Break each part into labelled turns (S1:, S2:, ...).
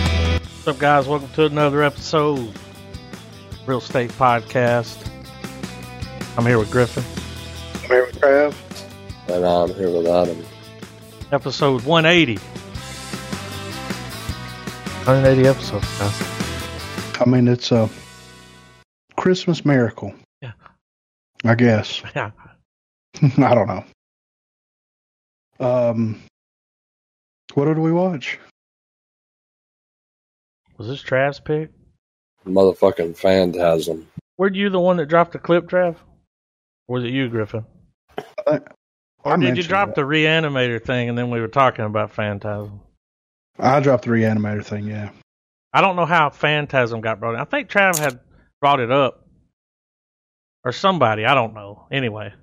S1: What's up, guys? Welcome to another episode Real Estate Podcast. I'm here with Griffin.
S2: I'm here with Trav.
S3: And I'm here with Adam.
S1: Episode 180. 180 episodes, guys.
S2: I mean, it's a Christmas miracle.
S1: Yeah.
S2: I guess.
S1: Yeah.
S2: I don't know. Um, what did we watch?
S1: Was this Trav's pick?
S3: Motherfucking Phantasm.
S1: Were you the one that dropped the clip, Trav? Or was it you, Griffin?
S2: I,
S1: Or
S2: I
S1: did you
S2: mentioned
S1: drop
S2: it.
S1: the reanimator thing and then we were talking about Phantasm?
S2: I dropped the reanimator thing, yeah.
S1: I don't know how Phantasm got brought in. I think Trav had brought it up. Or somebody, I don't know. Anyway.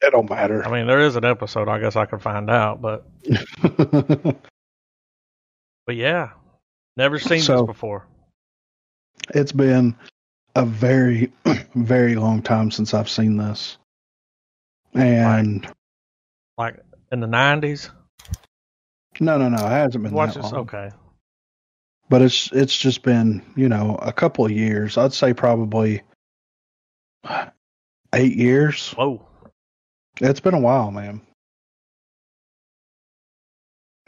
S2: It don't matter.
S1: I mean, there is an episode. I guess I can find out, but but yeah, never seen
S2: So-
S1: this before.
S2: it's been a very, very long time since I've seen this. And
S1: In the nineties,
S2: no, no, no, it hasn't been
S1: watch
S2: that
S1: this.
S2: long.
S1: Okay,
S2: but it's it's just been you know a couple of years i'd say probably eight years
S1: whoa,
S2: it's been a while man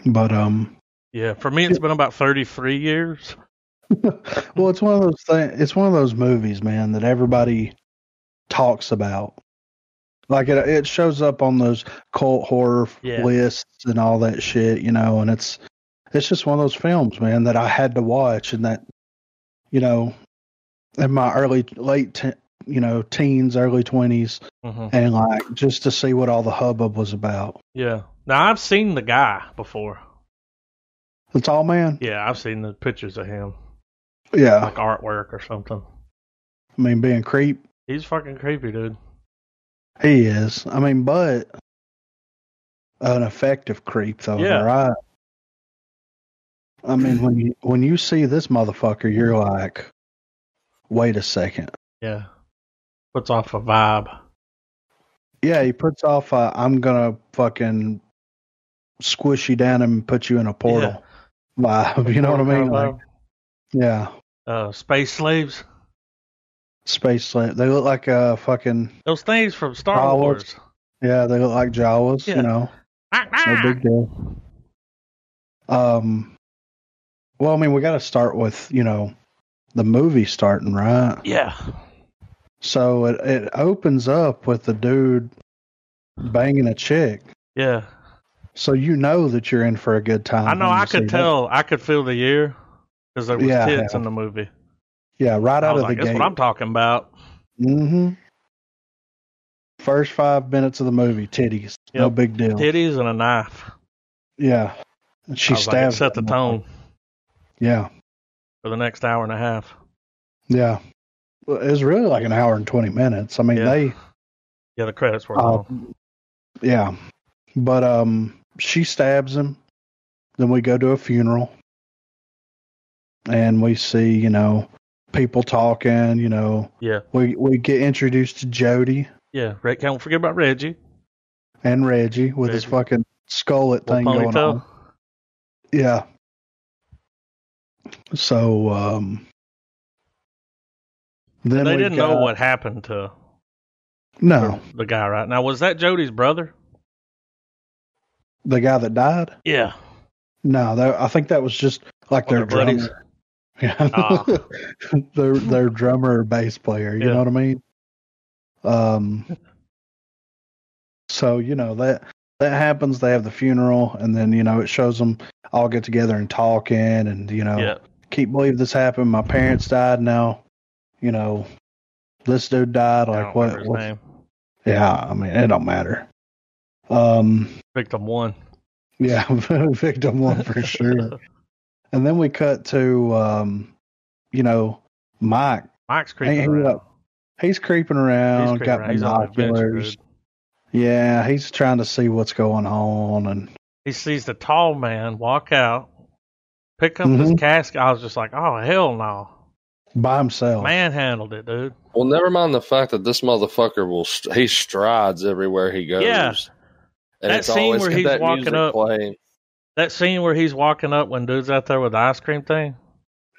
S2: but um
S1: yeah. For me, it's been about thirty-three years.
S2: well it's one of those things it's one of those movies man that everybody talks about like it it shows up on those cult horror
S1: Yeah.
S2: lists and all that shit you know and it's it's just one of those films man that i had to watch and that you know in my early late te- you know teens early 20s
S1: hmm
S2: and like just to see what all the hubbub was about
S1: Yeah. Now I've seen the guy before.
S2: it's all man
S1: Yeah, I've seen the pictures of him,
S2: yeah
S1: like artwork or something.
S2: i mean being creep
S1: He's fucking creepy, dude.
S2: He is. I mean, but an effective creep, though,
S1: Yeah.
S2: right? I mean, when you when you see this motherfucker, you're like, wait a second.
S1: Yeah, puts off a vibe.
S2: Yeah, he puts off. A, I'm gonna fucking squish you down and put you in a portal vibe. You know what I mean? Like, yeah,
S1: Uh, space slaves.
S2: space. slant. They look like a fucking.
S1: Those things from Star
S2: Star
S1: Wars.
S2: Wars. Yeah, they look like Jawas.
S1: Yeah.
S2: You know.
S1: Ah,
S2: no big deal. Um, well, I mean, we got to start with you know the movie starting right.
S1: Yeah.
S2: So it it opens up with the dude banging a chick.
S1: Yeah.
S2: So you know that you're in for a good time.
S1: I know.
S2: when you
S1: I
S2: see
S1: could
S2: that.
S1: tell. I could feel the year because there was
S2: Yeah,
S1: tits
S2: yeah.
S1: in the movie.
S2: Yeah, right
S1: I
S2: out
S1: was
S2: of
S1: like,
S2: the
S1: "That's
S2: gate.
S1: what I'm talking about."
S2: mm-hmm. First five minutes of the movie, titties. No
S1: Yep.
S2: big deal.
S1: Titties and a knife.
S2: yeah. And she
S1: I was like, it
S2: stabs.
S1: set the
S2: him.
S1: tone
S2: Yeah.
S1: for the next hour and a half.
S2: Yeah. Well, It was really like an hour and twenty minutes. I mean,
S1: Yeah.
S2: they
S1: Yeah, the credits were
S2: Uh,
S1: long.
S2: yeah. But um she stabs him. Then we go to a funeral. And we see, you know, people talking, you know.
S1: Yeah.
S2: We we get introduced to Jody
S1: Yeah, Rick, can't forget about Reggie.
S2: and Reggie with his
S1: Reggie.
S2: fucking skullet
S1: Little
S2: thing going on.
S1: ponytail.
S2: Yeah. So um then
S1: They
S2: we've
S1: didn't know
S2: got-
S1: what happened to
S2: No,
S1: the guy right now. Was that Jody's brother?
S2: the guy that died.
S1: Yeah.
S2: No, that, I think that was just like
S1: Or their
S2: their
S1: buddies.
S2: drummer. Yeah.
S1: Ah.
S2: their their drummer or bass player, you
S1: Yeah.
S2: know what I mean? Um so, you know, that that happens, they have the funeral and then, you know, it shows them all get together and talking and, you know,
S1: Yeah.
S2: can't believe this happened. My parents died now, you know, this dude died
S1: I
S2: like
S1: don't
S2: what,
S1: remember
S2: what-
S1: his name?
S2: Yeah, I mean, it don't matter. Um
S1: Victim one.
S2: yeah, victim one for sure. And then we cut to, um, you know, Mike.
S1: Mike's creeping
S2: Hey,
S1: around.
S2: hang up. He's creeping around,
S1: He's creeping
S2: got
S1: around. He's on an adventure.
S2: binoculars.
S1: dude.
S2: yeah, he's trying to see what's going on. And
S1: He sees the tall man walk out, pick up
S2: Mm-hmm.
S1: his casket. I was just like, "Oh hell no!"
S2: by himself.
S1: Manhandled it, dude.
S3: Well, never mind the fact that this motherfucker will, st- he strides everywhere he goes.
S1: Yeah.
S3: And
S1: That
S3: it's
S1: scene
S3: always
S1: where
S3: got
S1: he's
S3: that
S1: walking
S3: music
S1: up-
S3: playing.
S1: That scene where he's walking up when dude's out there with the ice cream thing.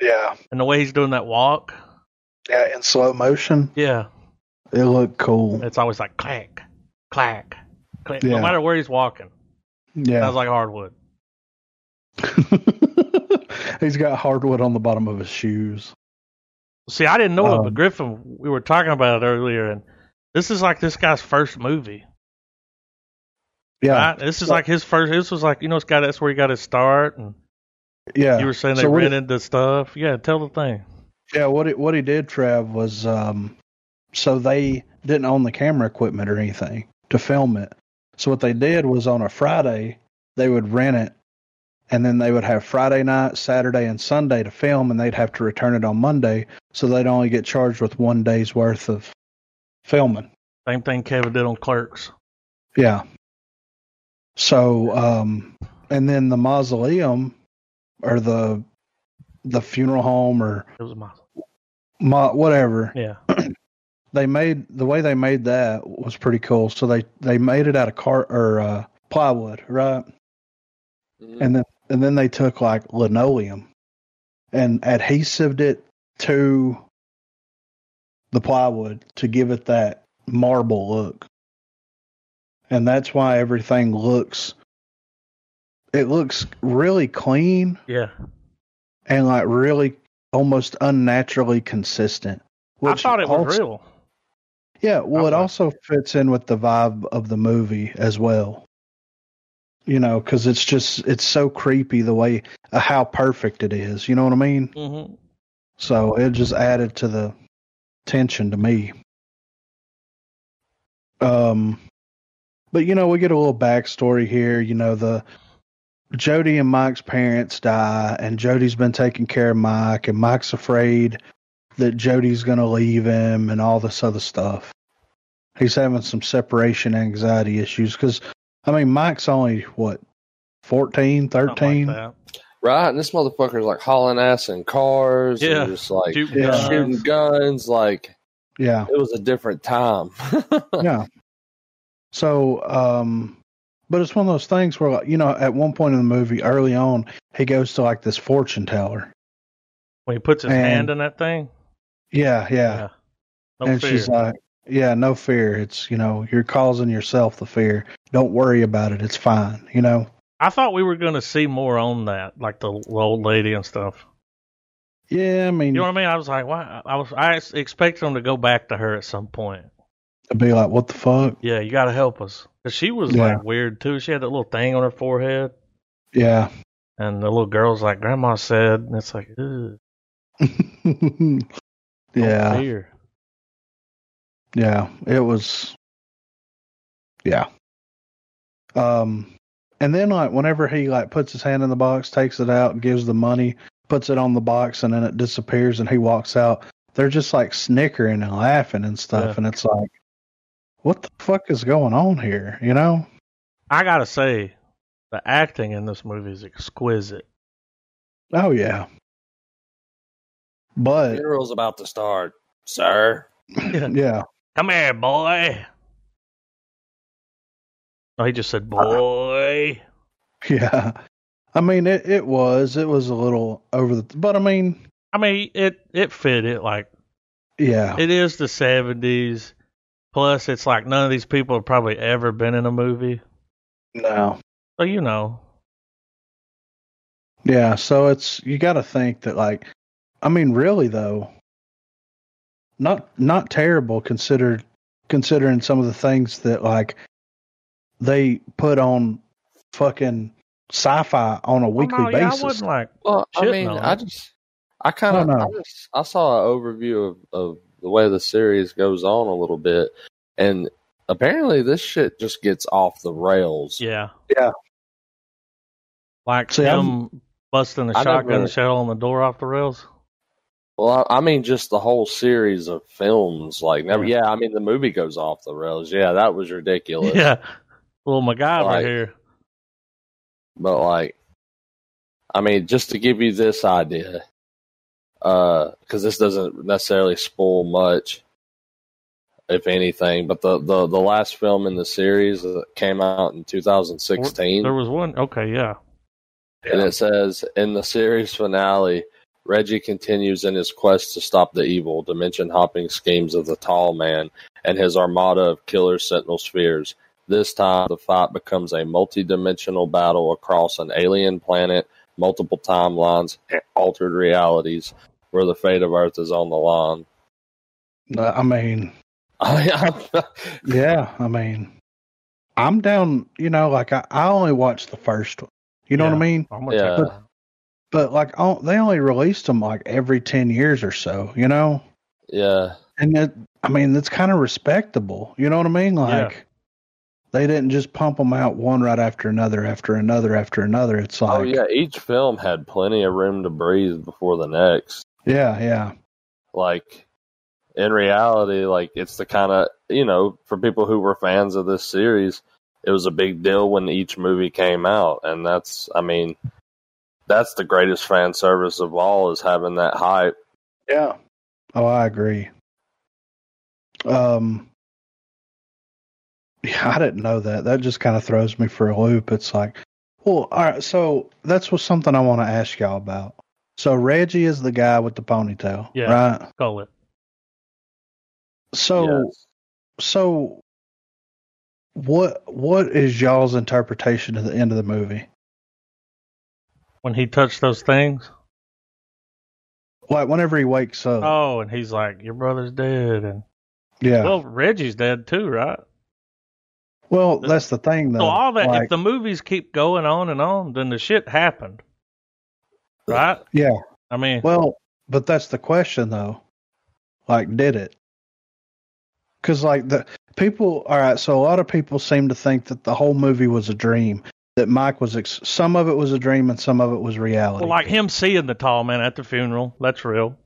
S2: Yeah,
S1: and the way he's doing that walk.
S2: yeah, in slow motion,
S1: Yeah,
S2: it looked cool.
S1: it's always like clack, clack, clack. No
S2: Yeah.
S1: matter where he's walking,
S2: Yeah,
S1: sounds like hardwood.
S2: he's got hardwood on the bottom of his shoes.
S1: See, I didn't know it, but
S2: Um,
S1: Griffin, we were talking about it earlier, and this is like this guy's first movie.
S2: Yeah,
S1: Right? This is
S2: Yeah.
S1: like his first. This was like you know, this guy. That's where he got his start. And
S2: yeah.
S1: you were saying they
S2: So what do-
S1: rented the stuff. Yeah, tell the thing.
S2: Yeah, what it, what he did, Trav, was um, so they didn't own the camera equipment or anything to film it. So what they did was on a Friday they would rent it, and then they would have Friday night, Saturday, and Sunday to film, and they'd have to return it on Monday. So they'd only get charged with one day's worth of filming.
S1: Same thing Kevin did on Clerks.
S2: Yeah. So, um, and then the mausoleum or the the funeral home or
S1: It was my
S2: ma- whatever
S1: yeah.
S2: they made the way they made that was pretty cool. So they they made it out of car or uh, plywood, right?
S3: Mm-hmm.
S2: And then and then they took like linoleum and adhesived it to the plywood to give it that marble look. And that's why everything looks it looks really clean
S1: Yeah,
S2: and like really almost unnaturally consistent.
S1: I
S2: which
S1: thought it was
S2: also-
S1: real.
S2: yeah, well, it
S1: Okay.
S2: also fits in with the vibe of the movie as well. You know, because it's just it's so creepy the way uh, how perfect it is. You know what I mean?
S1: Mm-hmm.
S2: So it just added to the tension to me. Um, but you know, we get a little backstory here. You know, the Jody and Mike's parents die, and Jody's been taking care of Mike, and Mike's afraid that Jody's going to leave him, and all this other stuff. He's having some separation anxiety issues because, I mean, Mike's only what 14, 13?
S1: Like
S3: right, and this motherfucker's like hauling ass in cars,
S1: Yeah.
S3: and just like
S1: that. Shoot
S2: Yeah.
S1: guns.
S3: shooting guns. Like
S2: yeah.
S3: it was a different time.
S2: yeah. So, um, but it's one of those things where, like, you know, at one point in the movie, early on, he goes to like this fortune teller.
S1: When he puts his
S2: And-
S1: hand in that thing,
S2: Yeah, yeah.
S1: no
S2: and
S1: fear.
S2: she's like, yeah, no fear. It's, you know, you're causing yourself the fear. Don't worry about it. It's fine, you know?
S1: I thought we were going to see more on that, like the old lady and stuff.
S2: Yeah, I mean,
S1: You know what I mean? I was like, why? I was I ex- expected him to go back to her at some point.
S2: to be like, what the fuck?
S1: Yeah, you got to help us. 'Cause she was
S2: Yeah.
S1: like weird too. She had that little thing on her forehead,
S2: Yeah.
S1: and the little girl's like, "Grandma said," and it's like, Ugh,
S2: yeah.
S1: fear.
S2: Yeah, it was. Yeah. Um, and then like whenever he like puts his hand in the box, takes it out, gives the money, puts it on the box, and then it disappears, and he walks out. They're just like snickering and laughing and stuff,
S1: Yeah.
S2: and it's like, what the fuck is going on here? You know?
S1: I gotta say, the acting in this movie is exquisite.
S2: Oh yeah. But
S3: Funeral's about to start, sir.
S2: yeah,
S1: Come here, boy. Oh, he just said, "Boy."
S2: yeah. I mean, it it was it was a little over the, but I mean,
S1: I mean, it it fit it like
S2: yeah,
S1: it is the seventies. Plus, it's like none of these people have probably ever been in a movie,
S2: no.
S1: so you know.
S2: Yeah, so it's you got to think that like I mean really though not not terrible considered considering some of the things that like they put on fucking sci-fi on a weekly
S1: oh, no, yeah, I
S2: basis.
S1: wasn't like
S3: Well, I
S1: Shit,
S3: mean,
S1: no.
S3: I just, I kind
S2: I
S3: of,
S2: don't know.
S3: I, just, I saw an overview of, of the way the series goes on a little bit, and apparently this shit just gets off the rails.
S1: yeah,
S2: Yeah.
S1: like
S2: See,
S1: him busting the
S3: I
S1: shotgun
S3: never-
S1: shell on the door off the rails.
S3: Well, I, I mean, just the whole series of films, like, never,
S1: Yeah.
S3: yeah. I mean, the movie goes off the rails. Yeah, that was ridiculous.
S1: Yeah, little MacGyver
S3: Like-
S1: here.
S3: But like, I mean, just to give you this idea, because this doesn't necessarily spoil much, if anything. But the the the last film in the series that came out in 2016,
S1: There was one. Okay, yeah.
S3: and it says in the series finale, Reggie continues in his quest to stop the evil, dimension hopping schemes of the tall man and his armada of killer sentinel spheres. This time, the fight becomes a multi dimensional battle across an alien planet, multiple timelines, and altered realities where the fate of Earth is on the line.
S2: Uh, I mean,
S3: I,
S2: yeah, I mean, I'm down. You know, like I, I only watched the first one. You know
S1: Yeah.
S2: what I mean?
S1: I'm gonna
S3: yeah.
S1: check
S2: But like, oh, they only released them like every ten years or so. You know,
S3: Yeah.
S2: and it, I mean, that's kind of respectable. You know what I mean? Like, they didn't just pump them out one right after another, after another, after another. It's like,
S3: Oh, yeah. Each film had plenty of room to breathe before the next.
S2: yeah, yeah,
S3: Like, in reality, like, it's the kind of, you know, for people who were fans of this series, it was a big deal when each movie came out. And that's, I mean, that's the greatest fan service of all is having that hype.
S2: yeah. Oh, I agree. Um, yeah, I didn't know that. That just kind of throws me for a loop. It's like, well, all right. So that's what something I want to ask y'all about. So Reggie is the guy with the ponytail,
S1: Yeah.
S2: right?
S1: call it.
S2: So.
S3: Yes.
S2: so what what is y'all's interpretation of the end of the movie
S1: When he touched those things.
S2: like whenever he wakes up
S1: Oh, and he's like, Your brother's dead and
S2: yeah well,
S1: Well, Reggie's dead too, right?
S2: that's the thing though
S1: So all that
S2: like,
S1: if the movies keep going on and on, then the shit happened. Right?
S2: Uh, Yeah.
S1: I mean
S2: well but that's the question though like did it because like the people all right so a lot of people seem to think that the whole movie was a dream that mike was ex- some of it was a dream and some of it was reality
S1: well, like him seeing the tall man at the funeral, that's real.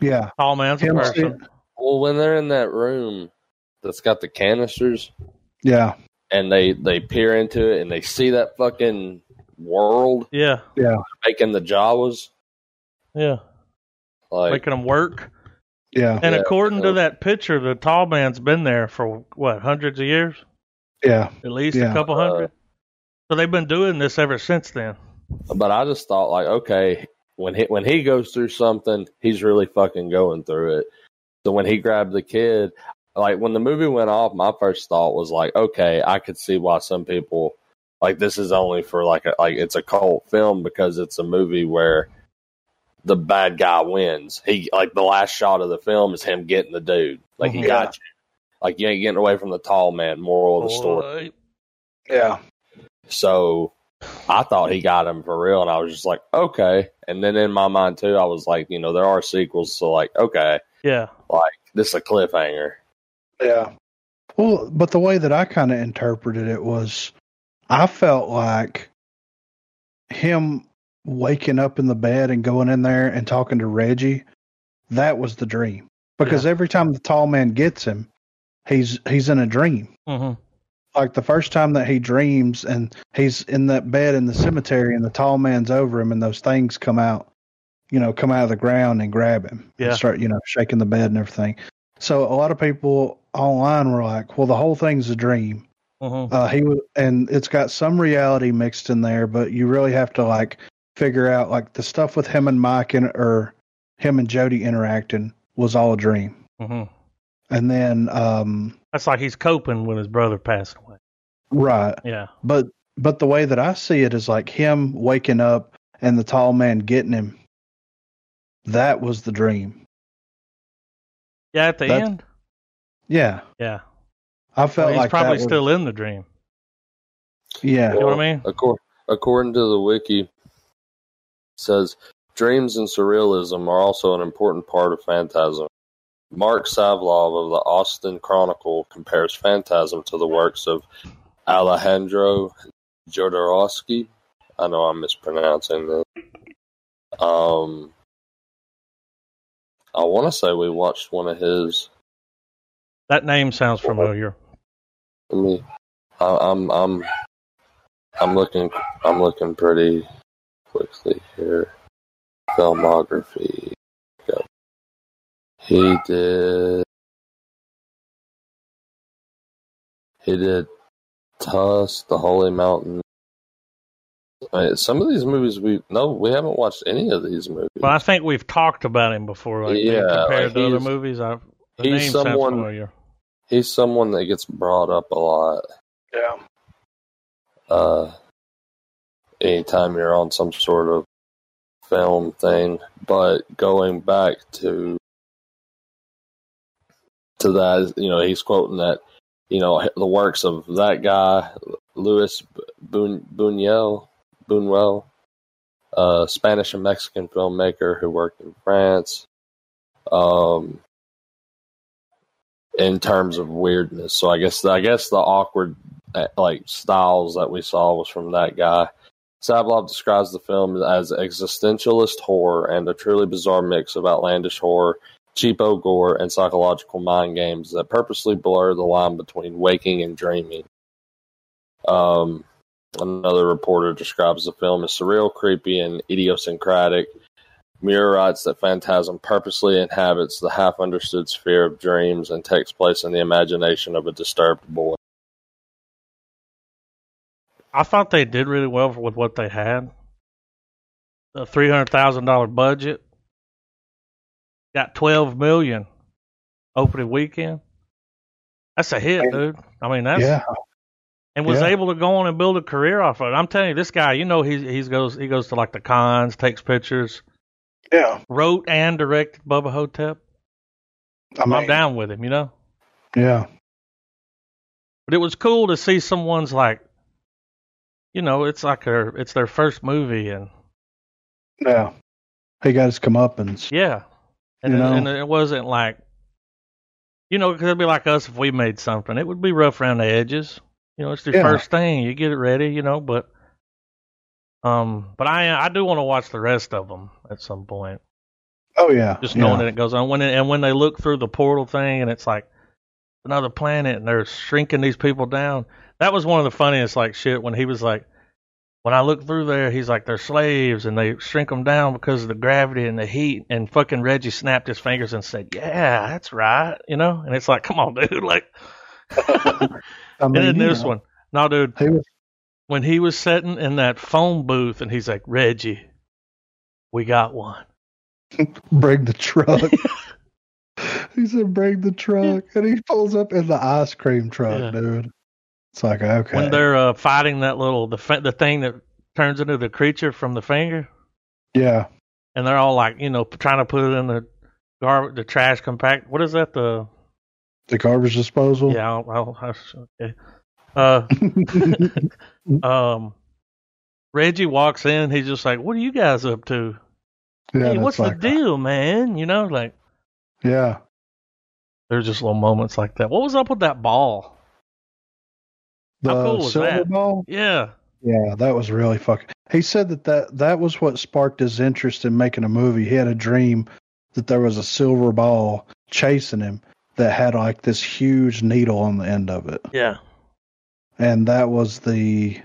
S2: yeah
S1: Tall man's a
S2: Him
S1: person.
S3: Well, when they're in that room that's got the canisters
S2: yeah
S3: and they they peer into it and they see that fucking world
S1: Yeah,
S3: making the Jawas
S1: yeah.
S3: like
S1: Making him work.
S2: yeah
S1: And
S3: Yeah,
S1: according to
S3: so-
S1: that picture, the tall man's been there for what, hundreds of years?
S2: yeah
S1: At least
S2: Yeah.
S1: a couple
S3: Uh,
S1: hundred. so they've been doing this ever since then.
S3: but I just thought like okay when he when he goes through something he's really fucking going through it so when he grabbed the kid like when the movie went off my first thought was like okay I could see why some people like this is only for like a, like it's a cult film because it's a movie where the bad guy wins he like the last shot of the film is him getting the dude like he
S1: Mhm.
S3: got you like you ain't getting away from the tall man moral of the story
S1: Boy.
S2: yeah
S3: So I thought he got him for real, and I was just like, okay. And then in my mind too, I was like, you know, there are sequels, so like, okay,
S1: Yeah.
S3: this is a cliffhanger.
S2: Yeah. Well, but the way that I kind of interpreted it was I felt like him waking up in the bed and going in there and talking to Reggie, that was the dream. Because every time the tall man gets him, he's he's in a dream.
S1: hmm
S2: Like the first time that he dreams and he's in that bed in the cemetery and the tall man's over him and those things come out, you know, come out of the ground and grab him
S1: Yeah.
S2: and start, you know, shaking the bed and everything. So a lot of people online were like, "Well, the whole thing's a dream."
S1: hmm
S2: Uh, he was, and it's got some reality mixed in there, but you really have to like figure out like the stuff with him and Mike and or him and Jody interacting was all a dream.
S1: hmm
S2: And then, um,
S1: That's like he's coping when his brother passed away.
S2: right,
S1: Yeah.
S2: but but the way that I see it is like him waking up and the tall man getting him. That was the dream.
S1: Yeah, at the
S2: That's-
S1: end.
S2: Yeah,
S1: Yeah.
S2: I felt
S1: Well, he's
S2: like that
S1: probably
S2: was-
S1: still in the dream.
S2: yeah,
S1: You know what I mean?
S3: According, according to the wiki, it says dreams and surrealism are also an important part of phantasm. Mark Savlov of the Austin Chronicle compares phantasm to the works of Alejandro Jodorowsky. I know I'm mispronouncing that. Um, I want to say we watched one of his.
S1: That name sounds familiar.
S3: Let me. I, I'm. I'm. I'm looking. I'm looking pretty quickly here. Filmography. Go. He did. He did Tusk, The Holy Mountain, Wait, some of these movies we no, we haven't watched any of these movies.
S1: Well, I think we've talked about him before. Like,
S3: Yeah,
S1: compared
S3: like,
S1: to other
S3: he's-
S1: movies, I the
S3: he's
S1: name sounds
S3: someone-
S1: familiar.
S3: He's someone that gets brought up a lot.
S2: Yeah.
S3: Uh, anytime you're on some sort of film thing, but going back to to that, you know, he's quoting that, you know, the works of that guy, Louis Bun- Buñuel, Buñuel, uh, Spanish and Mexican filmmaker who worked in France. Um, in terms of weirdness, so I guess I guess the awkward uh, like styles that we saw was from that guy. Sablov describes the film as existentialist horror and a truly bizarre mix of outlandish horror, cheapo gore, and psychological mind games that purposely blur the line between waking and dreaming. Um, another reporter describes the film as surreal, creepy, and idiosyncratic. Muir writes that Phantasm purposely inhabits the half understood sphere of dreams and takes place in the imagination of a disturbed boy.
S1: I thought they did really well for, with what they had. A three hundred thousand dollar budget. Got twelve million opening weekend. That's a hit, dude. I mean, that's
S2: yeah.
S1: and was
S2: yeah.
S1: able to go on and build a career off of it. I'm telling you, this guy, you know, he's he's goes he goes to like the cons, takes pictures,
S2: Yeah.
S1: wrote and directed Bubba Hotep.
S2: I
S1: I'm
S2: mean,
S1: down with him, you know.
S2: Yeah.
S1: But it was cool to see someone's like, you know, it's like their it's their first movie, and
S2: Yeah. He got his comeuppance.
S1: yeah, and
S2: You
S1: it,
S2: know.
S1: and it wasn't like, you know, 'cause it'd be like us if we made something, it would be rough around the edges. You know, it's your
S2: Yeah.
S1: first thing, you get it ready, you know, but. Um, but I I do want to watch the rest of them at some point.
S2: Oh yeah.
S1: Just
S2: yeah.
S1: knowing that it goes on when it, and when they look through the portal thing and it's like another planet and they're shrinking these people down. That was one of the funniest like shit when he was like, when I look through there, he's like they're slaves and they shrink them down because of the gravity and the heat. And fucking Reggie snapped his fingers and said, "Yeah, that's right," you know. And it's like, come on, dude, like.
S2: I mean,
S1: and then
S2: you
S1: this
S2: know,
S1: one, no, dude,
S2: He was
S1: when he was sitting in that phone booth and he's like, Reggie, we got one.
S2: bring the truck. he said, "Bring the truck," and he pulls up in the ice cream truck,
S1: Yeah.
S2: dude. It's like okay.
S1: when they're uh, fighting that little the fa- the thing that turns into the creature from the finger,
S2: yeah.
S1: and they're all like you know p- trying to put it in the gar- the trash compact. What is that? The
S2: The garbage disposal.
S1: yeah, I'll, I'll, I'll- okay. Uh, um, Reggie walks in. He's just like, "What are you guys up to?
S2: Yeah,
S1: hey,
S2: that's
S1: what's
S2: like- uh,
S1: the deal, man? You know, like
S2: Yeah.
S1: there's just little moments like that. What was up with that ball?
S2: The
S1: How cool was
S2: silver
S1: that?
S2: ball.
S1: Yeah,
S2: Yeah, that was really fucking. He said that, that that was what sparked his interest in making a movie. He had a dream that there was a silver ball chasing him that had like this huge needle on the end of it,
S1: yeah,
S2: and that was the,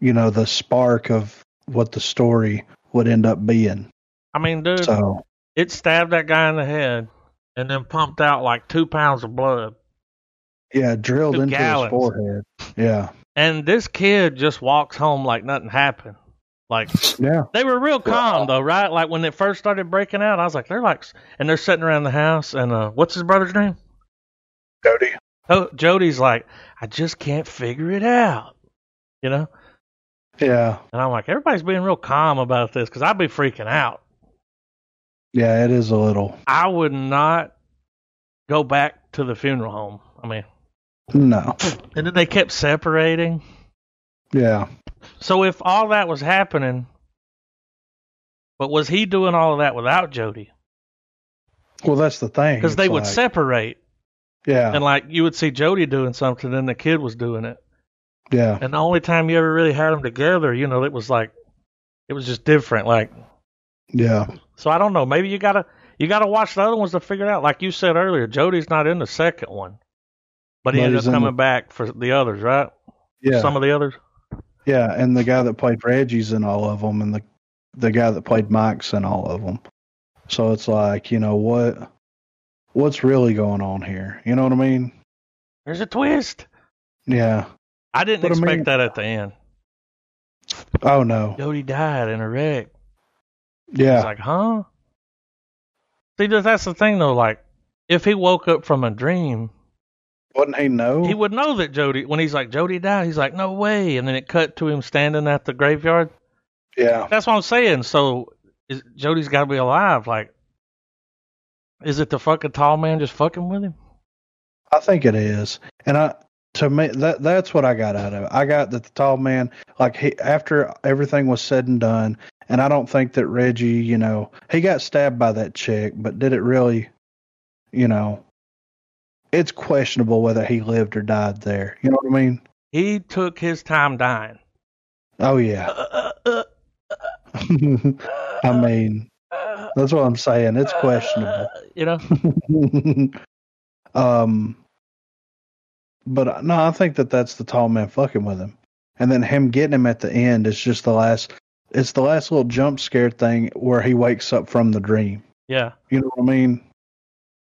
S2: you know, the spark of what the story would end up being.
S1: I mean, dude,
S2: So
S1: it stabbed that guy in the head." And then pumped out like two pounds of blood.
S2: yeah, drilled
S1: Two
S2: into
S1: gallons.
S2: his forehead. Yeah,
S1: And this kid just walks home like nothing happened. Like
S2: yeah,
S1: they were real calm
S3: Wow.
S1: though, right? Like when it first started breaking out, I was like, they're like, s- and they're sitting around the house, and uh, what's his brother's name?
S2: Cody.
S1: Oh, Jody's like, I just can't figure it out, you know.
S2: Yeah,
S1: And I'm like, everybody's being real calm about this because I'd be freaking out.
S2: yeah, it is a little
S1: I would not go back to the funeral home. I mean,
S2: no.
S1: and then they kept separating.
S2: Yeah,
S1: So if all that was happening, but was he doing all of that without Jody?
S2: well, that's the thing
S1: Because they
S2: It's
S1: would
S2: like-
S1: separate,
S2: yeah,
S1: and like you would see Jody doing something, and the kid was doing it.
S2: yeah.
S1: And the only time you ever really had them together, you know, it was like, it was just different. Like,
S2: Yeah.
S1: so I don't know. Maybe you gotta you gotta watch the other ones to figure it out. Like you said earlier, Jody's not in the second one, but he
S2: No,
S1: ended
S2: he's
S1: up
S2: in
S1: coming
S2: the-
S1: back for the others, right?
S2: Yeah.
S1: Some of the others.
S2: yeah. And the guy that played Reggie's in all of them and the the guy that played Mike's in all of them. So it's like, you know, what what's really going on here? You know what I mean?
S1: There's a twist.
S2: Yeah.
S1: I didn't
S2: But I
S1: expect
S2: mean-
S1: that at the end.
S2: Oh no.
S1: Jody died in a wreck. It's
S2: Yeah.
S1: like, huh? See, that- that's the thing though. Like, if he woke up from a dream,
S2: Wouldn't he know?
S1: he would know that Jody. When he's like, Jody died, he's like, no way. And then it cut to him standing at the graveyard.
S2: yeah.
S1: That's what I'm saying. So, is, Jody's got to be alive. Like, is it the fucking tall man just fucking with him?
S2: I think it is. And I to me that that's what I got out of it. I got that the tall man like he after everything was said and done, and I don't think that Reggie, you know, he got stabbed by that chick, but did it really you know it's questionable whether he lived or died there. You know what I mean?
S1: He took his time dying.
S2: Oh yeah. I
S1: Uh,
S2: mean, that's what I'm saying. It's questionable.
S1: You know,
S2: um, but uh, no, I think that that's the tall man fucking with him, and then him getting him at the end is just the last. It's the last little jump scare thing where he wakes up from the dream.
S1: yeah.
S2: You know what I mean?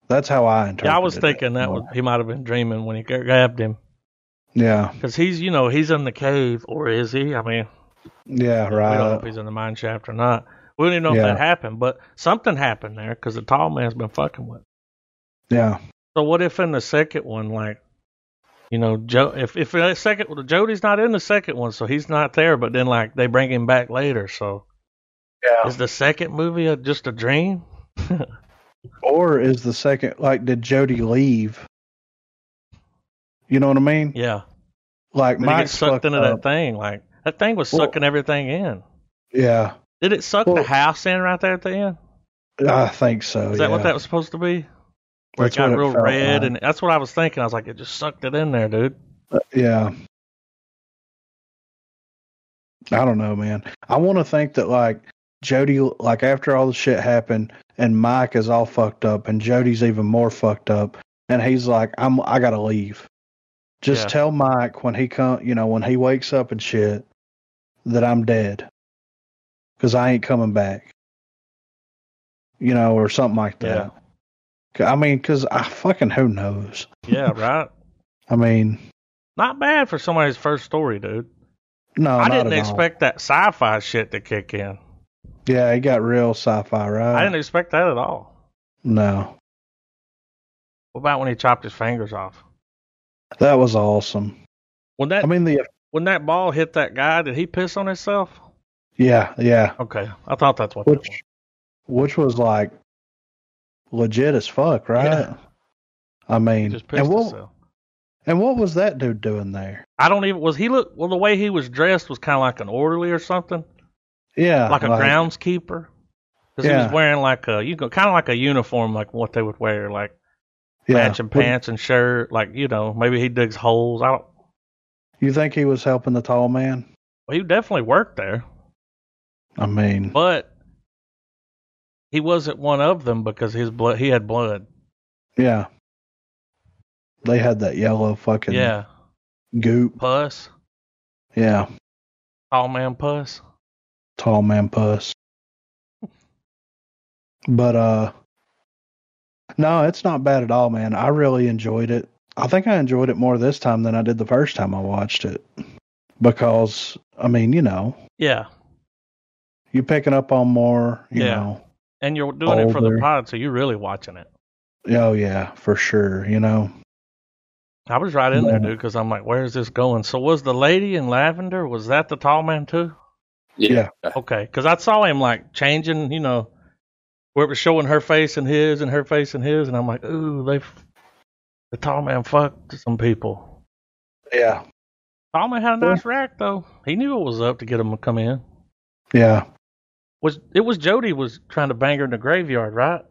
S2: That's how I interpret.
S1: Yeah, I was thinking that was, he might have been dreaming when he gra- grabbed him,
S2: Yeah,
S1: because he's, you know, he's in the cave, or is he? I mean,
S2: yeah,
S1: we don't know
S2: right.
S1: if he's in the mine shaft or not. We don't even know
S2: Yeah.
S1: if that happened, but something happened there because the tall man's been fucking with. him.
S2: Yeah,
S1: So what if in the second one, like, you know, Joe, if if the second Jody's not in the second one, so he's not there, but then like they bring him back later, so
S2: yeah.
S1: is the second movie a, just a dream?
S2: Or is the second like did Jody leave? You know what I mean?
S1: Yeah,
S2: Like
S1: Did he
S2: Mike
S1: get sucked into
S2: up.
S1: that thing. Like that thing was
S2: Well-
S1: sucking everything in.
S2: Yeah,
S1: Did it suck the
S2: Well-
S1: house in right there at the end?
S2: I think so.
S1: Is that what
S2: yeah.
S1: that was supposed to be? Where
S2: That's
S1: it got
S2: what
S1: real
S2: felt
S1: red,
S2: like.
S1: and that's what I was thinking. I was like, it just sucked it in there, dude.
S2: Yeah. I don't know, man. I want to think that like Jody, like after all the shit happened, and Mike is all fucked up, and Jody's even more fucked up, and he's like, "I'm, I gotta leave." Just
S1: Yeah.
S2: tell Mike when he come, you know, when he wakes up and shit, that I'm dead, because I ain't coming back, you know, or something like that. 'Cause- I mean, because I fucking who knows?
S1: Yeah, right.
S2: I mean,
S1: Not bad for somebody's first story, dude.
S2: no,
S1: I
S2: not
S1: didn't
S2: at all.
S1: expect that sci-fi shit to kick in.
S2: Yeah, it got real sci-fi, right?
S1: I didn't expect that at all.
S2: No,
S1: What about when he chopped his fingers off?
S2: that was awesome.
S1: When that
S2: I mean, the
S1: when that ball hit that guy, did he piss on himself?
S2: yeah, yeah,
S1: Okay, I thought that's what. that was.
S2: which which was like legit as fuck, right?
S1: Yeah.
S2: I
S1: He
S2: mean,
S1: just pissed
S2: and what
S1: himself.
S2: and what was that dude doing there?
S1: I don't even was he look well the way he was dressed was kind of like an orderly or something
S2: Yeah,
S1: like a groundskeeper because he
S2: Uh, Yeah.
S1: was wearing like a you go kind of like a uniform like what they would wear like
S2: yeah.
S1: matching
S2: Would-
S1: pants and shirt like you know maybe he digs holes I don't
S2: You think he was helping the tall man?
S1: well, he definitely worked there
S2: I mean,
S1: but he wasn't one of them because his blood he had blood
S2: yeah, they had that yellow fucking
S1: yeah
S2: goop.
S1: pus
S2: Yeah,
S1: tall man pus
S2: tall man puss. But uh no, it's not bad at all, man. I really enjoyed it. I think I enjoyed it more this time than I did the first time I watched it. Because I mean, you know,
S1: yeah
S2: you're picking up on more, you
S1: Yeah.
S2: know.
S1: and you're doing it for the
S2: Older.
S1: pod so you're really watching it
S2: Oh yeah, for sure, you know.
S1: I was right in there,
S2: Yeah.
S1: dude, because I'm like, where is this going? So was the lady in lavender? Was that the tall man too?
S2: Yeah.
S1: Okay, because I saw him like changing, you know, where it was showing her face and his, and her face and his, and I'm like, ooh, they, f- the tall man fucked some people.
S2: Yeah.
S1: Tall man had a nice rack though. He knew what was up to get him to come in.
S2: Yeah.
S1: Was it was Jody was trying to bang her in the graveyard, right?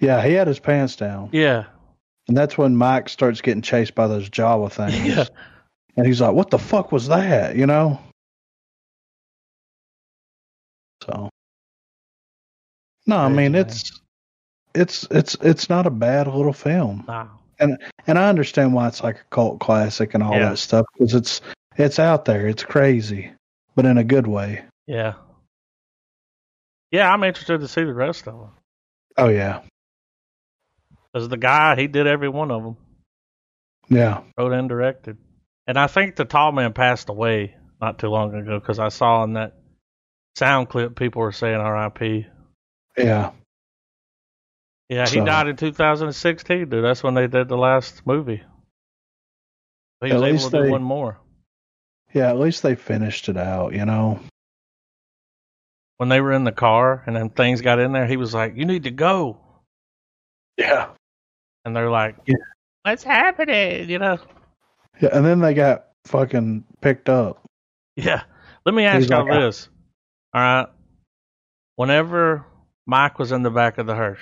S2: Yeah, he had his pants down.
S1: Yeah,
S2: And that's when Mike starts getting chased by those Jawa things.
S1: yeah.
S2: And he's like, What the fuck was that? you know? So No, I
S1: Crazy,
S2: mean
S1: man.
S2: it's it's it's it's not a bad little film.
S1: Nah.
S2: And I understand why it's like a cult classic and all
S1: Yeah.
S2: that stuff because it's it's out there. It's crazy, but in a good way.
S1: yeah, yeah. I'm interested to see the rest of them.
S2: Oh yeah.
S1: Cause the guy, he did every one of them.
S2: Yeah.
S1: wrote and directed. And I think the tall man passed away not too long ago because I saw in that sound clip people were saying R.I.P.
S2: Yeah.
S1: Yeah, he
S2: So-
S1: died in 2016, dude. That's when they did the last movie. He was
S2: At
S1: able
S2: least
S1: to do
S2: they-
S1: one more.
S2: Yeah, at least they finished it out, you know.
S1: When they were in the car and then things got in there, he was like, "You need to go,"
S2: Yeah.
S1: and they're like,
S2: Yeah.
S1: "What's happening?" You know?
S2: Yeah, and then they got fucking picked up.
S1: Yeah. Let me
S2: He's
S1: ask y'all
S2: like, uh,
S1: this. All right. Whenever Mike was in the back of the hearse,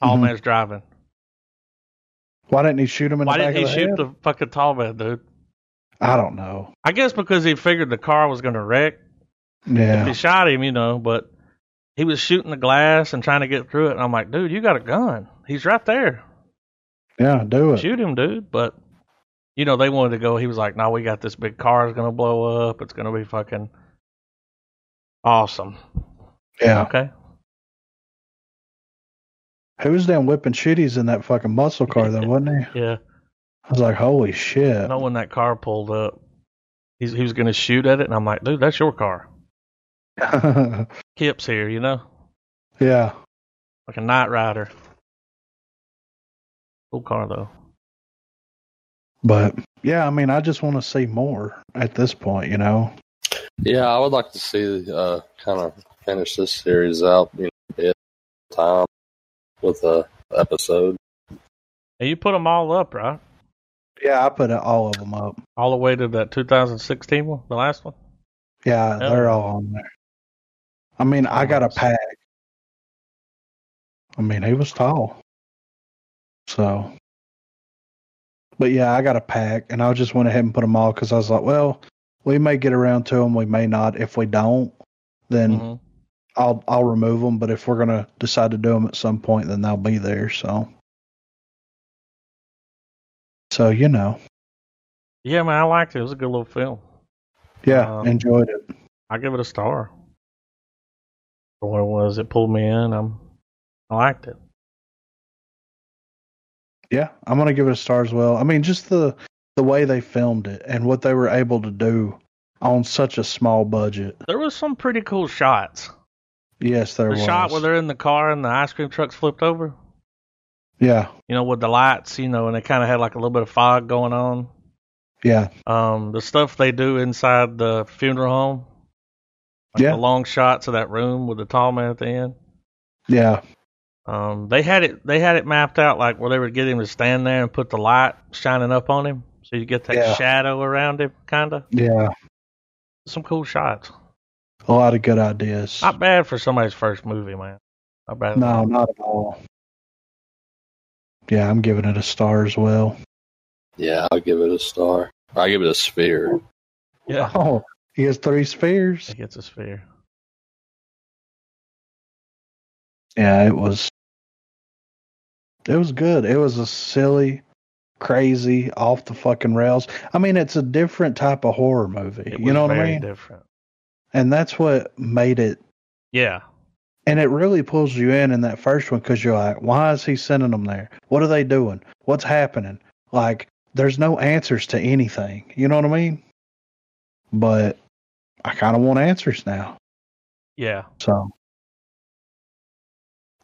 S1: tall
S2: Mhm.
S1: man's driving.
S2: Why didn't he shoot him in
S1: Why
S2: the back
S1: didn't he
S2: of the
S1: shoot
S2: head?
S1: the fucking tall man, dude?
S2: I don't know.
S1: I guess because he figured the car was going to wreck. He
S2: Yeah.
S1: shot him, you know, but he was shooting the glass and trying to get through it. And I'm like, dude, you got a gun. He's right there.
S2: Yeah, do it.
S1: Shoot him, dude. But, you know, they wanted to go. He was like, no, we got this big car. It's going to blow up. It's going to be fucking awesome.
S2: Yeah.
S1: Okay.
S2: He was damn whipping shitties in that fucking muscle car then, wasn't he?
S1: Yeah.
S2: I was like, holy shit.
S1: know when that car pulled up, he's, he was going to shoot at it, and I'm like, dude, that's your car. Kip's here, you know,
S2: yeah.
S1: like a night rider. Cool car though.
S2: But yeah, I mean, I just want to see more at this point, you know.
S3: Yeah, I would like to see uh, kind of finish this series out you know, a bit time with a episode.
S1: And you put them all up, right?
S2: Yeah, I put it- all of them up.
S1: All the way to that 2016 one, the last one.
S2: Yeah,
S1: Yeah.
S2: they're all on there. I mean, I got a
S1: Nice.
S2: pack. I mean, he was tall. So, but yeah, I got a pack, and I just went ahead and put them all because I was like, well, we may get around to them, we may not. If we don't, then
S1: Mhm.
S2: I'll I'll remove them. But if we're gonna decide to do them at some point, then they'll be there. So, so you know,
S1: Yeah, man, I liked it. It was a good little film.
S2: yeah,
S1: Um,
S2: enjoyed it.
S1: I give it a star. For what it was, it pulled me in. I'm, I liked it.
S2: Yeah, I'm gonna give it a star as well. I mean, just the the way they filmed it and what they were able to do on such a small budget.
S1: There was some pretty cool shots.
S2: Yes, there
S1: the
S2: was.
S1: shot where they're in the car and the ice cream truck's flipped over.
S2: yeah,
S1: you know, with the lights, you know, and they kind of had like a little bit of fog going on.
S2: yeah,
S1: Um, the stuff they do inside the funeral home, like
S2: Yeah.
S1: the long shots of that room with the tall man at the end.
S2: yeah,
S1: Um, they had it, they had it mapped out like where they would get him to stand there and put the light shining up on him, so you get that
S2: Yeah.
S1: shadow around him, kind of.
S2: yeah.
S1: Some cool shots.
S2: A lot of good ideas.
S1: Not bad for somebody's first movie, man. Not bad. at
S2: no,
S1: all.
S2: not at all. Yeah, I'm giving it a star as well.
S3: Yeah, I'll give it a star. I give it a sphere.
S1: Yeah.
S2: Oh, he has three spheres.
S1: He gets a sphere.
S2: Yeah, it was. It was good. It was a silly, crazy, off the fucking rails. I mean, it's a different type of horror movie.
S1: It
S2: You
S1: was
S2: know what I
S1: very
S2: mean?
S1: Different.
S2: And that's what made it.
S1: Yeah.
S2: And it really pulls you in in that first one because you're like, why is he sending them there? What are they doing? What's happening? Like, there's no answers to anything. You know what I mean? But I kind of want answers now.
S1: Yeah.
S2: So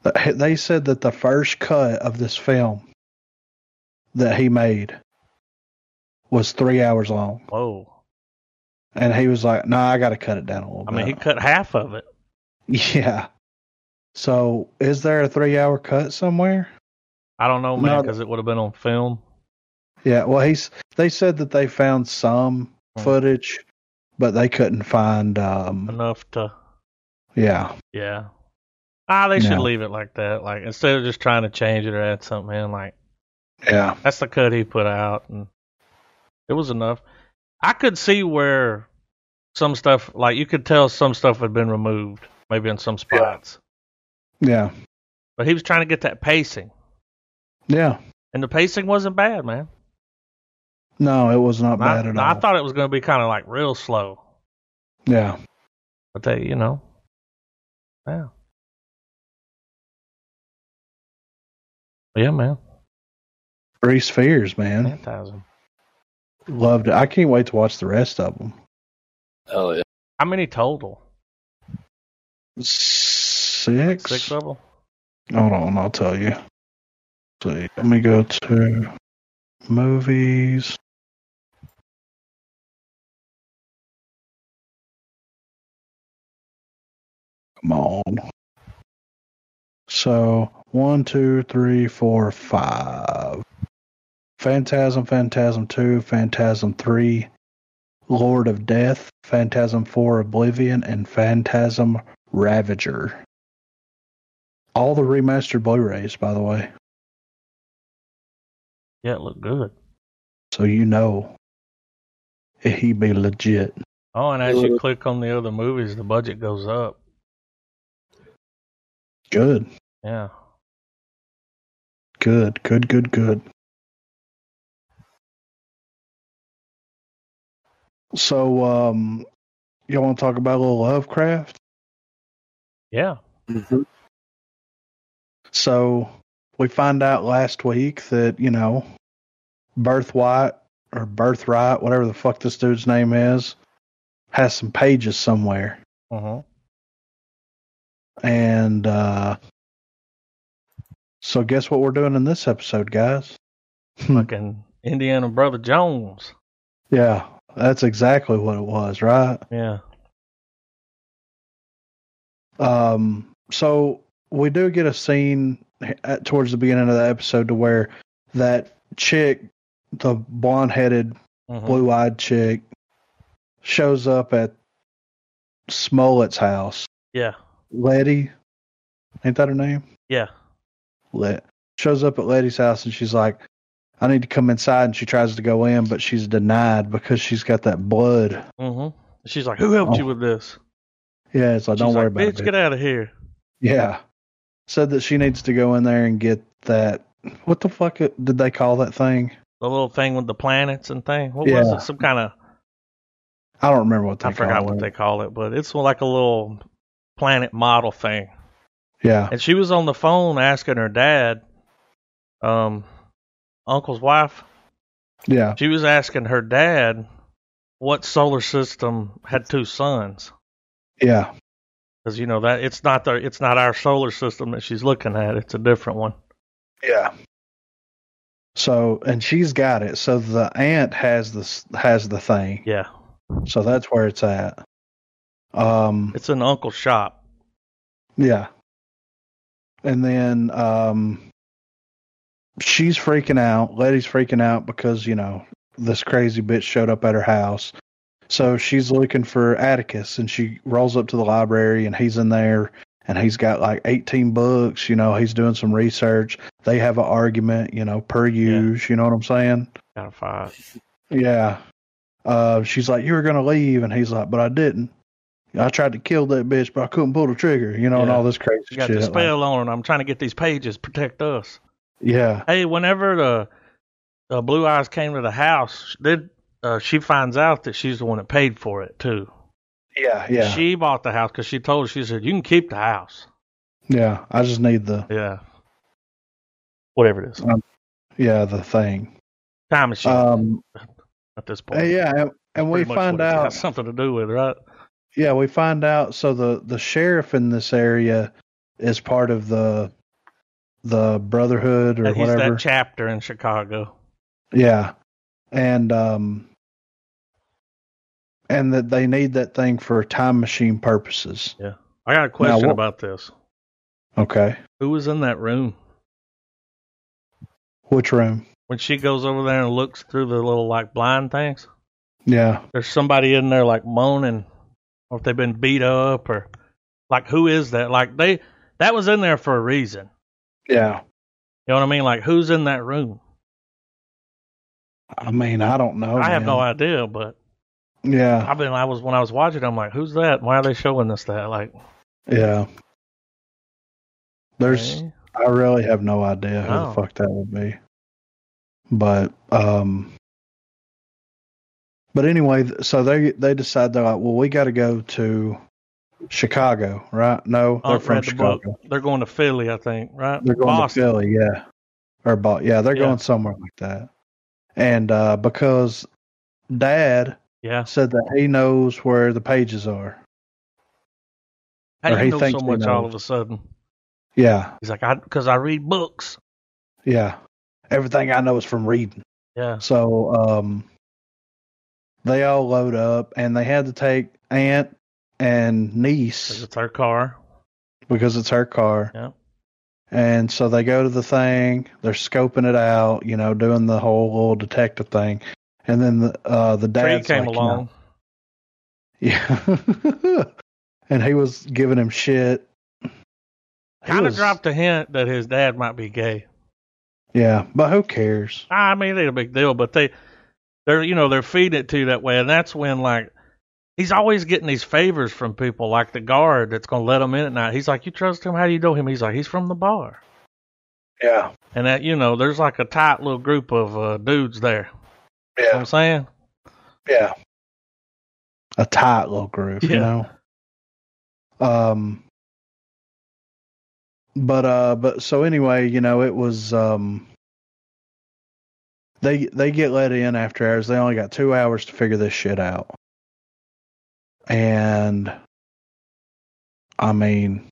S2: Th- they said that the first cut of this film that he made was three hours long,
S1: Whoa.
S2: and he was like, "No, nah, I got to cut it down a little
S1: I
S2: bit."
S1: mean, he cut half of it.
S2: yeah. So, is there a three-hour cut somewhere?
S1: I don't know, man,
S2: No.
S1: because it would have been on film.
S2: Yeah. Well, he's. They said that they found some
S1: Hmm.
S2: footage, but they couldn't find. um
S1: enough to
S2: Yeah.
S1: yeah ah they should
S2: No.
S1: leave it like that like instead of just trying to change it or add something in like
S2: Yeah.
S1: that's the cut he put out and it was enough i could see where some stuff like you could tell some stuff had been removed maybe in some spots
S2: Yeah.
S1: but he was trying to get that pacing
S2: Yeah.
S1: and the pacing wasn't bad man
S2: No, it was not
S1: I,
S2: bad at
S1: I
S2: all.
S1: thought it was going to be kind of like real slow
S2: yeah.
S1: but they you know yeah yeah man
S2: Three spheres, man.
S1: Phantasm.
S2: Loved it. I can't wait to watch the rest of them.
S3: Hell yeah.
S1: How many total?
S2: Six.
S1: Six of them?
S2: Hold on, I'll tell you. Let's see, let me go to movies. Come on. So one, two, three, four, five. Phantasm, Phantasm two, Phantasm three, Lord of Death, Phantasm four, Oblivion, and Phantasm Ravager. All the remastered Blu-rays, by the way.
S1: Yeah, it looked good.
S2: So you know he be legit.
S1: Oh, and as you click on the other movies, the budget goes up.
S2: Good.
S1: Yeah.
S2: Good. Good. Good. Good. So um y'all wanna talk about a little Lovecraft?
S1: Yeah.
S2: So we find out last week that, you know, Birthwhite or Birthright, whatever the fuck this dude's name is, has some pages somewhere.
S1: Mm-hmm.
S2: And uh so guess what we're doing in this episode, guys?
S1: Fucking Indiana Brother Jones.
S2: Yeah, that's exactly what it was, right?
S1: Yeah.
S2: Um, so we do get a scene at, towards the beginning of the episode to where that chick, the blonde-headed,
S1: Mhm.
S2: blue-eyed chick, shows up at Smollett's house.
S1: Yeah.
S2: Letty, ain't that her name?
S1: Yeah.
S2: Let shows up at Letty's house and she's like, "I need to come inside." And she tries to go in, but she's denied because she's got that blood.
S1: Mm-hmm. She's like, "Who helped you with this?"
S2: Yeah, it's like,
S1: She's
S2: Oh. "Don't worry
S1: like,
S2: about it."
S1: Bitch, get out of here.
S2: Yeah. Said that she needs to go in there and get that. What the fuck it- did they call that thing?
S1: The little thing with the planets and thing. What was
S2: Yeah.
S1: it? Some kind of
S2: I don't remember what they
S1: I forgot
S2: called
S1: what
S2: it.
S1: they call it, but it's like a little planet model thing.
S2: Yeah.
S1: And she was on the phone asking her dad, um, uncle's wife.
S2: Yeah.
S1: She was asking her dad what solar system had two suns,
S2: Yeah.
S1: because you know that it's not the it's not our solar system that she's looking at. It's a different one.
S2: Yeah. So, and she's got it. So the aunt has this has the thing.
S1: Yeah,
S2: So that's where it's at. Um
S1: it's an uncle's shop.
S2: yeah. And then um she's freaking out. Letty's freaking out because, you know, this crazy bitch showed up at her house. So she's looking for Atticus and she rolls up to the library and he's in there and he's got like 18 books. You know, he's doing some research. They have an argument, you know, per use. You know what I'm saying?
S1: Kind of five.
S2: Yeah. Uh, she's like, You were going to leave. And he's like, But I didn't. I tried to kill that bitch, but I couldn't pull the trigger, you know, and
S1: Yeah.
S2: all this crazy
S1: You got
S2: shit.
S1: the
S2: Like,
S1: spell on, and I'm trying to get these pages protect us.
S2: yeah.
S1: Hey, whenever the the blue eyes came to the house, then uh, she finds out that she's the one that paid for it too.
S2: Yeah. Yeah.
S1: She bought the house because she told her, she said, you can keep the house.
S2: yeah. I just need the,
S1: Yeah. Whatever it is.
S2: yeah, the thing.
S1: Time machine
S2: Um,
S1: at this point.
S2: yeah. And, and we
S1: Pretty much
S2: find
S1: what it's got
S2: out,
S1: something to do with, right?
S2: yeah, we find out. So the, the sheriff in this area is part of the, the brotherhood or
S1: That he's
S2: whatever.
S1: that chapter in Chicago.
S2: Yeah. And um and that they need that thing for time machine purposes.
S1: I got a question
S2: what-
S1: about this.
S2: Okay.
S1: Who was in that room?
S2: Which room?
S1: When she goes over there and looks through the little like blind things,
S2: Yeah.
S1: there's somebody in there like moaning or if they've been beat up or like who is that? Like they that was in there for a reason.
S2: Yeah.
S1: You know what I mean? Like who's in that room?
S2: I mean, I don't know.
S1: I have
S2: Oh, man.
S1: no idea, but
S2: Yeah.
S1: I've been I was when I was watching I'm like, who's that? Why are they showing us that? Like
S2: Yeah. There's
S1: eh?
S2: I really have no idea who
S1: Oh.
S2: the fuck that would be. But um but anyway, th- so they they decide they're like, well, we got to go to Chicago, right? No,
S1: Oh,
S2: they're
S1: I've
S2: from
S1: read the book.
S2: Chicago.
S1: They're going to Philly, I think, right?
S2: They're going
S1: Boston.
S2: to Philly, yeah. Or Bo- yeah, they're
S1: Yeah.
S2: going somewhere like that. And uh, because dad
S1: Yeah.
S2: said that he knows where the pages are.
S1: How
S2: Or
S1: do
S2: he
S1: you know so
S2: thinks he
S1: much all
S2: knows.
S1: of a sudden?
S2: Yeah,
S1: He's like, I because I read books.
S2: yeah. Everything I know is from reading.
S1: Yeah.
S2: So um, they all load up, and they had to take aunt and
S1: Because
S2: niece
S1: it's her car.
S2: because it's her car.
S1: Yeah.
S2: And so they go to the thing. They're scoping it out, you know, doing the whole little detective thing. And then the uh, the
S1: Tree
S2: dad
S1: came along.
S2: yeah. and he was giving him shit. He
S1: Kind of
S2: was-
S1: dropped a hint that his dad might be gay.
S2: Yeah, but who cares?
S1: I mean, it ain't a big deal, but they, they're you know they're feeding it to you that way, and that's when like he's always getting these favors from people, like the guard that's gonna let him in at night. He's like, you trust him? How do you know him? He's like, he's from the bar,
S2: Yeah,
S1: and that you know there's like a tight little group of uh, dudes there. You know what I'm saying?
S2: yeah. A tight little group, you
S1: Yeah.
S2: know. Um. But uh, but so anyway, you know, it was um. They they get let in after hours. They only got two hours to figure this shit out. And I mean,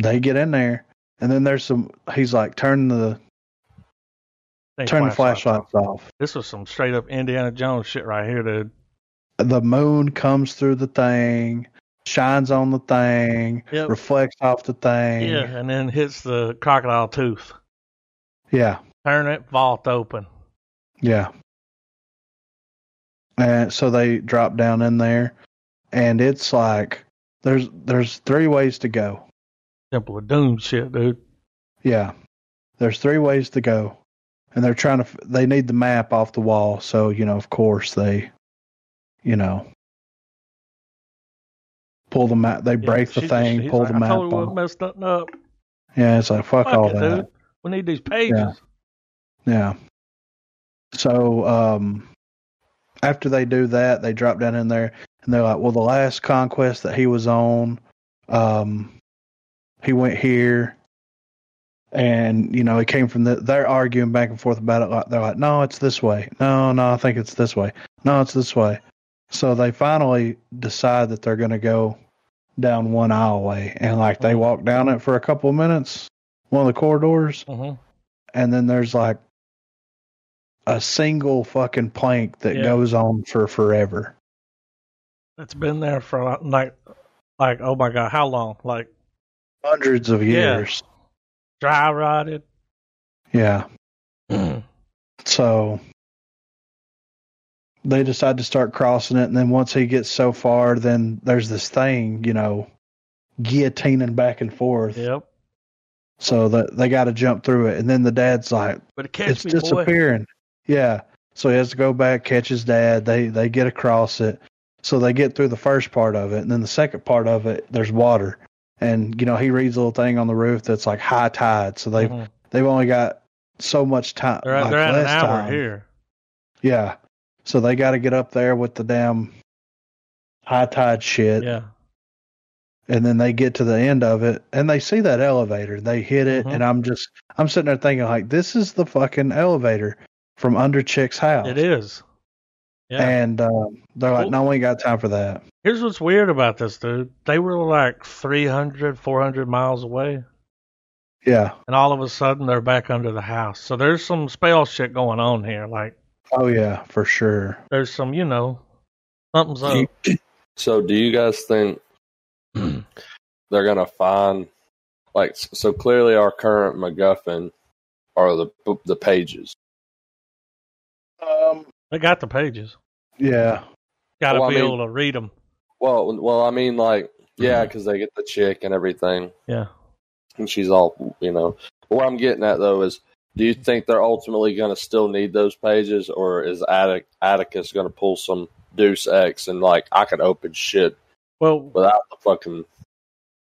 S2: they get in there, and then there's some. He's like, turn the
S1: They
S2: turn the
S1: flashlight.
S2: flashlights off.
S1: This was some straight up Indiana Jones shit right here, dude.
S2: the moon comes through the thing, shines on the thing,
S1: Yep.
S2: reflects off the thing.
S1: Yeah, and then hits the crocodile tooth.
S2: Yeah.
S1: Turn it vault open.
S2: yeah. And so they drop down in there and it's like there's there's three ways to go.
S1: Temple of Doom shit, dude.
S2: Yeah. There's three ways to go. And they're trying to f- they need the map off the wall, so you know, of course they you know pull the map they
S1: Yeah,
S2: break the
S1: she's-
S2: thing,
S1: he's
S2: pull
S1: like,
S2: the
S1: I
S2: map
S1: told you
S2: off.
S1: we messed nothing up.
S2: Yeah, it's like fuck,
S1: Fuck
S2: all
S1: it,
S2: that.
S1: dude. We need these pages.
S2: Yeah. Yeah. So um, after they do that, they drop down in there and they're like, "Well, the last conquest that he was on, um, he went here, and you know, it came from the." They're arguing back and forth about it. Like they're like, "No, it's this way. No, no, I think it's this way. No, it's this way." So they finally decide that they're going to go down one aisleway, and like they walk down it for a couple of minutes, one of the corridors,
S1: Mhm.
S2: and then there's like a single fucking plank that
S1: Yeah.
S2: goes on for forever.
S1: It's been there for like, like oh my god, how long? Like
S2: Hundreds of
S1: Yeah.
S2: years.
S1: dry rotted.
S2: Yeah.
S1: yeah,
S2: So they decide to start crossing it and then once he gets so far then there's this thing, you know, guillotining back and forth.
S1: Yep.
S2: So that they gotta jump through it. And then the dad's like,
S1: But it catch
S2: it's
S1: me, boy.
S2: disappearing. Yeah. So he has to go back, catch his dad. They they get across it. So they get through the first part of it, and then the second part of it, there's water, and you know he reads a little thing on the roof that's like high tide. So they've
S1: Mhm.
S2: they've only got so much time.
S1: They're, at-
S2: like
S1: they're at an
S2: less
S1: hour
S2: time.
S1: here.
S2: Yeah. So they got to get up there with the damn high tide shit,
S1: Yeah.
S2: and then they get to the end of it, and they see that elevator. They hit it,
S1: Mhm.
S2: and I'm just I'm sitting there thinking like, this is the fucking elevator from Under Chick's house.
S1: It is. Yeah.
S2: And um, they're like,
S1: Cool.
S2: no, we ain't got time for that.
S1: Here's what's weird about this, dude. They were like 300, 400 miles away,
S2: Yeah.
S1: and all of a sudden they're back under the house. So there's some spell shit going on here. Like
S2: Oh, yeah, for sure.
S1: there's some, you know, something's up.
S3: So, do you guys think they're gonna find like s- so? Clearly, our current MacGuffin are the b- the pages.
S2: Um,
S1: They got the pages.
S2: yeah.
S1: Got to
S3: Well, I
S1: be
S3: mean-
S1: able to read them.
S3: Well, well, I mean, like, yeah, because they get the chick and everything,
S1: Mm-hmm. Yeah.
S3: and she's all you know. What I'm getting at though is, do you think they're ultimately gonna still need those pages, or is Attic- Atticus gonna pull some Deuce X and like I could open shit
S1: Well,
S3: without the fucking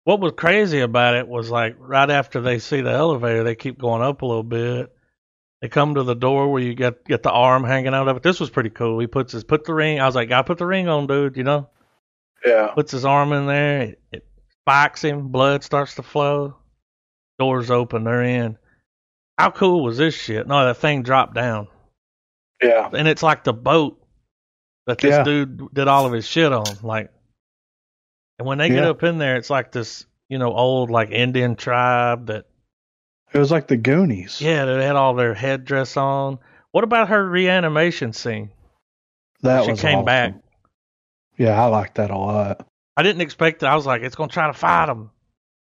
S1: what was crazy about it was like right after they see the elevator, they keep going up a little bit. They come to the door where you get get the arm hanging out of it. This was pretty cool. He puts his put the ring. I was like, I put the ring on, dude. You know,
S2: Yeah.
S1: puts his arm in there. It, it spikes him. Blood starts to flow. Doors open. They're in. How cool was this shit? No, that thing dropped down,
S2: Yeah.
S1: and it's like the boat that this
S2: Yeah.
S1: dude did all of his shit on. Like, and when they get
S2: Yeah.
S1: up in there, it's like this, you know, old like Indian tribe that
S2: It was like the Goonies.
S1: yeah, they had all their headdress on. What about her reanimation scene?
S2: that
S1: she
S2: was
S1: came
S2: awesome.
S1: back.
S2: Yeah, I liked that a lot.
S1: I didn't expect it. I was like, it's gonna try to fight them.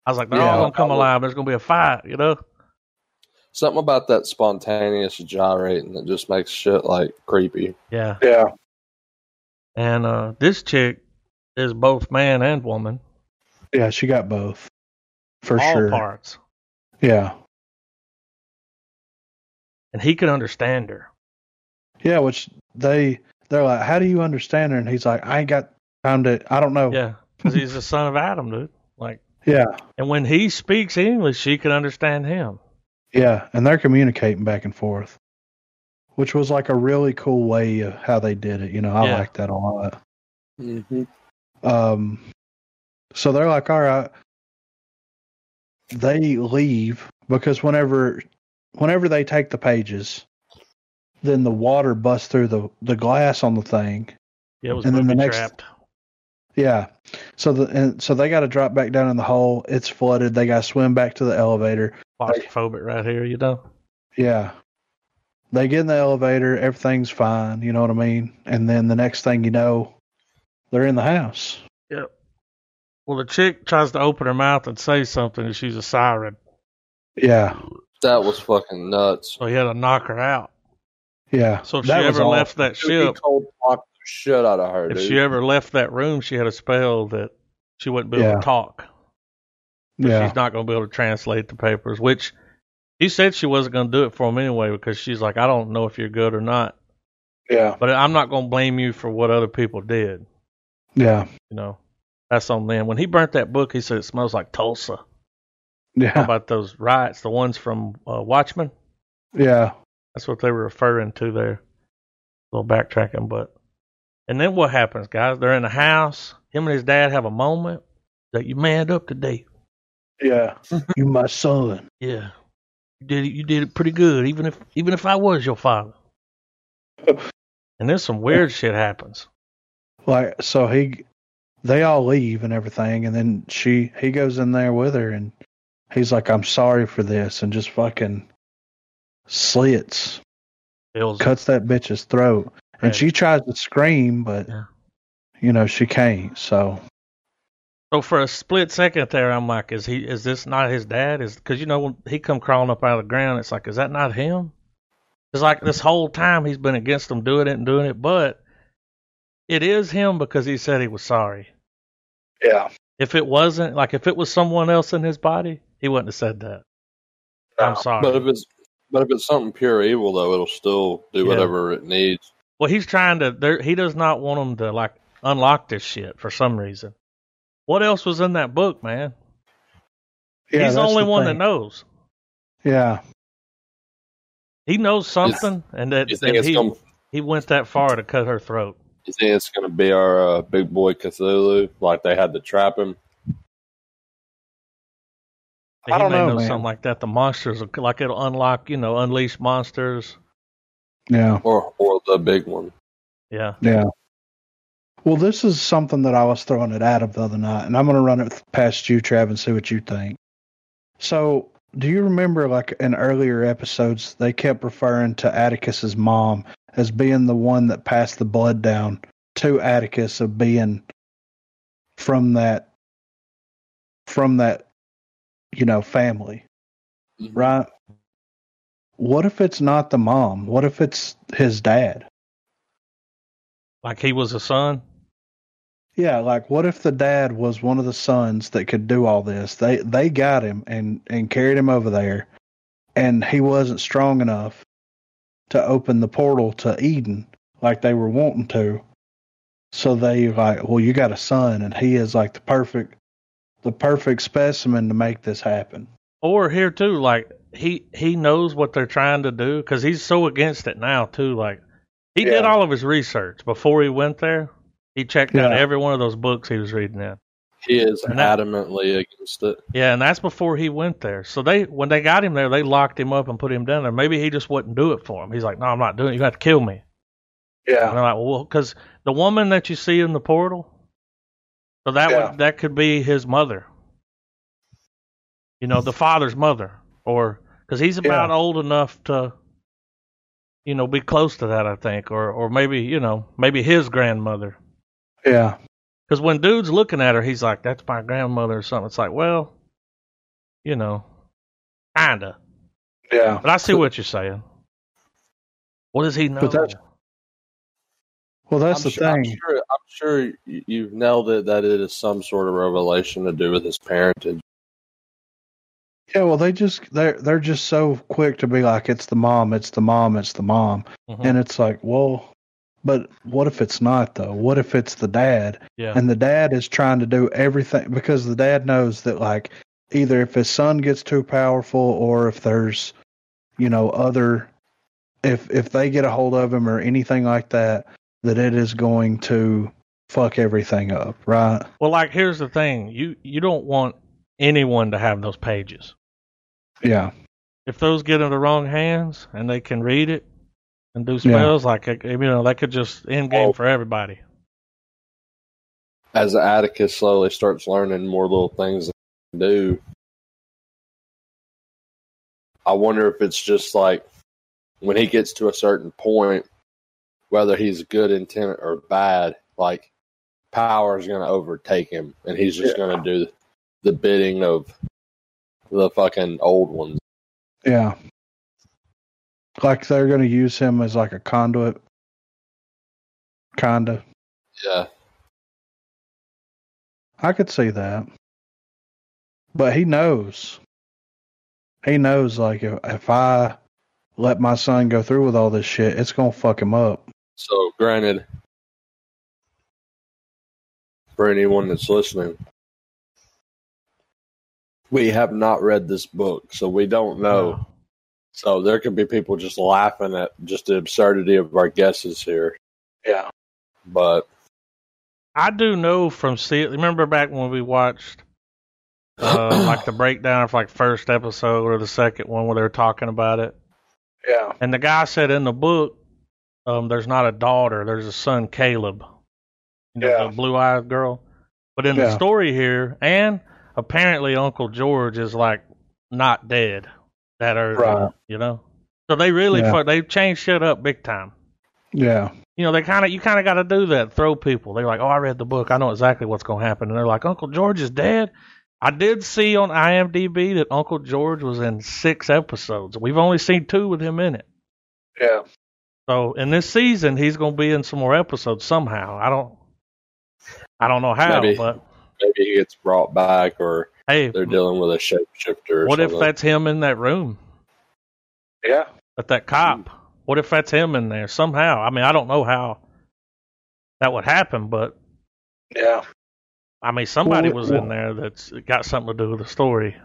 S1: I was like, they're all
S3: Yeah.
S1: gonna come alive. There's gonna be a fight, you know.
S3: Something about that spontaneous gyrating that just makes shit like creepy.
S1: Yeah.
S2: Yeah,
S1: And uh, this chick is both man and woman,
S2: yeah, she got both for
S1: all
S2: sure.
S1: parts,
S2: Yeah,
S1: and he could understand her.
S2: yeah. Which they they're like, how do you understand her? And he's like, I ain't got time to. I don't know.
S1: Yeah, because he's the son of Adam, dude. Like,
S2: yeah,
S1: and when he speaks English, she can understand him.
S2: yeah. And they're communicating back and forth, which was like a really cool way of how they did it. You know, I
S1: Yeah.
S2: like that a lot.
S3: Mm-hmm.
S2: Um, so they're like, all right. They leave because whenever, whenever they take the pages, then the water busts through the the glass on the thing.
S1: Yeah, it was
S2: And then
S1: movie
S2: the next-
S1: trapped.
S2: Yeah. So the and so they got to drop back down in the hole. It's flooded. They got to swim back to the elevator.
S1: Claustrophobic right here, you know.
S2: Yeah. They get in the elevator. Everything's fine. You know what I mean? And then the next thing you know, they're in the house.
S1: Well, the chick tries to open her mouth and say something, and she's a siren.
S2: Yeah.
S3: That was fucking nuts.
S1: So he had to knock her out.
S2: Yeah.
S1: So if
S2: That
S1: she
S2: was
S1: ever
S2: all-
S1: left that
S3: He
S1: ship,
S3: cold blocked the shit out of her,
S1: if
S3: dude.
S1: she ever left that room, she had a spell that she wouldn't be able
S2: Yeah.
S1: to talk.
S2: Yeah.
S1: She's not going to be able to translate the papers, which she said she wasn't going to do it for him anyway because she's like, I don't know if you're good or not,
S2: Yeah.
S1: but I'm not going to blame you for what other people did.
S2: Yeah.
S1: You know, that's on them. When he burnt that book, he said it smells like Tulsa. How
S2: Yeah.
S1: about those riots, the ones from uh, Watchmen?
S2: Yeah.
S1: That's what they were referring to there. A little backtracking, but and then what happens, guys? They're in the house. Him and his dad have a moment that you manned up today.
S2: Yeah. you my son.
S1: Yeah, you did it, you did it pretty good, even if even if I was your father. and then some weird shit happens.
S2: Like so he, they all leave and everything, and then she he goes in there with her, and he's like, "I'm sorry for this," and just fucking slits
S1: Bill's
S2: cuts that bitch's throat. And
S1: Right.
S2: she tries to scream, but
S1: Yeah.
S2: you know she can't. So
S1: So for a split second there, I'm like, is he? Is this not his dad? Is because you know when he come crawling up out of the ground, it's like, is that not him? It's like this whole time he's been against them doing it and doing it, but it is him because he said he was sorry.
S2: yeah,
S1: If it wasn't, like if it was someone else in his body, he wouldn't have said that. I'm sorry.
S3: But if it's but if it's something pure evil though, it'll still do
S1: Yeah.
S3: whatever it needs.
S1: Well, he's trying to. there- He does not want him to like unlock this shit for some reason. What else was in that book, man?
S2: yeah
S1: he's the
S2: that's
S1: only one
S2: thing.
S1: that knows.
S2: Yeah,
S1: He knows something, and that
S3: You think
S1: and
S3: it's
S1: he,
S3: gonna
S1: he went that far to cut her throat.
S3: you think it's gonna be our uh, big boy Cthulhu? Like they had to trap him.
S1: He
S2: I don't
S1: may
S2: know, man.
S1: something like that. The monsters, will- like it'll unlock, you know, unleash monsters.
S2: yeah,
S3: Or or the big one.
S1: Yeah,
S2: yeah. Well, this is something that I was throwing at Adam the other night, and I'm going to run it past you, Trav, and see what you think. So, do you remember, like in earlier episodes, they kept referring to Atticus's mom as being the one that passed the blood down to Atticus of being from that from that you know family. right? What if it's not the mom? What if it's his dad?
S1: like he was a son.
S2: Yeah, like what if the dad was one of the sons that could do all this? They they got him and and carried him over there, and he wasn't strong enough to open the portal to Eden like they were wanting to. So they like, well, you got a son, and he is like the perfect, the perfect specimen to make this happen.
S1: Or here too, like he he knows what they're trying to do because he's so against it now too. Like he did
S2: Yeah.
S1: all of his research before he went there. He checked out
S2: Yeah.
S1: every one of those books he was reading in.
S3: He is
S1: And that-
S3: adamantly against it.
S1: Yeah, and that's before he went there. So they when they got him there, they locked him up and put him down there. Maybe he just wouldn't do it for him. He's like, no, I'm not doing it. You have to kill me. And
S2: Yeah.
S1: I'm like, well, because the woman that you see in the portal, so that
S2: Yeah.
S1: would, that could be his mother. You know, the father's mother, or because he's about old enough to, you know, be close to that, I think, or or maybe you know maybe his grandmother.
S2: Yeah.
S1: Because when dude's looking at her, he's like, "That's my grandmother" or something. It's like, well, you know, kinda.
S2: Yeah.
S1: But I see what you're saying. What does he know?
S2: that's- Well, that's
S3: I'm
S2: the
S3: sure,
S2: thing.
S3: I'm sure, I'm sure you- you've nailed it that it is some sort of revelation to do with his parentage.
S2: Yeah. Well, they just they're they're just so quick to be like, it's the mom, it's the mom, it's the mom,
S1: Mhm.
S2: and it's like, well, but what if it's not though? What if it's the dad?
S1: yeah.
S2: And the dad is trying to do everything because the dad knows that like either if his son gets too powerful or if there's you know other if if they get a hold of him or anything like that that it is going to fuck everything up, right?
S1: Well, like here's the thing: you you don't want anyone to have those pages.
S2: Yeah.
S1: If those get in the wrong hands and they can read it and do
S2: Yeah.
S1: spells, like like you know, that could just end game
S3: Oh.
S1: for everybody.
S3: As Atticus slowly starts learning more little things to do, I wonder if it's just like when he gets to a certain point, whether he's good intent or bad, like power is going to overtake him, and he's just going to do the bidding of the fucking old ones.
S2: Yeah. Like they're going to use him as like a conduit. Kinda.
S3: Yeah,
S2: I could see that. But he knows. He knows, like, if, if I let my son go through with all this shit, it's going to fuck him up.
S3: So, granted, for anyone that's listening, we have not read this book, so we don't know. So, there could be people just laughing at just the absurdity of our guesses here.
S2: Yeah.
S3: But
S1: I do know from see. Remember back when we watched uh, like the breakdown of like first episode or the second one where they were talking about it,
S2: Yeah.
S1: and the guy said in the book, um, there's not a daughter, there's a son, Caleb, you know,
S2: Yeah.
S1: the blue-eyed girl. But in the
S2: Yeah.
S1: story here, and apparently Uncle George is like not dead that early,
S2: Right.
S1: you know. So they really
S2: Yeah.
S1: fu- they changed shit up big time.
S2: Yeah.
S1: You know, they kind of you kind of got to do that. Throw people. They're like, "Oh, I read the book. I know exactly what's going to happen." And they're like, "Uncle George is dead." I did see on IMDb that Uncle George was in six episodes. We've only seen two with him in it.
S2: Yeah.
S1: So in this season, he's going to be in some more episodes somehow. I don't, I don't know how,
S3: Maybe.
S1: but
S3: maybe he gets brought back or
S1: hey,
S3: they're dealing with a shapeshifter or
S1: what if
S3: something.
S1: that's him in that room
S2: Yeah.
S1: at that cop?
S2: Hmm.
S1: What if that's him in there somehow? I mean, I don't know how that would happen, but
S2: Yeah.
S1: I mean, somebody
S2: Well,
S1: was in there that's got something to do with the story.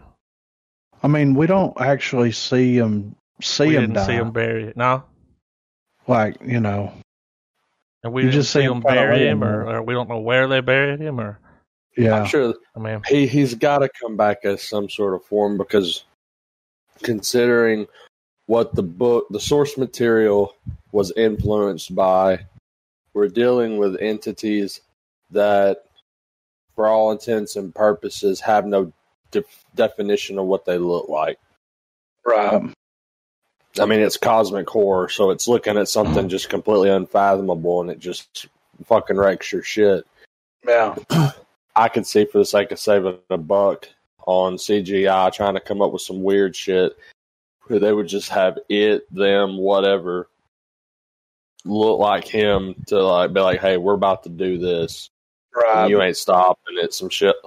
S2: I mean, we don't actually see him see
S1: we
S2: him
S1: didn't
S2: die.
S1: see him bury it, no,
S2: Like, you know.
S1: and we
S2: You
S1: didn't
S2: just
S1: see
S2: see him
S1: him
S2: kinda
S1: bury
S2: laying
S1: him, or,
S2: there.
S1: or we don't know where they buried him, or
S2: Yeah.
S3: I'm sure
S1: I mean,
S3: he he's got to come back as some sort of form because considering what the book the source material was influenced by we're dealing with entities that for all intents and purposes have no de- definition of what they look like
S2: Right.
S3: i mean it's cosmic horror so it's looking at something just completely unfathomable and it just fucking wrecks your shit
S2: Yeah.
S3: I could see for the sake of saving a buck on CGI trying to come up with some weird shit where they would just have it, them, whatever look like him to like be like, Hey, we're about to do this. and you ain't stopping it, some shit.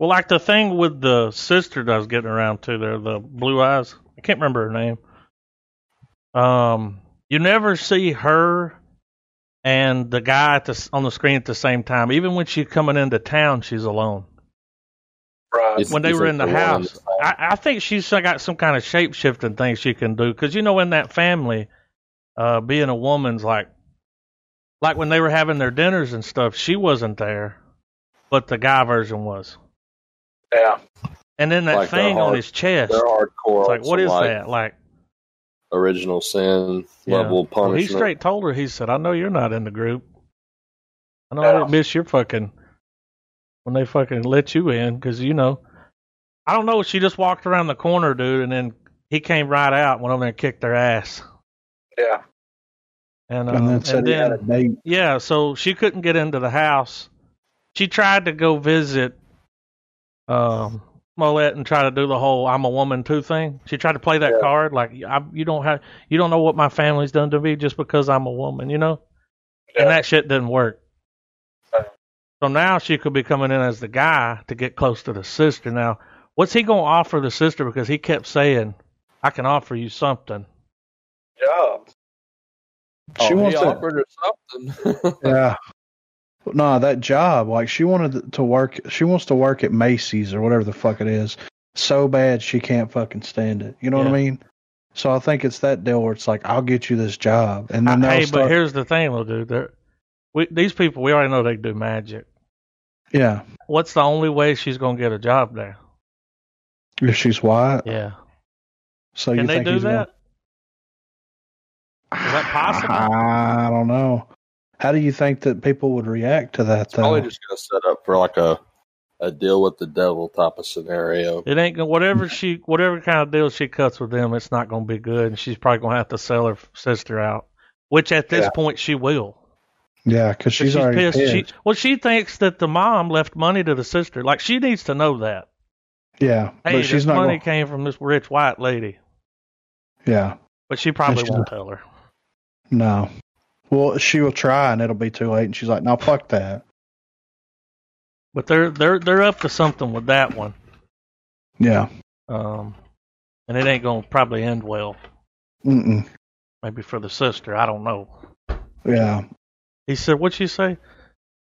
S1: Well, like the thing with the sister that I was getting around to there, the blue eyes. I can't remember her name. Um, you never see her and the guy at the, s- on the screen at the same time. Even when she's coming into town, she's alone.
S2: Right.
S3: It's-
S1: When they
S3: it's
S1: were
S3: like
S1: in the
S3: one and
S1: house, I, I think she's got some kind of shape shifting thing she can do. Because you know, in that family, uh, being a woman's like, like when they were having their dinners and stuff, she wasn't there, but the guy version was.
S2: Yeah.
S1: And then that
S3: Like the
S1: thing on
S3: heart-
S1: his chest.
S3: They're hardcore.
S1: It's
S3: on
S1: like, what
S3: some,
S1: is that? Like,
S3: original sin
S1: Yeah.
S3: level
S1: Well,
S3: punishment.
S1: he straight told her. He said, "I know you're not in the group. I know I
S3: Yeah.
S1: didn't miss your fucking when they fucking let you in because you know I don't know. She just walked around the corner, dude, and then he came right out, went over there and kicked their ass,
S3: yeah,
S1: and uh,
S2: and then said
S1: and
S2: he had
S1: then
S2: a date.
S1: yeah, so she couldn't get into the house. She tried to go visit um Smollett and try to do the whole "I'm a woman" too thing. She tried to play that
S3: Yeah.
S1: card like I, you don't have you don't know what my family's done to me just because I'm a woman, you know. And that shit didn't work.
S3: Yeah.
S1: So now she could be coming in as the guy to get close to the sister. Now, what's he gonna offer the sister? Because he kept saying, "I can offer you something."
S3: yeah.
S2: She
S3: oh,
S2: wants
S3: he
S2: to,
S3: offered her something.
S2: yeah. No, that job. Like she wanted to work. She wants to work at Macy's or whatever the fuck it is. So bad she can't fucking stand it. You know
S1: Yeah.
S2: what I mean? So I think it's that deal where it's like, I'll get you this job, and then
S1: I-
S2: they'll
S1: Uh, hey,
S2: start.
S1: but here's the thing, though, dude. They're, we, these people, we already know they do magic.
S2: yeah,
S1: What's the only way she's gonna get a job there?
S2: if she's white.
S1: Yeah.
S2: So
S1: Can
S2: Oh, you
S1: they
S2: think
S1: do
S2: he's
S1: that?
S2: Gonna,
S1: Is that possible?
S2: I don't know. How do you think that people would react to that? Though?
S3: Probably just gonna set up for like a a deal with the devil type of scenario.
S1: It ain't gonna whatever she whatever kind of deal she cuts with them, it's not gonna be good, and she's probably gonna have to sell her sister out. Which at this
S3: Yeah.
S1: point she will.
S2: yeah, because she's,
S1: she's
S2: already
S1: pissed.
S2: pissed.
S1: She, well, she thinks that the mom left money to the sister. Like she needs to know that.
S2: yeah,
S1: Hey,
S2: but she's
S1: this
S2: not.
S1: money
S2: Gonna,
S1: came from this rich white lady,
S2: yeah,
S1: but she probably
S2: she's
S1: won't tell her.
S2: no. Well, she will try, and it'll be too late. And she's like, "No, fuck that."
S1: But they're they're they're up to something with that one,
S2: Yeah.
S1: um, and it ain't gonna probably end well.
S2: Mm-mm.
S1: Maybe for the sister, I don't know.
S2: Yeah.
S1: He said, "What you say?"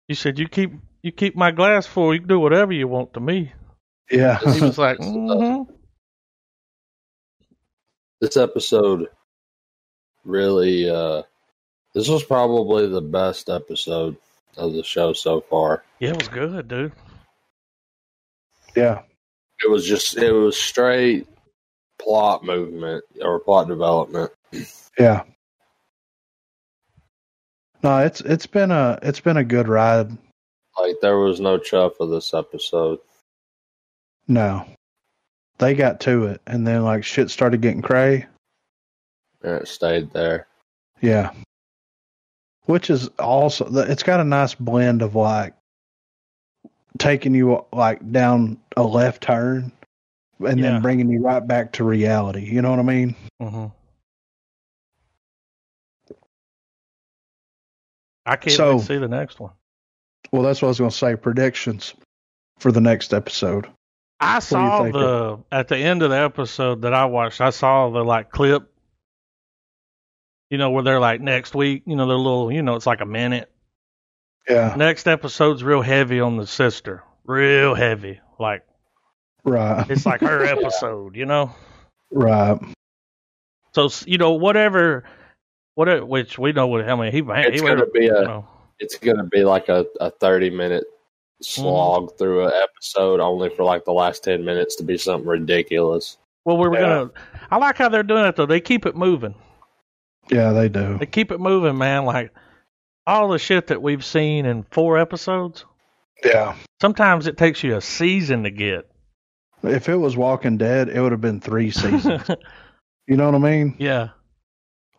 S1: You said, "You keep you keep my glass full. You can do whatever you want to me."
S2: Yeah.
S1: He was like,
S3: This-
S1: "Mhm."
S3: This episode really uh this was probably the best episode of the show so far.
S1: "Yeah, it was good, dude."
S2: yeah.
S3: It was just it was straight plot movement or plot development.
S2: Yeah. No, it's it's been a it's been a good ride.
S3: Like there was no chuff of this episode.
S2: No. They got to it, and then like shit started getting cray.
S3: And it stayed there.
S2: Yeah. Which is also, it's got a nice blend of like taking you like down a left turn and
S1: Yeah.
S2: then bringing you right back to reality. You know what I mean?
S1: hmm I can't
S2: So-
S1: wait to see the next one.
S2: Well, that's what I was going to say. Predictions for the next episode.
S1: I
S2: do you
S1: saw
S2: think
S1: the at the end of the episode that I watched. I saw the like clip, you know, where they're like next week. You know, they're little. You know, it's like a minute.
S2: Yeah.
S1: Next episode's real heavy on the sister, real heavy. Like
S2: Right.
S1: it's like her episode, you know.
S2: Right.
S1: So s- you know, whatever, whatever. Which we know what. I mean, he
S3: It's
S1: he
S3: gonna
S1: went.
S3: be uh,
S1: You
S3: a
S1: know,
S3: it's gonna be like a, a thirty minute
S1: Mm-hmm.
S3: slog through an episode only for like the last ten minutes to be something ridiculous.
S1: well, we were
S3: Yeah.
S1: gonna. I like how they're doing it though. They keep it moving.
S2: Yeah, they do.
S1: They keep it moving, man. Like all the shit that we've seen in four episodes.
S2: Yeah.
S1: Sometimes it takes you a season to get.
S2: If it was Walking Dead, it would have been three seasons. you know what I mean?
S1: yeah,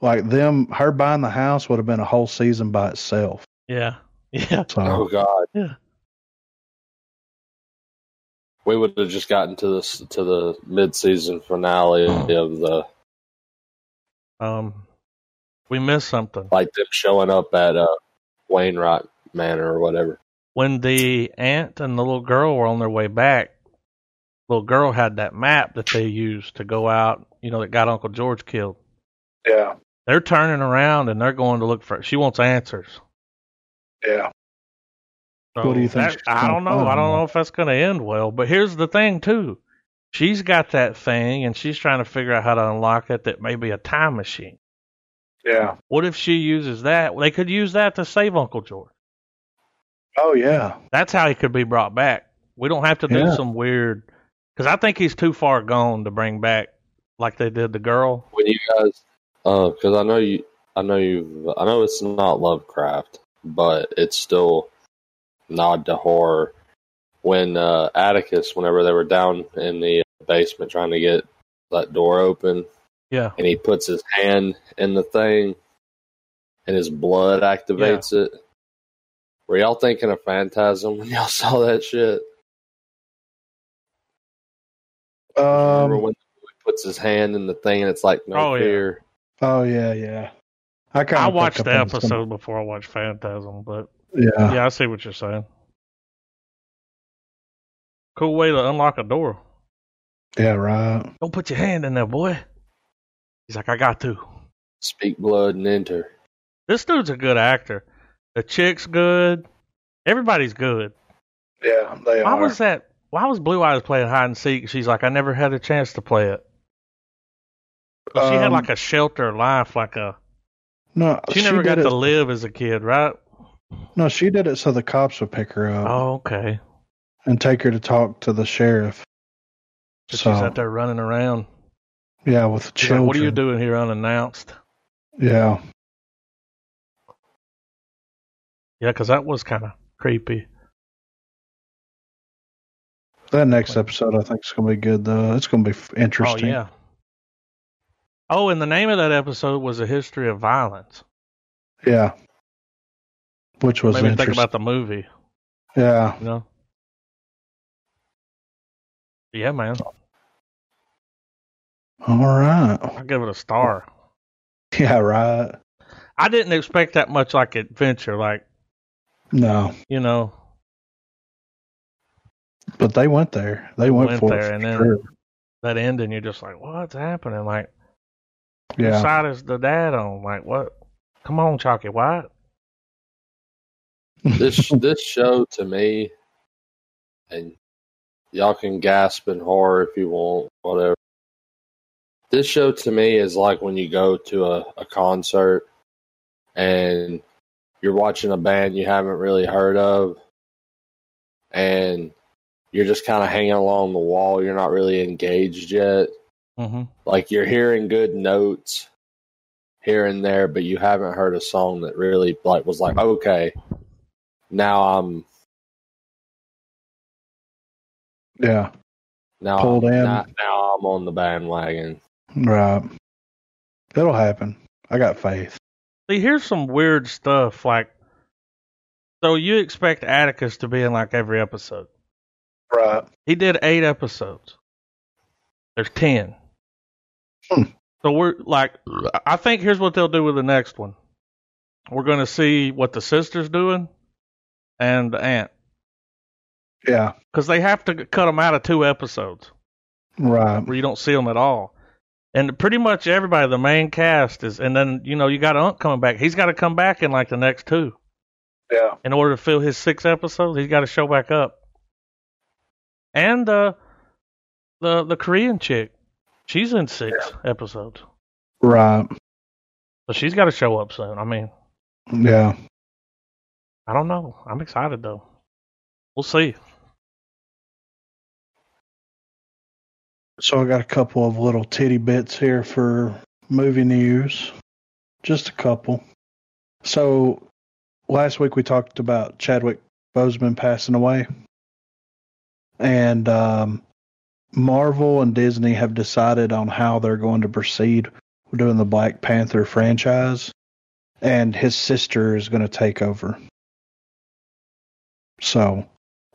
S2: Like them, her buying the house would have been a whole season by itself.
S1: yeah, yeah.
S2: So,
S3: Oh God.
S1: Yeah.
S3: We would have just gotten to this to the mid season finale of the
S1: Um, we missed something
S3: like them showing up at uh Wainwright Manor or whatever.
S1: when the aunt and the little girl were on their way back. Little girl had that map that they used to go out. You know that got Uncle George killed.
S2: yeah.
S1: They're turning around and they're going to look for. She wants answers.
S2: Yeah. What do you think
S1: that-
S2: she's
S1: I
S2: gonna
S1: don't know. I
S2: find,
S1: don't
S2: man?
S1: know if that's going to end well. But here's the thing, too. She's got that thing, and she's trying to figure out how to unlock it. That may be a time machine.
S2: Yeah.
S1: What if she uses that? They could use that to save Uncle George.
S2: Oh yeah.
S1: That's how he could be brought back. We don't have to do
S2: Yeah.
S1: some weird. Because I think he's too far gone to bring back like they did the girl.
S3: When you guys because I know you, I know you, I know it's not Lovecraft, but it's still nod to horror. When uh, Atticus, whenever they were down in the basement trying to get that door open,
S1: Yeah.
S3: and he puts his hand in the thing, and his blood activates it. Were y'all thinking of Phantasm when y'all saw that shit? Remember
S2: Um,
S3: when he puts his hand in the thing and it's like no
S1: Oh, yeah.
S3: fear.
S2: oh yeah, yeah. I kind
S1: I watched the episode before I watched Phantasm, but
S2: Yeah.
S1: yeah, I see what you're saying. Cool way to unlock a door.
S2: Yeah. Right.
S1: Don't put your hand in there, boy. He's like, I got to.
S3: Speak blood and enter.
S1: This dude's a good actor. The chick's good. Everybody's good.
S2: Yeah. They
S1: Why
S2: are.
S1: was that? Why was Blue Eyes playing hide and seek? She's like, I never had a chance to play it. But she had
S2: Um,
S1: like a shelter life, like a.
S2: no,
S1: She, never got
S2: did
S1: to
S2: it,
S1: live as a kid, right?
S2: No, she did it so the cops would pick her up
S1: Oh, okay.
S2: and take her to talk to the sheriff.
S1: So
S2: So
S1: she's out there running around.
S2: yeah, with
S1: She's like,
S2: children.
S1: what are you doing here unannounced?
S2: Yeah.
S1: Yeah, 'cause that was kind of creepy. Oh,
S2: That next episode, I think, is going to be good. Though it's going to be f-
S1: Oh
S2: interesting.
S1: yeah. Oh, and the name of that episode was "A History of Violence."
S2: Yeah. Which was
S1: Made me think
S2: interesting.
S1: about the movie.
S2: yeah.
S1: You know. Yeah, man.
S2: Oh. All right.
S1: I give it a star.
S2: Yeah. Right.
S1: I didn't expect that much like adventure, like
S2: No,
S1: you know.
S2: but they went there. They went,
S1: Went
S2: for
S1: there
S2: it.
S1: and
S2: for
S1: then-
S2: sure.
S1: that end and you're just like, what's happening? Like, whose
S2: Yeah.
S1: side is the dad on? Like, what? Come on, Chalky, why?
S3: This this show to me, and y'all can gasp in horror if you want, whatever. This show to me is like when you go to a, a concert and you're watching a band you haven't really heard of, and you're just kind of hanging along the wall. You're not really engaged yet.
S1: Mm-hmm.
S3: like you're hearing good notes here and there, but you haven't heard a song that really like was like, okay, now I'm
S2: Yeah.
S3: now
S2: Pulled in.
S3: now, now I'm on the bandwagon.
S2: Right. It'll happen. I got faith.
S1: See, here's some weird stuff. Like, so you expect Atticus to be in like every episode.
S2: Right.
S1: He did eight episodes. There's ten.
S2: Hmm.
S1: So we're like, I think here's what they'll do with the next one. We're going to see what the sister's doing and the aunt.
S2: Yeah.
S1: Because they have to cut them out of two episodes.
S2: Right.
S1: where you don't see them at all. And pretty much everybody, the main cast is, and then you know you got Unc coming back. He's got to come back in like the next two
S2: Yeah.
S1: in order to fill his six episodes. He's got to show back up. And uh, the the Korean chick, she's in six episodes,
S2: Right.
S1: so she's got to show up soon. I mean,
S2: Yeah.
S1: I don't know. I'm excited though. We'll see.
S2: So I got a couple of little titty bits here for movie news. Just a couple. So last week we talked about Chadwick Boseman passing away. And um, Marvel and Disney have decided on how they're going to proceed with doing the Black Panther franchise. And his sister is going to take over. So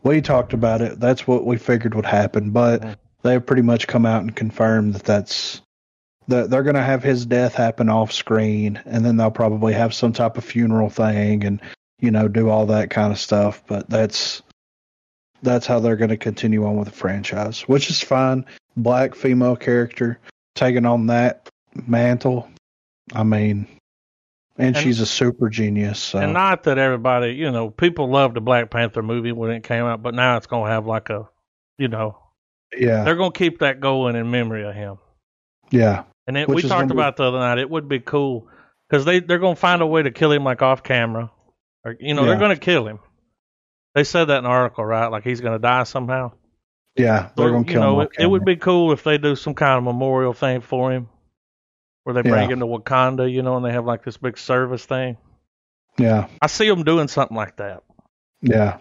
S2: we talked about it. That's what we figured would happen. But
S1: Mm-hmm.
S2: they've pretty much come out and confirmed that that's that they're going to have his death happen off screen and then they'll probably have some type of funeral thing and you know do all that kind of stuff but that's that's how they're going to continue on with the franchise which is fine black female character taking on that mantle i mean
S1: And-
S2: and, she's a super genius so
S1: And not that everybody, you know, people loved the Black Panther movie when it came out, but now it's gonna have like a, you know,
S2: yeah
S1: they're gonna keep that going in memory of him.
S2: yeah
S1: And it,
S2: Which
S1: we
S2: is
S1: talked
S2: gonna be-
S1: about the other night. It would be cool because they they're gonna find a way to kill him like off camera, or you know they're
S2: Yeah.
S1: gonna kill him. They said that in the article, right? Like he's gonna die somehow.
S2: yeah they're
S1: So,
S2: going to
S1: you
S2: kill
S1: know,
S2: him
S1: it, it would be cool if they do some kind of memorial thing for him. where they break
S2: Yeah.
S1: into Wakanda, you know, and they have like this big service thing.
S2: Yeah.
S1: I see them doing something like that.
S2: Yeah.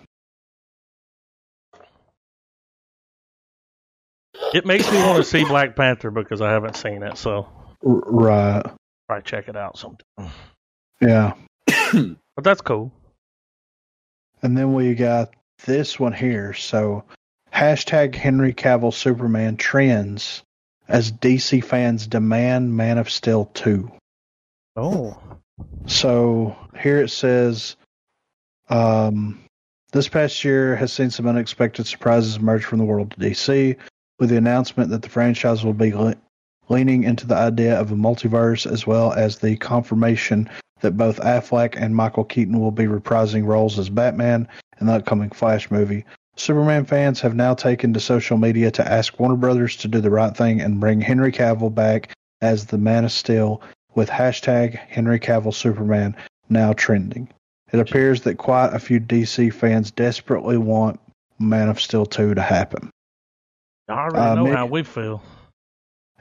S1: It makes me want to see Black Panther because I haven't seen it, so
S2: R- right.
S1: probably check it out sometime.
S2: Yeah.
S1: But that's cool.
S2: And then we got this one here. So hashtag Henry Cavill Superman trends as DC fans demand Man of Steel 2.
S1: Oh,
S2: So here it says, um, this past year has seen some unexpected surprises emerge from the world of DC with the announcement that the franchise will be le- leaning into the idea of a multiverse, as well as the confirmation that both Affleck and Michael Keaton will be reprising roles as Batman in the upcoming Flash movie. Superman fans have now taken to social media to ask Warner Brothers to do the right thing and bring Henry Cavill back as the Man of Steel with hashtag Henry Cavill Superman now trending. It appears that quite a few DC fans desperately want Man of Steel 2 to happen.
S1: I already
S2: Uh,
S1: know
S2: maybe-
S1: how we feel.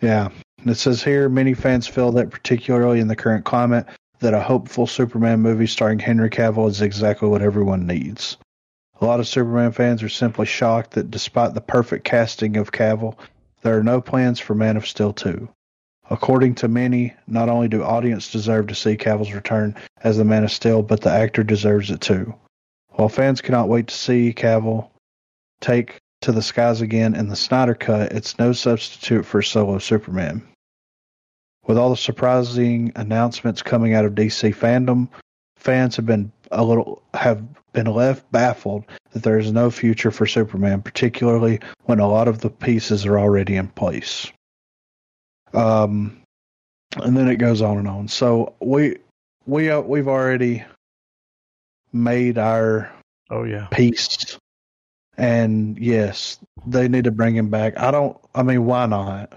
S2: Yeah. And it says here many fans feel that, particularly in the current climate, that a hopeful Superman movie starring Henry Cavill is exactly what everyone needs. A lot of Superman fans are simply shocked that despite the perfect casting of Cavill, there are no plans for Man of Steel 2. According to many, not only do audience deserve to see Cavill's return as the Man of Steel, but the actor deserves it too. While fans cannot wait to see Cavill take to the skies again in the Snyder Cut, it's no substitute for solo Superman. With all the surprising announcements coming out of DC fandom, fans have been a little have been left baffled that there is no future for Superman, particularly when a lot of the pieces are already in place. Um, and then it goes on and on. So we we uh, we've already made our
S1: Oh yeah,
S2: peace. And yes, they need to bring him back. I don't. I mean, why not?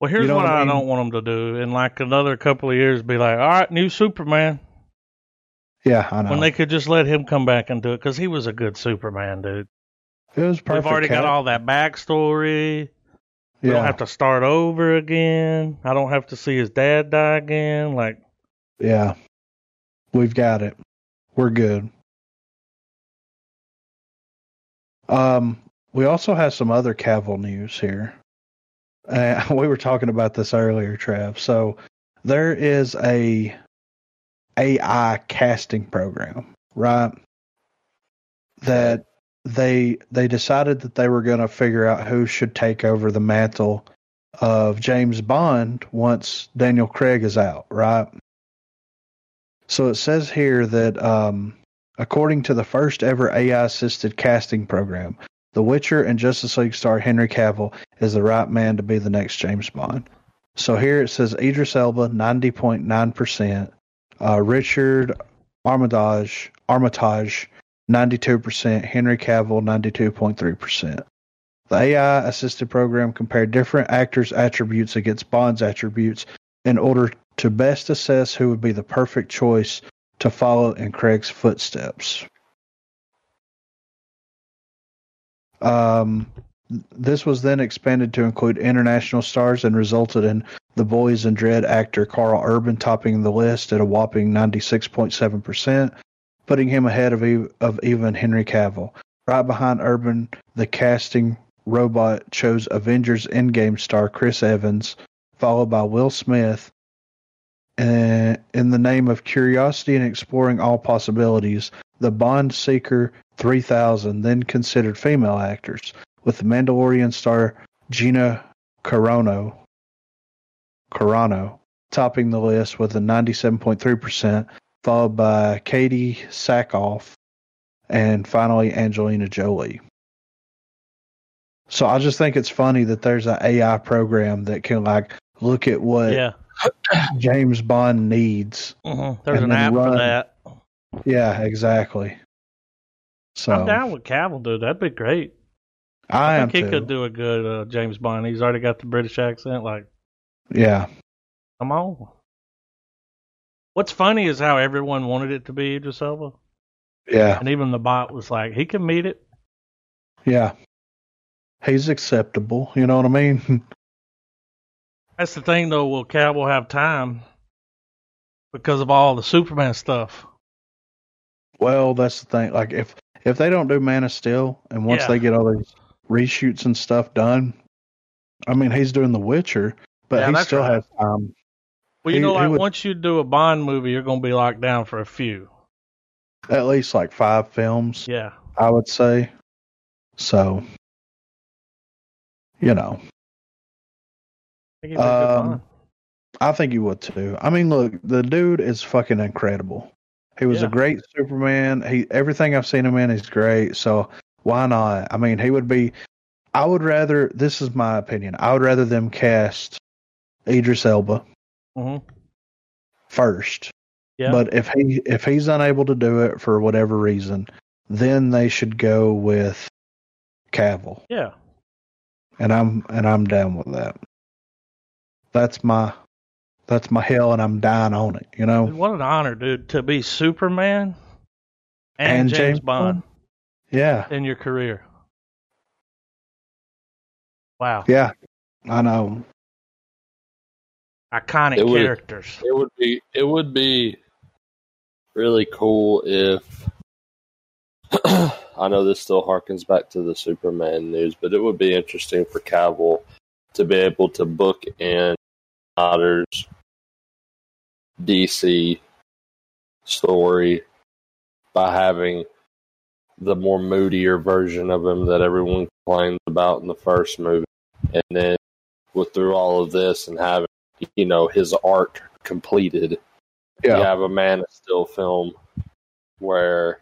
S1: Well, here's
S2: You know
S1: what
S2: what I
S1: I,
S2: mean?
S1: don't want them to do. In like another couple of years, be like, all right, new Superman.
S2: Yeah, I know.
S1: When they could just let him come back and do it, because he was a good Superman, dude.
S2: it was perfect.
S1: We've already
S2: cat.
S1: got all that backstory. We
S2: Yeah,
S1: don't have to start over again. I don't have to see his dad die again. Like,
S2: yeah. We've got it. We're good. Um, we also have some other Cavill news here. Uh, we were talking about this earlier, Trav. So there is a AI casting program, right? That they they decided that they were going to figure out who should take over the mantle of James Bond once Daniel Craig is out, right? So it says here that um, according to the first ever AI assisted casting program, The Witcher and Justice League star Henry Cavill is the right man to be the next James Bond. So here it says Idris Elba, 90.9%, uh, Richard Armitage, Armitage, 92%, Henry Cavill, 92.3%. The AI assisted program compared different actors' attributes against Bond's attributes in order to best assess who would be the perfect choice to follow in Craig's footsteps. Um, this was then expanded to include international stars and resulted in the Boys and Dread actor Carl Urban topping the list at a whopping 96.7%, putting him ahead of, ev- of even Henry Cavill. Right behind Urban, the casting robot chose Avengers Endgame star Chris Evans, followed by Will Smith. Uh, in the name of curiosity and exploring all possibilities, the Bond Seeker 3000 then considered female actors, with the Mandalorian star Gina Carano, Carano topping the list with a 97.3%, followed by Katie Sackhoff, and finally Angelina Jolie. So I just think it's funny that there's an AI program that can like look at what
S1: yeah,
S2: James Bond needs.
S1: hmm there's
S2: And
S1: an
S2: then
S1: app for
S2: run.
S1: that.
S2: Yeah, exactly. So
S1: I'm down with Cavill, dude. That'd be great.
S2: I am
S1: think he
S2: too.
S1: could do a good uh, James Bond. He's already got the British accent. Like,
S2: Yeah,
S1: come on. What's funny is how everyone wanted it to be Idris Elba,
S2: yeah,
S1: and even the bot was like, he can meet it.
S2: yeah. He's acceptable. You know what I mean?
S1: That's the thing, though. Will Cowboy have time because of all the Superman stuff?
S2: Well, that's the thing. Like if if they don't do Man of Steel, and once
S1: Yeah.
S2: they get all these reshoots and stuff done, I mean, he's doing The Witcher, but
S1: Yeah,
S2: he
S1: that's
S2: still
S1: right.
S2: has um, time.
S1: Well, you
S2: He-
S1: know,
S2: he
S1: like
S2: would-
S1: once you do a Bond movie, you're going to be locked down for a few.
S2: At least like five films,
S1: Yeah.
S2: I would say. So, you know,
S1: I think he'd be a good
S2: Um,
S1: Bond.
S2: I think you would too. I mean, look, the dude is fucking incredible. He was
S1: Yeah.
S2: a great Superman. He everything I've seen him in is great. So why not? I mean, he would be. I would rather. This is my opinion. I would rather them cast Idris Elba
S1: Mhm.
S2: first.
S1: Yeah.
S2: But if he if he's unable to do it for whatever reason, then they should go with Cavill,
S1: Yeah.
S2: and I'm and I'm down with that. That's my that's my hell, and I'm dying on it. You know.
S1: Dude, what an honor, dude, to be Superman and,
S2: And
S1: James,
S2: James
S1: Bond
S2: Yeah,
S1: in your career. Wow.
S2: yeah, I know.
S1: Iconic
S3: It would've-
S1: characters.
S3: It would be it would be really cool if I know this still harkens back to the Superman news, but it would be interesting for Cavill to be able to book in Snyder's DC story by having the more moodier version of him that everyone complained about in the first movie, and then with through all of this and having you know his arc completed.
S2: Yeah.
S3: You have a Man of Steel film where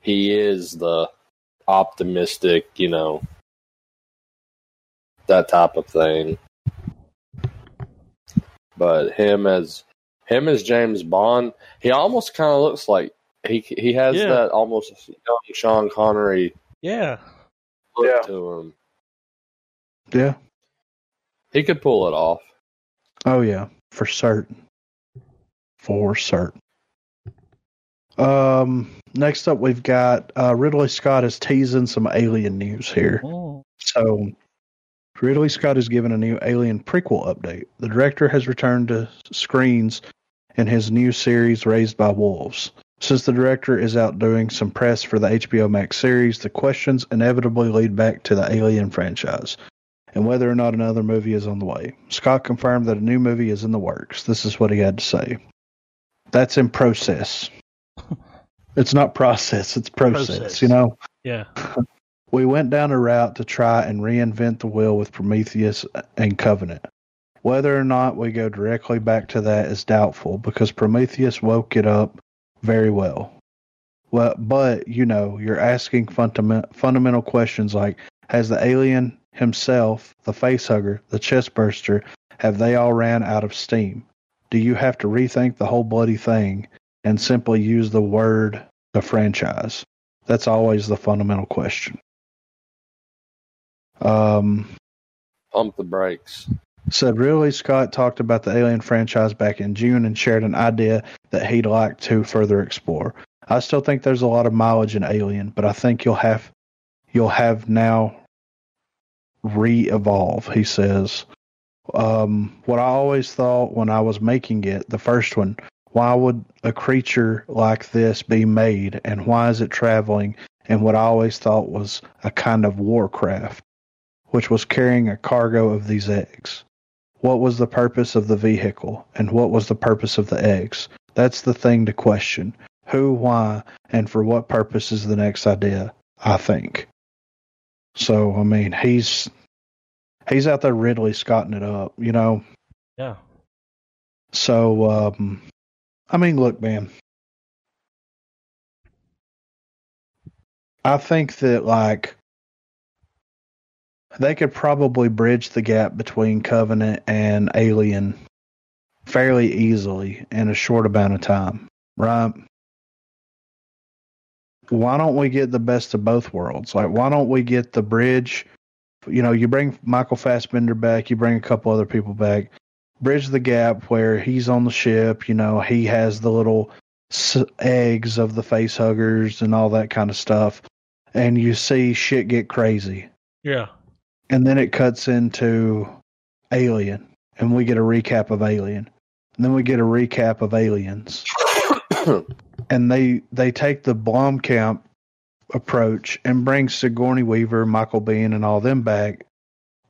S3: he is the optimistic, you know, that type of thing. But him as him as James Bond, he almost kind of looks like he he has
S1: Yeah.
S3: that almost young Sean Connery
S1: Yeah.
S3: look
S2: Yeah.
S3: to him.
S2: Yeah.
S3: He could pull it off.
S2: Oh yeah, for certain. For certain. Um. Next up, we've got uh, Ridley Scott is teasing some alien news here.
S1: Mm.
S2: So, Ridley Scott is given a new Alien prequel update. The director has returned to screens in his new series, Raised by Wolves. Since the director is out doing some press for the HBO Max series, the questions inevitably lead back to the Alien franchise and whether or not another movie is on the way. Scott confirmed that a new movie is in the works. This is what he had to say. That's in process. It's not process, it's process.
S1: Process.
S2: you know?
S1: Yeah.
S2: We went down a route to try and reinvent the wheel with Prometheus and Covenant. Whether or not we go directly back to that is doubtful because Prometheus woke it up very well. Well, but you know, you're asking fundament, fundamental questions like has the alien himself, the facehugger, the chestburster, have they all ran out of steam? Do you have to rethink the whole bloody thing and simply use the word the franchise? That's always the fundamental question. Um,
S3: Pump the brakes.
S2: said Ridley Scott talked about the Alien franchise back in June and shared an idea that he'd like to further explore. I still think there's a lot of mileage in Alien, but I think you'll have you'll have now re-evolve. He says, um, "What I always thought when I was making it, the first one, why would a creature like this be made, and why is it traveling?" And what I always thought was a kind of warcraft, which was carrying a cargo of these eggs. What was the purpose of the vehicle and what was the purpose of the eggs? That's the thing to question. Who, why, and for what purpose is the next idea, I think. So I mean he's he's out there Ridley scotting it up, you know.
S1: Yeah.
S2: So um I mean look, man. I think that like they could probably bridge the gap between Covenant and Alien fairly easily in a short amount of time, right? Why don't we get the best of both worlds? Like, why don't we get the bridge? You know, you bring Michael Fassbender back, you bring a couple other people back, bridge the gap where he's on the ship, you know, he has the little s- eggs of the face huggers and all that kind of stuff. And you see shit get crazy
S1: Yeah.
S2: and then it cuts into Alien, and we get a recap of Alien, and then we get a recap of Aliens, and they they take the Blomkamp approach and bring Sigourney Weaver, Michael Bean, and all them back,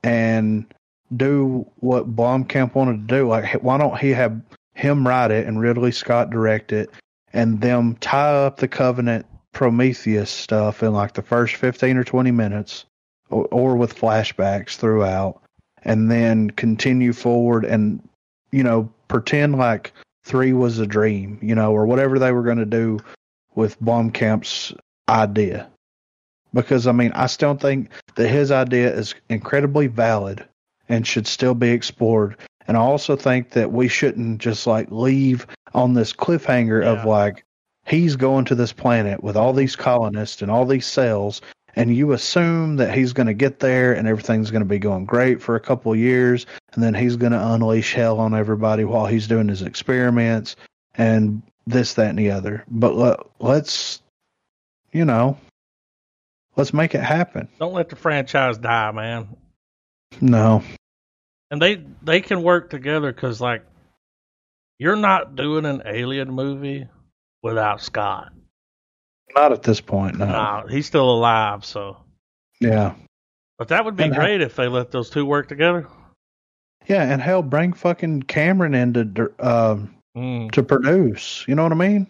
S2: and do what Blomkamp wanted to do. Like, why don't he have him write it and Ridley Scott direct it, and them tie up the Covenant Prometheus stuff in like the first fifteen or twenty minutes, or, or with flashbacks throughout, and then continue forward and you know pretend like three was a dream, you know, or whatever they were going to do with Blomkamp's idea. Because I mean, I still think that his idea is incredibly valid and should still be explored. And I also think that we shouldn't just like leave on this cliffhanger
S1: Yeah.
S2: of like he's going to this planet with all these colonists and all these cells and you assume that he's going to get there and everything's going to be going great for a couple of years and then he's going to unleash hell on everybody while he's doing his experiments and this that and the other but let, let's you know let's make it happen
S1: Don't let the franchise die, man.
S2: no
S1: and they they can work together because like you're not doing an alien movie without scott
S2: not at this point no
S1: nah, he's still alive so
S2: yeah
S1: but that would be
S2: And I-
S1: great if they let those two work together
S2: yeah and hell bring fucking cameron in to dir- um
S1: mm,
S2: to produce you know what i mean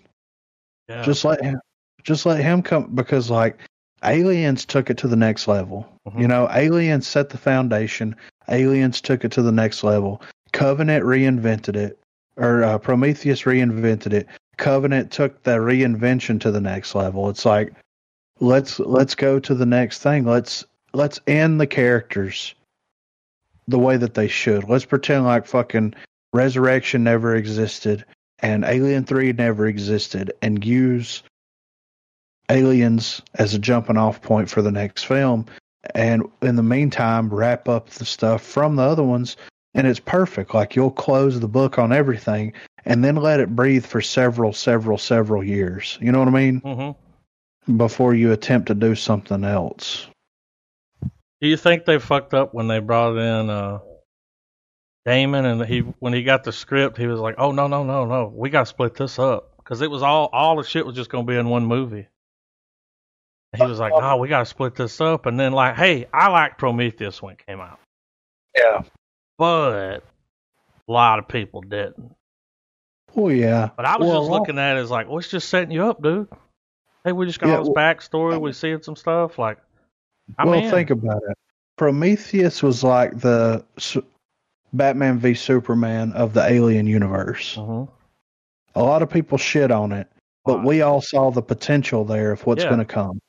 S1: yeah.
S2: just let him just let him come because like aliens took it to the next level
S1: Mhm.
S2: you know aliens set the foundation aliens took it to the next level covenant reinvented it or uh, prometheus reinvented it covenant took the reinvention to the next level it's like let's let's go to the next thing let's let's end the characters the way that they should let's pretend like fucking resurrection never existed and Alien 3 never existed and use Aliens as a jumping off point for the next film. And in the meantime, wrap up the stuff from the other ones. And it's perfect. Like you'll close the book on everything and then let it breathe for several, several, several years. You know what I mean?
S1: Mhm.
S2: Before you attempt to do something else.
S1: do you think they fucked up when they brought in uh damon and he when he got the script he was like oh no no no no we gotta split this up because it was all all the shit was just gonna be in one movie he was like no we gotta split this up and then like hey i liked prometheus when it came out
S2: Yeah.
S1: but a lot of people didn't.
S2: Well, yeah.
S1: But I was
S2: Well,
S1: just
S2: well-
S1: looking at it as like, well, it's just setting you up, dude. Hey, we just got
S2: Yeah,
S1: all this backstory. we seeing some stuff. Like, I
S2: well,
S1: mean,
S2: think about it. Prometheus was like the su- Batman v Superman of the Alien universe.
S1: Mm-hmm.
S2: A lot of people shit on it, but
S1: Wow.
S2: we all saw the potential there of what's
S1: Yeah.
S2: going to come.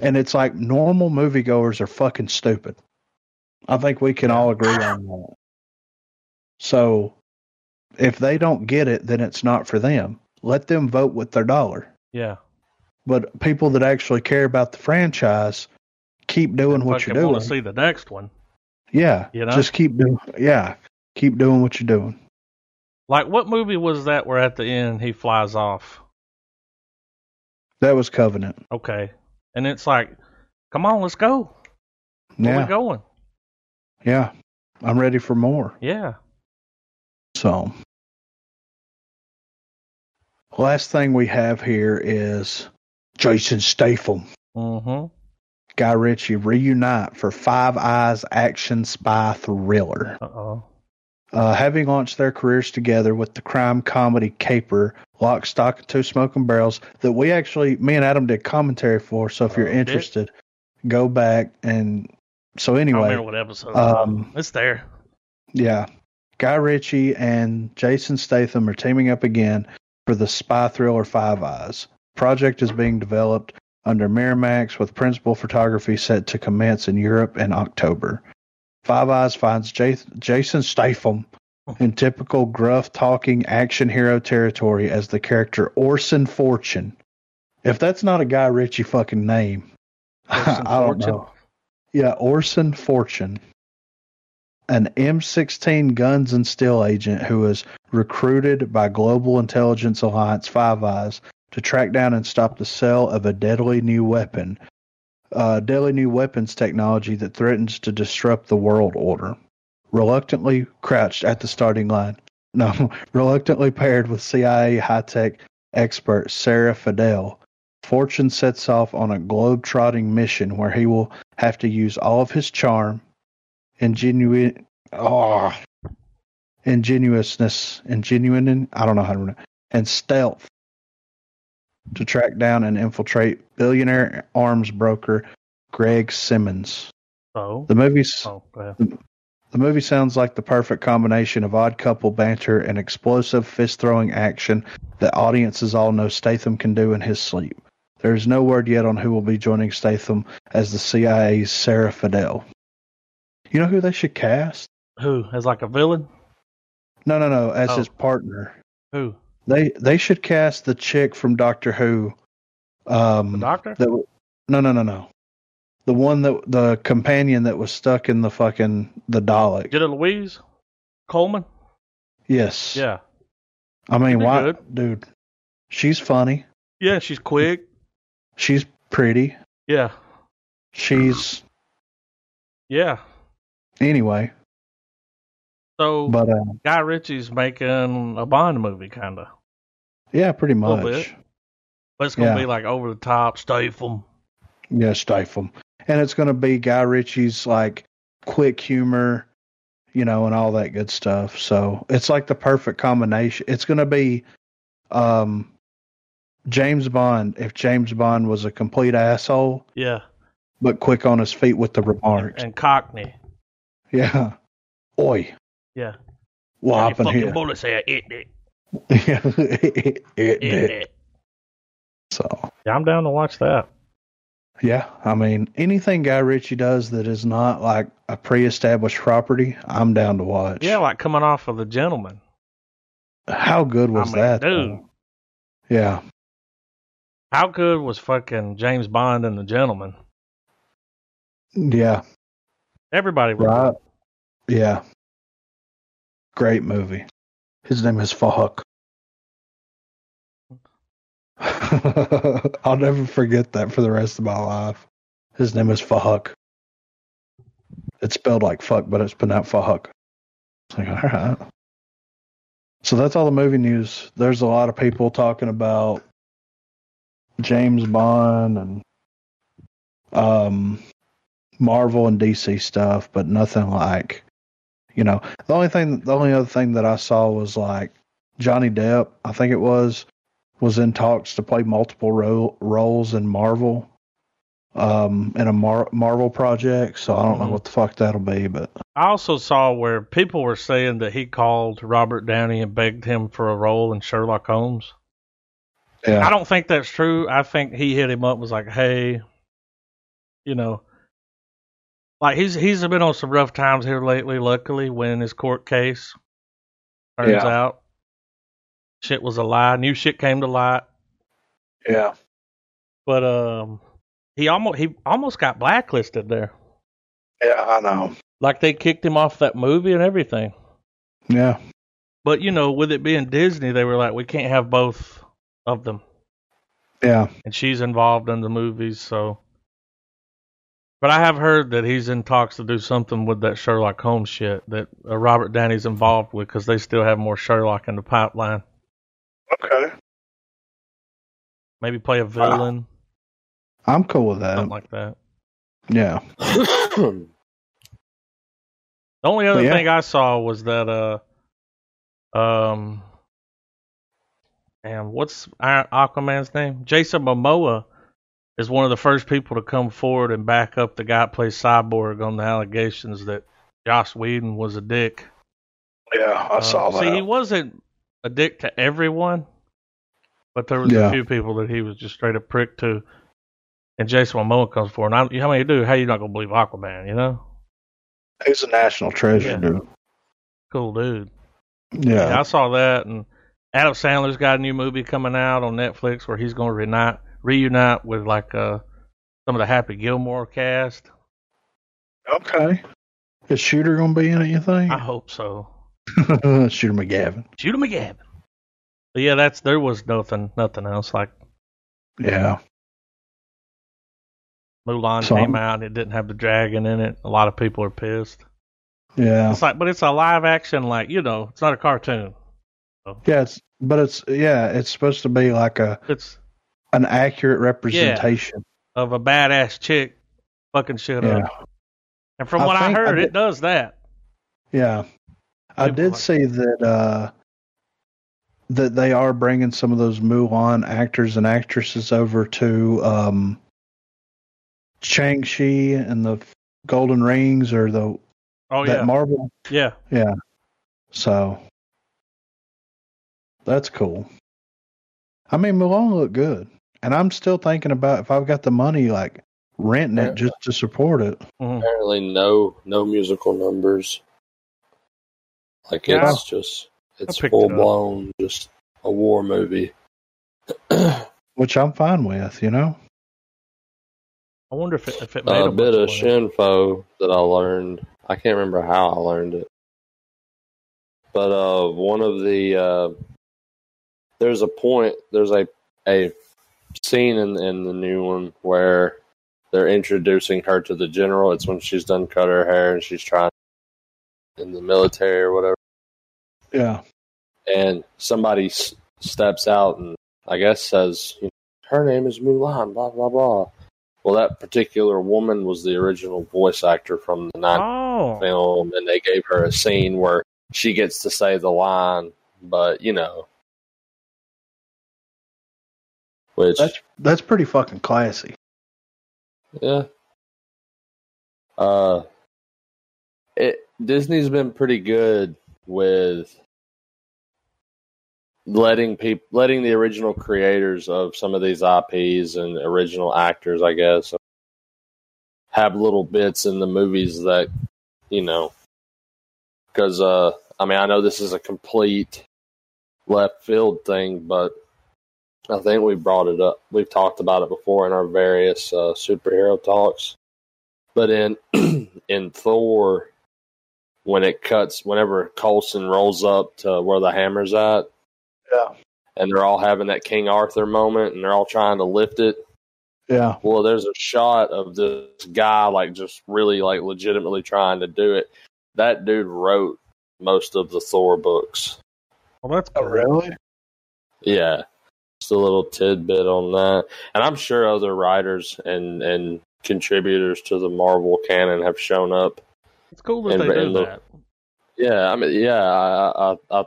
S2: And it's like normal moviegoers are fucking stupid. I think we can all agree on that. So if they don't get it, then it's not for them. Let them vote with their dollar
S1: yeah,
S2: but people that actually care about the franchise keep doing what you're
S1: fucking want
S2: doing.
S1: to see the next one.
S2: yeah,
S1: you know?
S2: just keep doing. Yeah, keep doing what you're doing.
S1: Like, what movie was that? Where at the end he flies off.
S2: That was Covenant.
S1: Okay, and it's like, come on, let's go. Where we
S2: Yeah,
S1: going?
S2: yeah. I'm ready for more.
S1: Yeah.
S2: So, last thing we have here is Jason Statham,
S1: Mm-hmm.
S2: Guy Ritchie reunite for Five Eyes action spy thriller.
S1: Uh oh.
S2: Uh, having launched their careers together with the crime comedy caper Lock, Stock, and Two Smoking Barrels, that we actually, me and Adam did commentary for. So if you're
S1: Oh, did?
S2: interested, go back and. So
S1: I don't
S2: anyway,
S1: remember what episode.
S2: um,
S1: it's there.
S2: yeah, Guy Ritchie and Jason Statham are teaming up again for the spy thriller Five Eyes. Project is being developed under Miramax with principal photography set to commence in Europe in October. Five Eyes finds Ja- Jason Statham
S1: Oh.
S2: in typical gruff talking action hero territory as the character Orson Fortune. If that's not a Guy Ritchie fucking name,
S1: Orson
S2: I don't
S1: Fortune?
S2: know. Yeah, Orson Fortune, an M16 guns and steel agent who is recruited by Global Intelligence Alliance Five Eyes to track down and stop the sale of a deadly new weapon, uh, deadly new weapons technology that threatens to disrupt the world order. reluctantly crouched at the starting line. No, reluctantly paired with CIA high tech expert Sarah Fidel. Fortune sets off on a globetrotting mission where he will have to use all of his charm, ingenuity, oh, ingenuousness, ingenuine, I don't know how to pronounce and stealth to track down and infiltrate billionaire arms broker Greg Simmons.
S1: Oh.
S2: The movie's
S1: Oh, go ahead.
S2: the movie sounds like the perfect combination of odd couple banter and explosive fist throwing action that audiences all know Statham can do in his sleep. There is no word yet on who will be joining Statham as the CIA's Sarah Fidel. You know who they should cast?
S1: Who? As like a villain?
S2: No, no, no, as
S1: Oh.
S2: his partner.
S1: Who?
S2: They they should cast the chick from Doctor Who. Um,
S1: The doctor?
S2: that w- no no no no the one that the companion that was stuck in the fucking the Dalek.
S1: Get a Louise? Coleman?
S2: Yes.
S1: Yeah.
S2: I mean,
S1: be
S2: why,
S1: good.
S2: dude? She's funny.
S1: Yeah, she's quick.
S2: She's pretty.
S1: Yeah.
S2: She's
S1: Yeah.
S2: anyway.
S1: So
S2: But uh,
S1: Guy Ritchie's making a Bond movie, kind of.
S2: yeah, pretty
S1: Little
S2: much.
S1: But it's going to
S2: Yeah.
S1: be like over the top, Statham.
S2: Yeah, stifle. And it's gonna be Guy Ritchie's like quick humor, you know, and all that good stuff. So it's like the perfect combination. It's gonna be, um, James Bond. If James Bond was a complete asshole,
S1: Yeah.
S2: but quick on his feet with the
S1: And,
S2: remarks.
S1: and Cockney.
S2: Yeah. Oi.
S1: Yeah.
S2: What
S1: Your
S2: happened
S1: fucking
S2: here?
S1: bullets there. It, it,
S2: yeah. It
S1: it,
S2: did.
S1: it.
S2: So,
S1: Yeah, I'm down to watch that.
S2: yeah. I mean, anything Guy Ritchie does that is not like a pre established property, I'm down to watch.
S1: Yeah, like coming off of The Gentleman.
S2: How good was
S1: mean,
S2: that?
S1: dude.
S2: though? Yeah.
S1: How good was fucking James Bond and The Gentleman?
S2: Yeah.
S1: Everybody was.
S2: Right. Yeah. Great movie. His name is Fuck. I'll never forget that for the rest of my life. His name is Fuck. It's spelled like fuck, but it's pronounced Fuck. It's like, all right. So that's all the movie news. There's a lot of people talking about James Bond and um, Marvel and DC stuff, but nothing like, you know, the only thing, the only other thing that I saw was like Johnny Depp, I think it was, was in talks to play multiple ro- roles in Marvel, um, in a Mar- Marvel project. So I don't
S1: Mhm.
S2: know what the fuck that'll be, but
S1: I also saw where people were saying that he called Robert Downey and begged him for a role in Sherlock Holmes. I
S2: yeah,
S1: don't think that's true. I think he hit him up and was like, "Hey, you know, like he's he's been on some rough times here lately. Luckily, when his court case turns
S3: Yeah.
S1: out shit was a lie, new shit came to light.
S2: yeah,
S1: But um, he almost he almost got blacklisted there.
S2: yeah, I know.
S1: Like they kicked him off that movie and everything.
S2: Yeah.
S1: But you know, with it being Disney, they were like, we can't have both of them,
S2: Yeah.
S1: and she's involved in the movies, so. But I have heard that he's in talks to do something with that Sherlock Holmes shit that uh, Robert Downey's involved with because they still have more Sherlock in the pipeline.
S2: Okay.
S1: Maybe play a villain,
S2: I'm cool with that.
S1: something like that.
S2: yeah.
S1: The only other
S2: yeah.
S1: thing I saw was that uh, um, and what's Iron Aquaman's name? Jason Momoa is one of the first people to come forward and back up the guy that plays Cyborg on the allegations that Josh Whedon was a dick.
S2: Yeah. I
S1: Uh, See, he wasn't a dick to everyone, but there was
S2: Yeah.
S1: a few people that he was just straight up prick to. And Jason Momoa comes forward. And I, how many do? How you not gonna believe Aquaman? You know,
S2: He's a national treasure,
S1: Yeah.
S2: dude.
S1: cool dude.
S2: Yeah.
S1: Yeah, I saw that, and Adam Sandler's got a new movie coming out on Netflix where he's going to reunite, reunite with like uh, some of the Happy Gilmore cast.
S2: Okay. Is Shooter gonna be in it? You think?
S1: I hope so. Uh-huh.
S2: Shooter McGavin.
S1: Shoot him again. But yeah, that's there was nothing, nothing else. Like
S2: Yeah.
S1: Mulan
S2: So
S1: came
S2: I'm-
S1: out and it didn't have the dragon in it. A lot of people are pissed.
S2: Yeah.
S1: It's like, but it's a live action, like you know, it's not a cartoon.
S2: Yeah, it's but it's yeah, it's supposed to be like a
S1: It's
S2: an accurate representation.
S1: of a badass chick fucking shit
S2: Yeah.
S1: up. And from
S2: I
S1: what I
S2: think I
S1: heard,
S2: did-
S1: it does that.
S2: Yeah. I
S1: People
S2: did
S1: like-
S2: see that uh that they are bringing some of those Mulan actors and actresses over to um Shang-Chi and the Golden Rings or the
S1: Oh
S2: that
S1: yeah,
S2: Marvel.
S1: yeah.
S2: So that's cool. I mean, Mulan looked good, and I'm still thinking about if I've got the money, like renting
S3: Yeah.
S2: it just to support it.
S1: Mhm.
S3: Apparently, no no musical numbers. Like
S1: Yeah.
S3: it's just it's
S1: picked it
S3: full
S1: up.
S3: blown just a war movie. a
S2: Which I'm fine with, you know.
S1: I wonder if it, if it made a,
S3: bit of
S1: bunch money.
S3: shinfo that I learned. I can't remember how I learned it, but uh, one of the uh, there's a point there's a a scene in in the new one where they're introducing her to the general. It's when she's done cut her hair and she's trying in the military or whatever.
S2: Yeah,
S3: and somebody s- steps out and I guess says, you know, "Her name is Mulan." Blah blah blah. Well, that particular woman was the original voice actor from the '90s
S1: Oh,
S3: film, and they gave her a scene where she gets to say the line, but you know, which
S2: that's that's pretty fucking classy.
S3: yeah, uh, it Disney's been pretty good with letting people letting the original creators of some of these IPs and original actors, I guess, have little bits in the movies that you know. Because uh, I mean, I know this is a complete left field thing, but I think we brought it up. We've talked about it before in our various uh, superhero talks. But in in Thor, when it cuts, whenever Colson rolls up to where the hammer's at,
S2: Yeah,
S3: and they're all having that King Arthur moment and they're all trying to lift it.
S2: yeah,
S3: Well, there's a shot of this guy like just really like legitimately trying to do it. That dude wrote most of the Thor books.
S1: well, that's
S2: oh,
S1: cool.
S2: really?
S3: Yeah. Just a little tidbit on that. And I'm sure other writers and and contributors to the Marvel canon have shown up
S1: It's cool that
S3: And-
S1: they do
S3: and look-
S1: that.
S3: Yeah, I mean, yeah, I, I, I,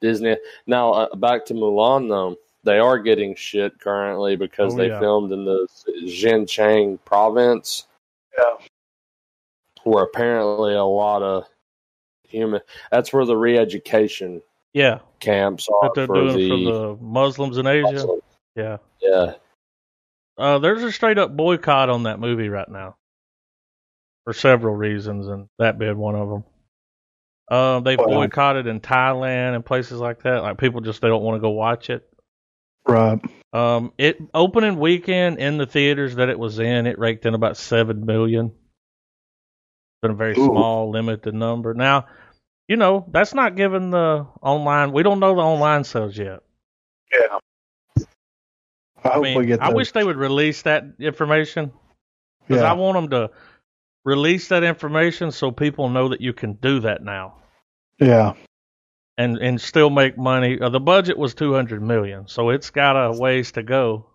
S3: Disney. Now uh, back to Mulan though, they are getting shit currently because
S1: Oh,
S3: they
S1: yeah.
S3: filmed in the Xinjiang province,
S2: Yeah,
S3: where apparently a lot of human. That's where the re-education
S1: Yeah,
S3: camps are
S1: that they're
S3: for
S1: doing for
S3: the.
S1: the Muslims in Asia. Yeah,
S3: yeah,
S1: uh, there's a straight up boycott on that movie right now for several reasons, and that being one of them. Uh, they
S2: Wow.
S1: boycotted in Thailand and places like that. Like people just they don't want to go watch it.
S2: right.
S1: Um, it opening weekend in the theaters that it was in, it raked in about seven million. Been a very
S2: Ooh.
S1: small, limited number. Now, you know that's not given the online. We don't know the online sales yet.
S2: Yeah.
S1: I
S2: I, hope
S1: mean,
S2: we get.
S1: I
S2: those.
S1: wish they would release that information because I
S2: Yeah,
S1: want them to release that information so people know that you can do that now
S2: yeah,
S1: and and still make money. Uh, the budget was two hundred million, so it's got a ways to go.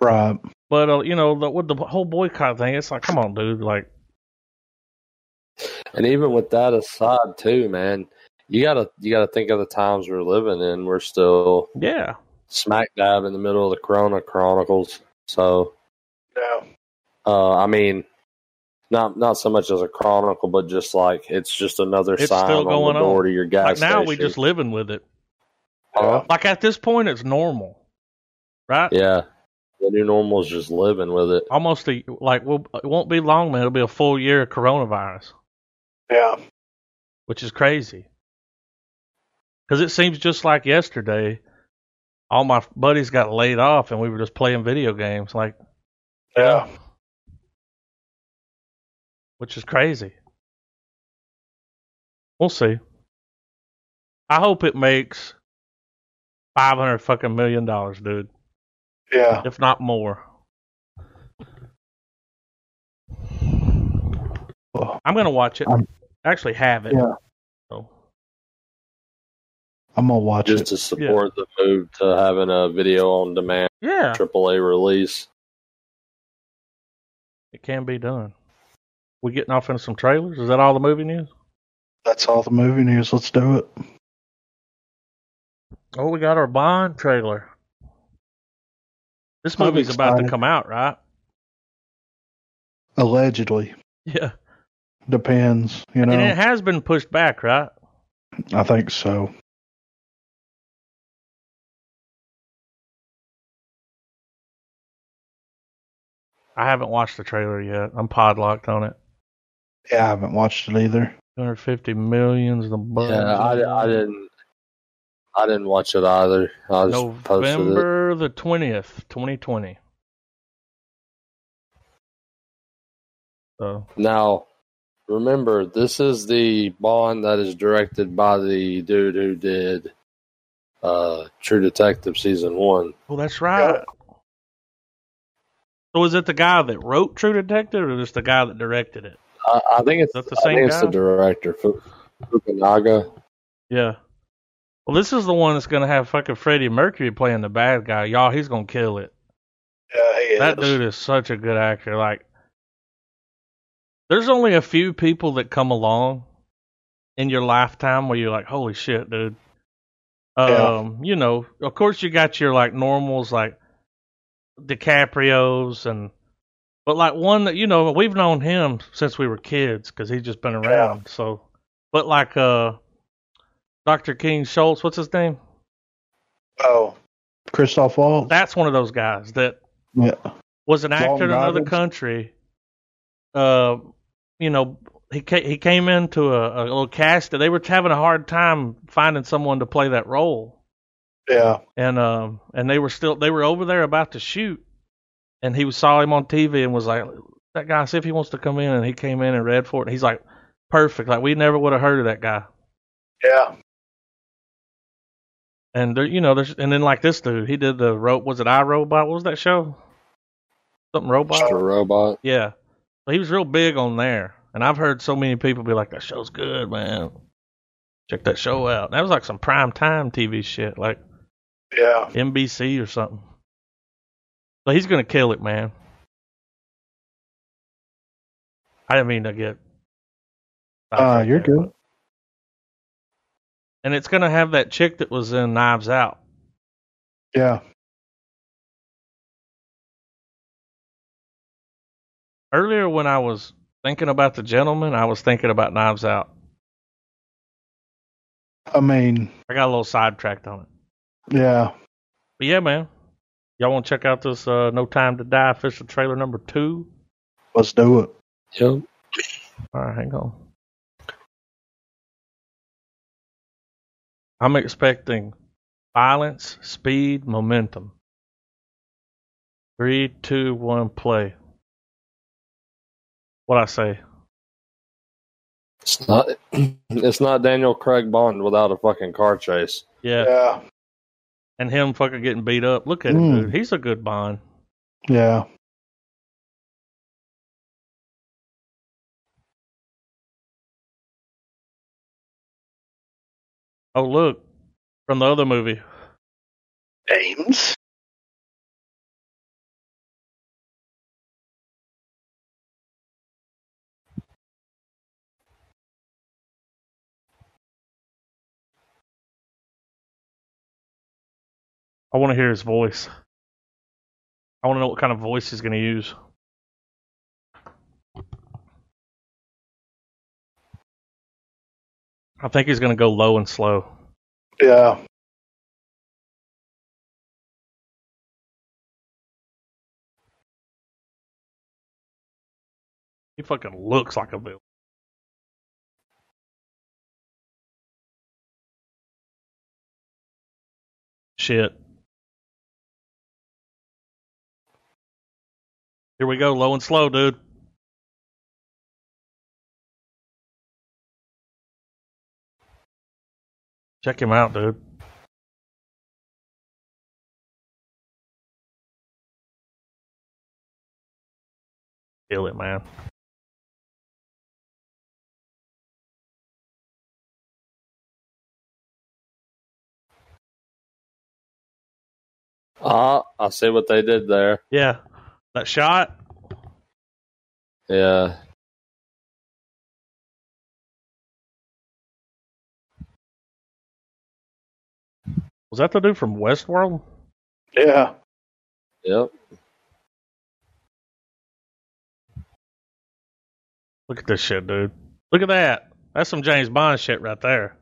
S2: right.
S1: But uh, you know, the, with the whole boycott thing, it's like, come on, dude, like.
S3: and even with that aside, too, man, you gotta you gotta think of the times we're living in. We're still
S1: Yeah.
S3: smack dab in the middle of the Corona Chronicles, so.
S2: No.
S3: Uh, I mean, not not so much as a chronicle, but just like it's just another
S1: It's
S3: sign
S1: still
S3: on
S1: going
S3: the door
S1: on.
S3: to your gas
S1: Like now
S3: station.
S1: we just living with it.
S3: Huh?
S1: Like at this point it's normal. Right?
S3: yeah, the new normal is just living with it.
S1: Almost a like we'll, it won't be long man, it'll be a full year of coronavirus,
S2: Yeah.
S1: which is crazy. Cuz it seems just like yesterday all my buddies got laid off and we were just playing video games like
S2: Yeah.
S1: which is crazy. We'll see. I hope it makes 500 fucking million dollars, dude.
S2: Yeah.
S1: if not more.
S2: Well,
S1: I'm gonna watch it.
S2: I'm-
S1: I actually have it.
S2: Yeah.
S1: So,
S2: I'm gonna watch
S3: just
S2: it.
S3: to support the move to having a video on demand
S1: yeah,
S3: AAA release.
S1: it can be done. We getting off into some trailers. Is that all the movie news?
S2: That's all the movie news. Let's do it.
S1: Oh, we got our Bond trailer. This
S2: I'm
S1: movie's about to
S2: excited.
S1: come out, right?
S2: Allegedly,
S1: Yeah.
S2: depends. You know,
S1: And it has been pushed back, right?
S2: I think so.
S1: I haven't watched the trailer yet. I'm podlocked on it.
S2: Yeah, I haven't watched it either.
S1: 250 millions the bucks.
S3: Yeah, I, I didn't. I didn't watch it either. I just posted it.
S1: November the 20th, 2020. So,
S3: Now, remember, this is the Bond that is directed by the dude who did uh, True Detective season one.
S1: well, that's right.
S2: Yeah.
S1: So, is it the guy that wrote True Detective or just the guy that directed it?
S3: I, I think it's
S1: Is that the
S3: I
S1: same
S3: think
S1: guy?
S3: it's the director Fu- Fukunaga.
S1: Yeah. Well, this is the one that's going to have fucking Freddie Mercury playing the bad guy. Y'all, he's going to kill it.
S2: Yeah, he
S1: That dude is such a good actor. Like, there's only a few people that come along in your lifetime where you're like, holy shit, dude. Um,
S2: Yeah.
S1: you know, of course you got your like normals like DiCaprio's and, but like one that you know we've known him since we were kids because he's just been around. So, but like uh, Dr. King Schultz, what's his name?
S2: Oh, Christoph Waltz.
S1: That's one of those guys that
S2: yeah,
S1: was an actor in another
S2: Robbins.
S1: country. Uh, you know, he ca- he came into a, a little cast that they were having a hard time finding someone to play that role,
S2: yeah,
S1: and um, and they were still they were over there about to shoot, and he saw him on TV and was like, "That guy, see if he wants to come in." And he came in and read for it. And he's like, "Perfect!" Like we never would have heard of that guy.
S2: yeah.
S1: And there, you know, there's and then like this dude, he did the rope. Was it I Robot? What was that show? Something robot.
S3: Mr. Robot.
S1: Yeah. But he was real big on there. And I've heard so many people be like, that show's good, man. Check that show out. And that was like some prime time TV shit, like
S2: yeah.
S1: NBC or something. So he's going to kill it, man. I didn't mean to get.
S2: Uh, you're good.
S1: And it's going to have that chick that was in Knives Out.
S2: Yeah,
S1: Earlier, when I was thinking about the gentleman, I was thinking about Knives Out.
S2: I mean,
S1: I got a little sidetracked on it.
S2: yeah.
S1: But yeah, man. Y'all want to check out this uh, No Time to Die official trailer number two?
S2: Let's do it.
S3: Yep.
S1: All right, hang on. I'm expecting violence, speed, momentum. Three, two, one, play. What I say?
S3: It's not. It's not Daniel Craig Bond without a fucking car chase.
S1: Yeah.
S2: Yeah,
S1: And him fucking getting beat up. Look at
S2: Mm.
S1: him, dude. He's a good Bond.
S2: yeah.
S1: Oh, look. From the other movie.
S2: Ames.
S1: I want to hear his voice. I want to know what kind of voice he's going to use. I think he's going to go low and slow.
S2: Yeah.
S1: He fucking looks like a villain. Shit. Here we go, low and slow, dude. Check him out, dude. Kill it, man.
S3: Ah, I see what they did there.
S1: Yeah, that shot.
S3: Yeah.
S1: Was that the dude from Westworld?
S2: Yeah.
S3: Yep.
S1: Look at this shit, dude. Look at that. That's some James Bond shit right there.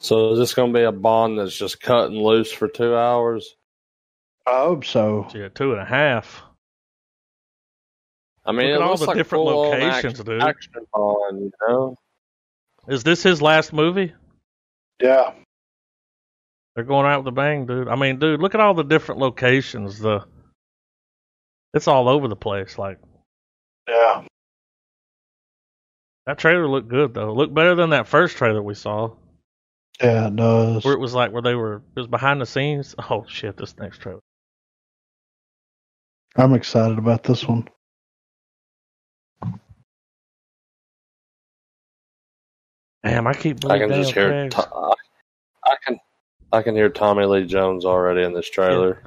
S3: So is this going to be a bond that's just cutting loose for two hours?
S2: I hope so.
S1: Shit, two and a half.
S3: I mean,
S1: Look
S3: it
S1: at all
S3: looks
S1: the
S3: like
S1: different
S3: full-on
S1: locations,
S3: action,
S1: dude.
S3: Action bond, you know.
S1: Is this his last movie?
S2: Yeah.
S1: They're going out with a bang, dude. I mean, dude, look at all the different locations. The it's all over the place. Like
S2: Yeah.
S1: that trailer looked good though. It looked better than that first trailer we saw,
S2: Yeah, it does.
S1: where it was like where they were it was behind the scenes. Oh shit, this next trailer.
S2: I'm excited about this one.
S1: Damn, I keep.
S3: I
S1: bleeding
S3: can just
S1: down
S3: hear.
S1: pegs.
S3: To- I I can. I can hear Tommy Lee Jones already in this trailer.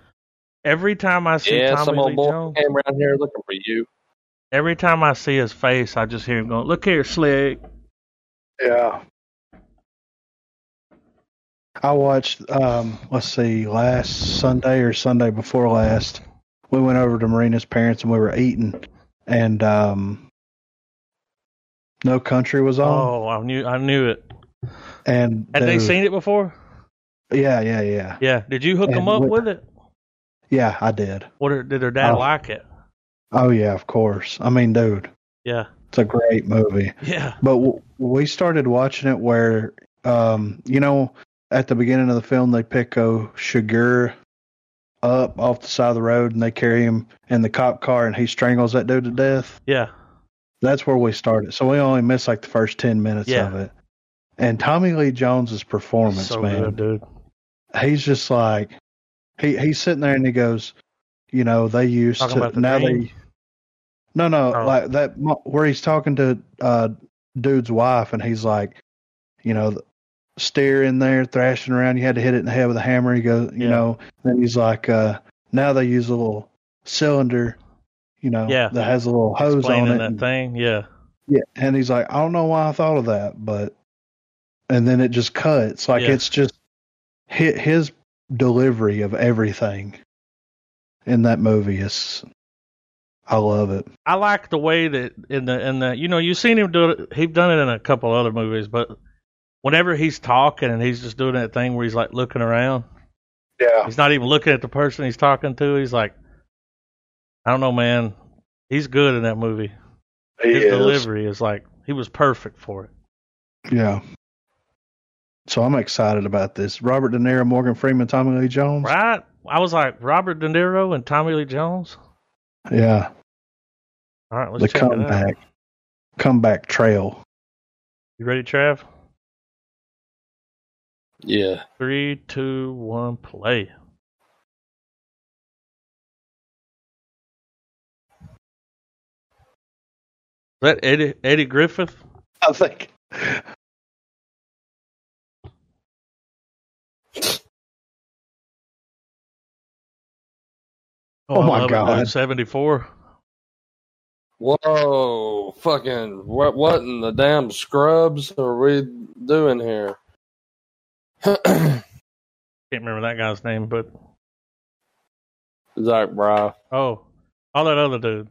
S1: every time I see
S3: Yeah, some
S1: Tommy
S3: old
S1: Lee
S3: boy
S1: Jones,
S3: came around here looking for you.
S1: every time I see his face, I just hear him going, "Look here, slick."
S2: Yeah. I watched um let's see, last Sunday or Sunday before last, we went over to Marina's parents and we were eating and um No Country was on.
S1: Oh, I knew, I knew it.
S2: and
S1: Had they
S2: dude,
S1: seen it before?
S2: Yeah, yeah, yeah.
S1: Yeah. Did you hook
S2: And
S1: them up
S2: what-
S1: with it?
S2: Yeah, I did.
S1: What did did their dad
S2: Oh.
S1: like it?
S2: Oh yeah, of course. I mean, dude,
S1: Yeah.
S2: it's a great movie.
S1: Yeah.
S2: But w- we started watching it where, um, you know, at the beginning of the film, they pick O Shigur up off the side of the road and they carry him in the cop car and he strangles that dude to death.
S1: Yeah.
S2: That's where we started. So we only missed like the first 10 minutes
S1: Yeah.
S2: of it. And Tommy Lee Jones's performance,
S1: So
S2: man
S1: good, dude.
S2: he's just like he he's sitting there and he goes, you know, they used
S1: Talking
S2: to
S1: about the
S2: now
S1: dream?
S2: they no no
S1: Oh.
S2: like that mo- where he's talking to uh dude's wife and he's like, you know, steer in there thrashing around. You had to hit it in the head with a hammer. He goes, you
S1: Yeah.
S2: know, then he's like, uh now they use a little cylinder, you know,
S1: Yeah.
S2: that has a little hose on
S1: Explaining
S2: it.
S1: that
S2: and-
S1: thing. Yeah.
S2: yeah, and he's like, I don't know why I thought of that, but and then it just cuts like
S1: Yeah.
S2: it's just hit his delivery of everything in that movie is I love it.
S1: I like the way that in the in the you know you've seen him do it. He's done it in a couple other movies, but whenever he's talking and he's just doing that thing where he's like looking around,
S2: Yeah,
S1: he's not even looking at the person he's talking to. He's like, I don't know, man. He's good in that movie. His delivery is like he was perfect for it.
S2: Yeah. So I'm excited about this. Robert De Niro, Morgan Freeman, Tommy Lee Jones.
S1: Right? I was like Robert De Niro and Tommy Lee Jones.
S2: Yeah,
S1: All right, let's
S2: the
S1: check it out.
S2: comeback, comeback trail.
S1: You ready, Trav?
S3: Yeah.
S1: Three, two, one, play. Is that Eddie Eddie Griffith?
S2: I think. Oh my God.
S1: Seventy four.
S3: Whoa! Fucking what? What in the damn scrubs are we doing here?
S1: Can't remember that guy's name, but
S3: Zach Braff.
S1: oh, all that other dude.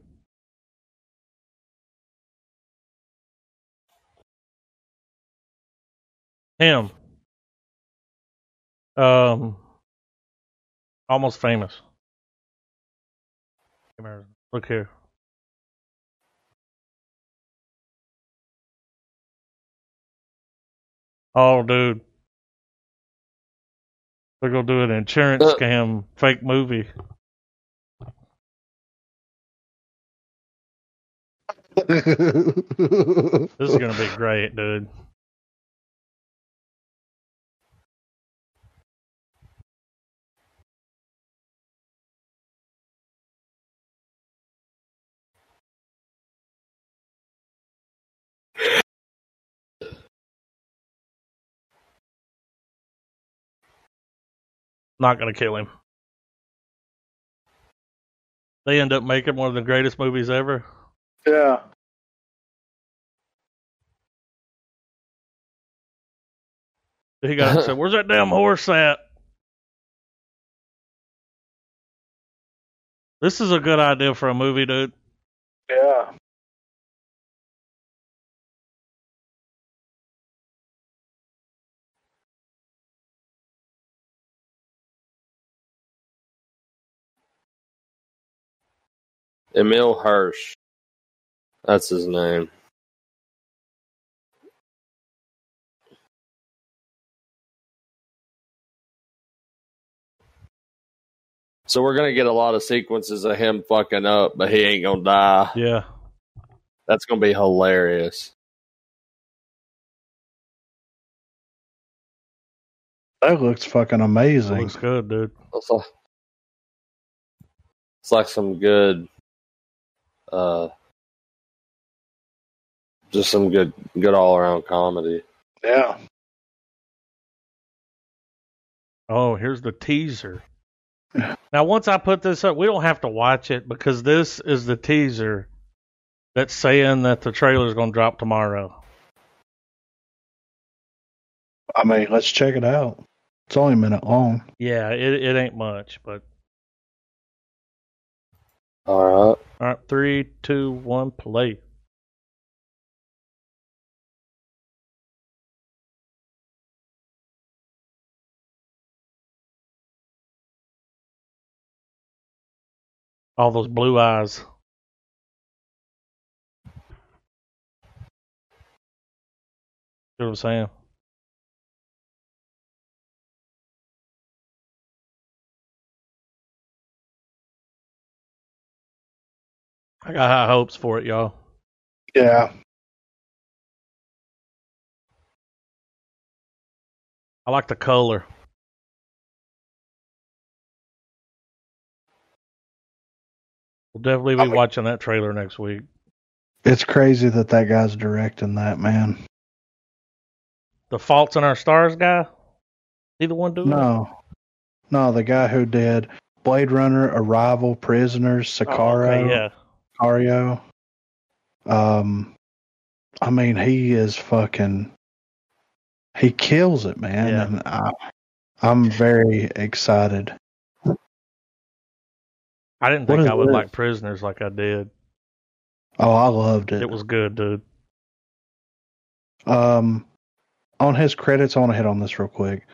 S1: Him. Um. Almost famous. Can't remember. Look here. Oh, dude. They're going to do an insurance
S3: Uh.
S1: scam fake movie. This is going to be great, dude. not going to kill him. They end up making one of the greatest movies ever.
S2: Yeah.
S1: He got upset. Where's that damn horse at? This is a good idea for a movie, dude.
S2: Yeah.
S3: Emil Hirsch. That's his name. So we're gonna get a lot of sequences of him fucking up, but he ain't gonna die.
S1: Yeah.
S3: That's gonna be hilarious.
S2: That looks fucking amazing.
S1: Looks good, dude.
S3: It's like, it's like some good, uh, just some good, good all around comedy.
S2: yeah.
S1: Oh, here's the teaser. Now, once I put this up, we don't have to watch it because this is the teaser that's saying that the trailer's going to drop tomorrow.
S2: I mean, let's check it out. It's only a minute long.
S1: Yeah, it, it ain't much, but.
S3: All right.
S1: All right, three, two, one, play. All those blue eyes. See what I'm saying? I got high hopes for it, y'all.
S2: Yeah.
S1: I like the color. We'll definitely
S2: I
S1: be
S2: like-
S1: watching that trailer next week.
S2: It's crazy that that guy's directing that, man.
S1: The Faults in Our Stars guy? Either one Oh, do it?
S2: No. No, the guy who did Blade Runner, Arrival, Prisoners,
S1: Oh,
S2: Sicario.
S1: okay, yeah.
S2: Sicario. Um, I mean, he is fucking. He kills it, man,
S1: Yeah.
S2: and I, I'm very excited.
S1: I didn't
S2: What
S1: think
S2: is
S1: I would
S2: this?
S1: like Prisoners like I did.
S2: Oh, I loved it.
S1: It was good, dude.
S2: um, on his credits, I want to hit on this real quick.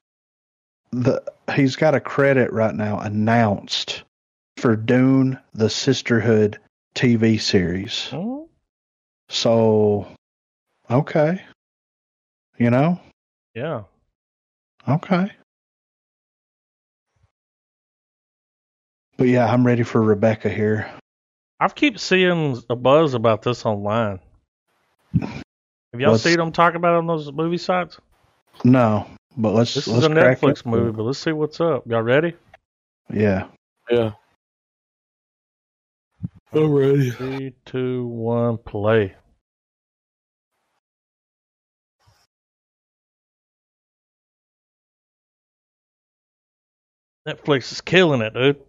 S2: The he's got a credit right now announced for Dune: The Sisterhood TV series.
S1: Hmm?
S2: So, okay, you know,
S1: Yeah.
S2: Okay. But yeah, I'm ready for Rebecca here.
S1: I've keep seeing a buzz about this online. Have y'all
S2: What's-
S1: seen them talk about it on those movie sites?
S2: No, but let's
S1: This is
S2: let's
S1: a
S2: crack
S1: Netflix
S2: it.
S1: movie, but let's see what's up. Y'all ready?
S2: Yeah.
S3: Yeah. Alrighty.
S1: Three, two, one, play. Netflix is killing it, dude.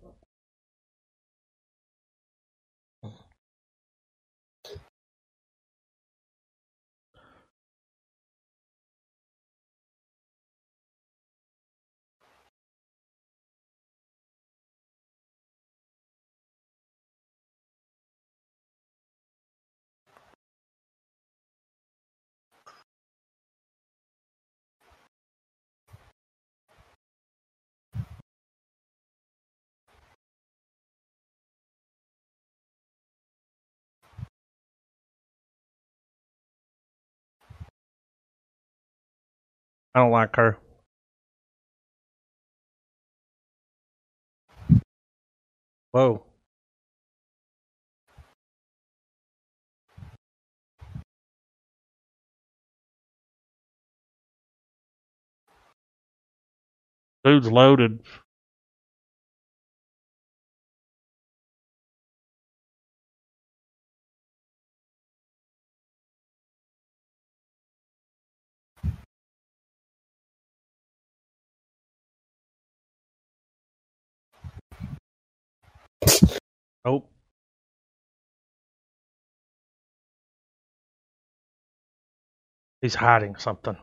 S1: I don't like her. Whoa. Dude's loaded. Nope. He's hiding something.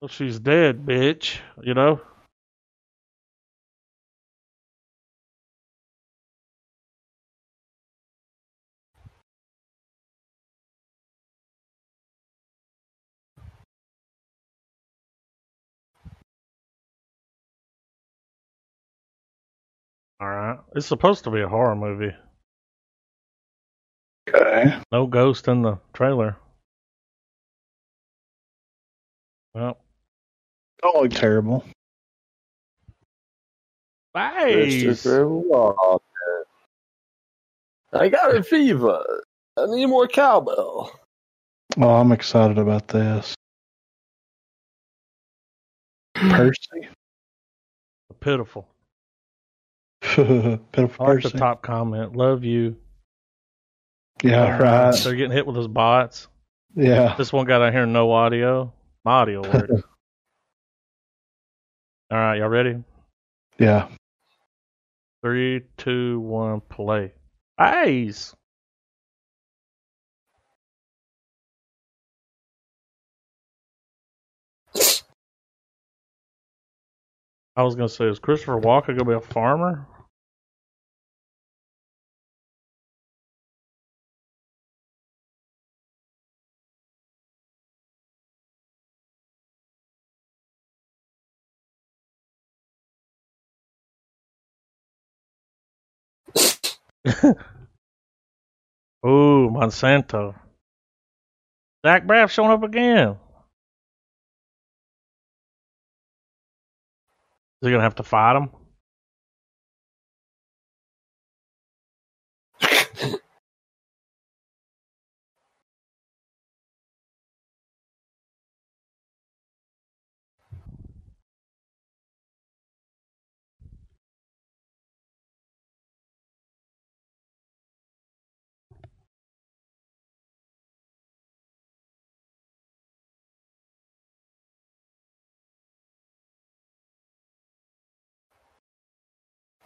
S1: Well, she's dead, bitch. You know? All right. It's supposed to be a horror movie.
S2: Okay.
S1: No ghost in the trailer. Well,
S2: Don't look terrible.
S3: Mr.
S1: nice.
S3: Trevor Walker. I got a fever. I need more cowbell.
S2: Oh, I'm excited about this. Percy?
S1: Pitiful. I
S2: Pitiful
S1: like the
S2: Percy.
S1: top comment. Love you.
S2: Yeah, right.
S1: They're getting hit with those bots.
S2: Yeah.
S1: This one got out here no audio. My audio worked. All right, y'all ready?
S2: Yeah.
S1: Three, two, one, play. Eyes. I was gonna say, is Christopher Walker gonna be a farmer? Ooh, Monsanto. Zach Braff showing up again. Is he gonna have to fight him?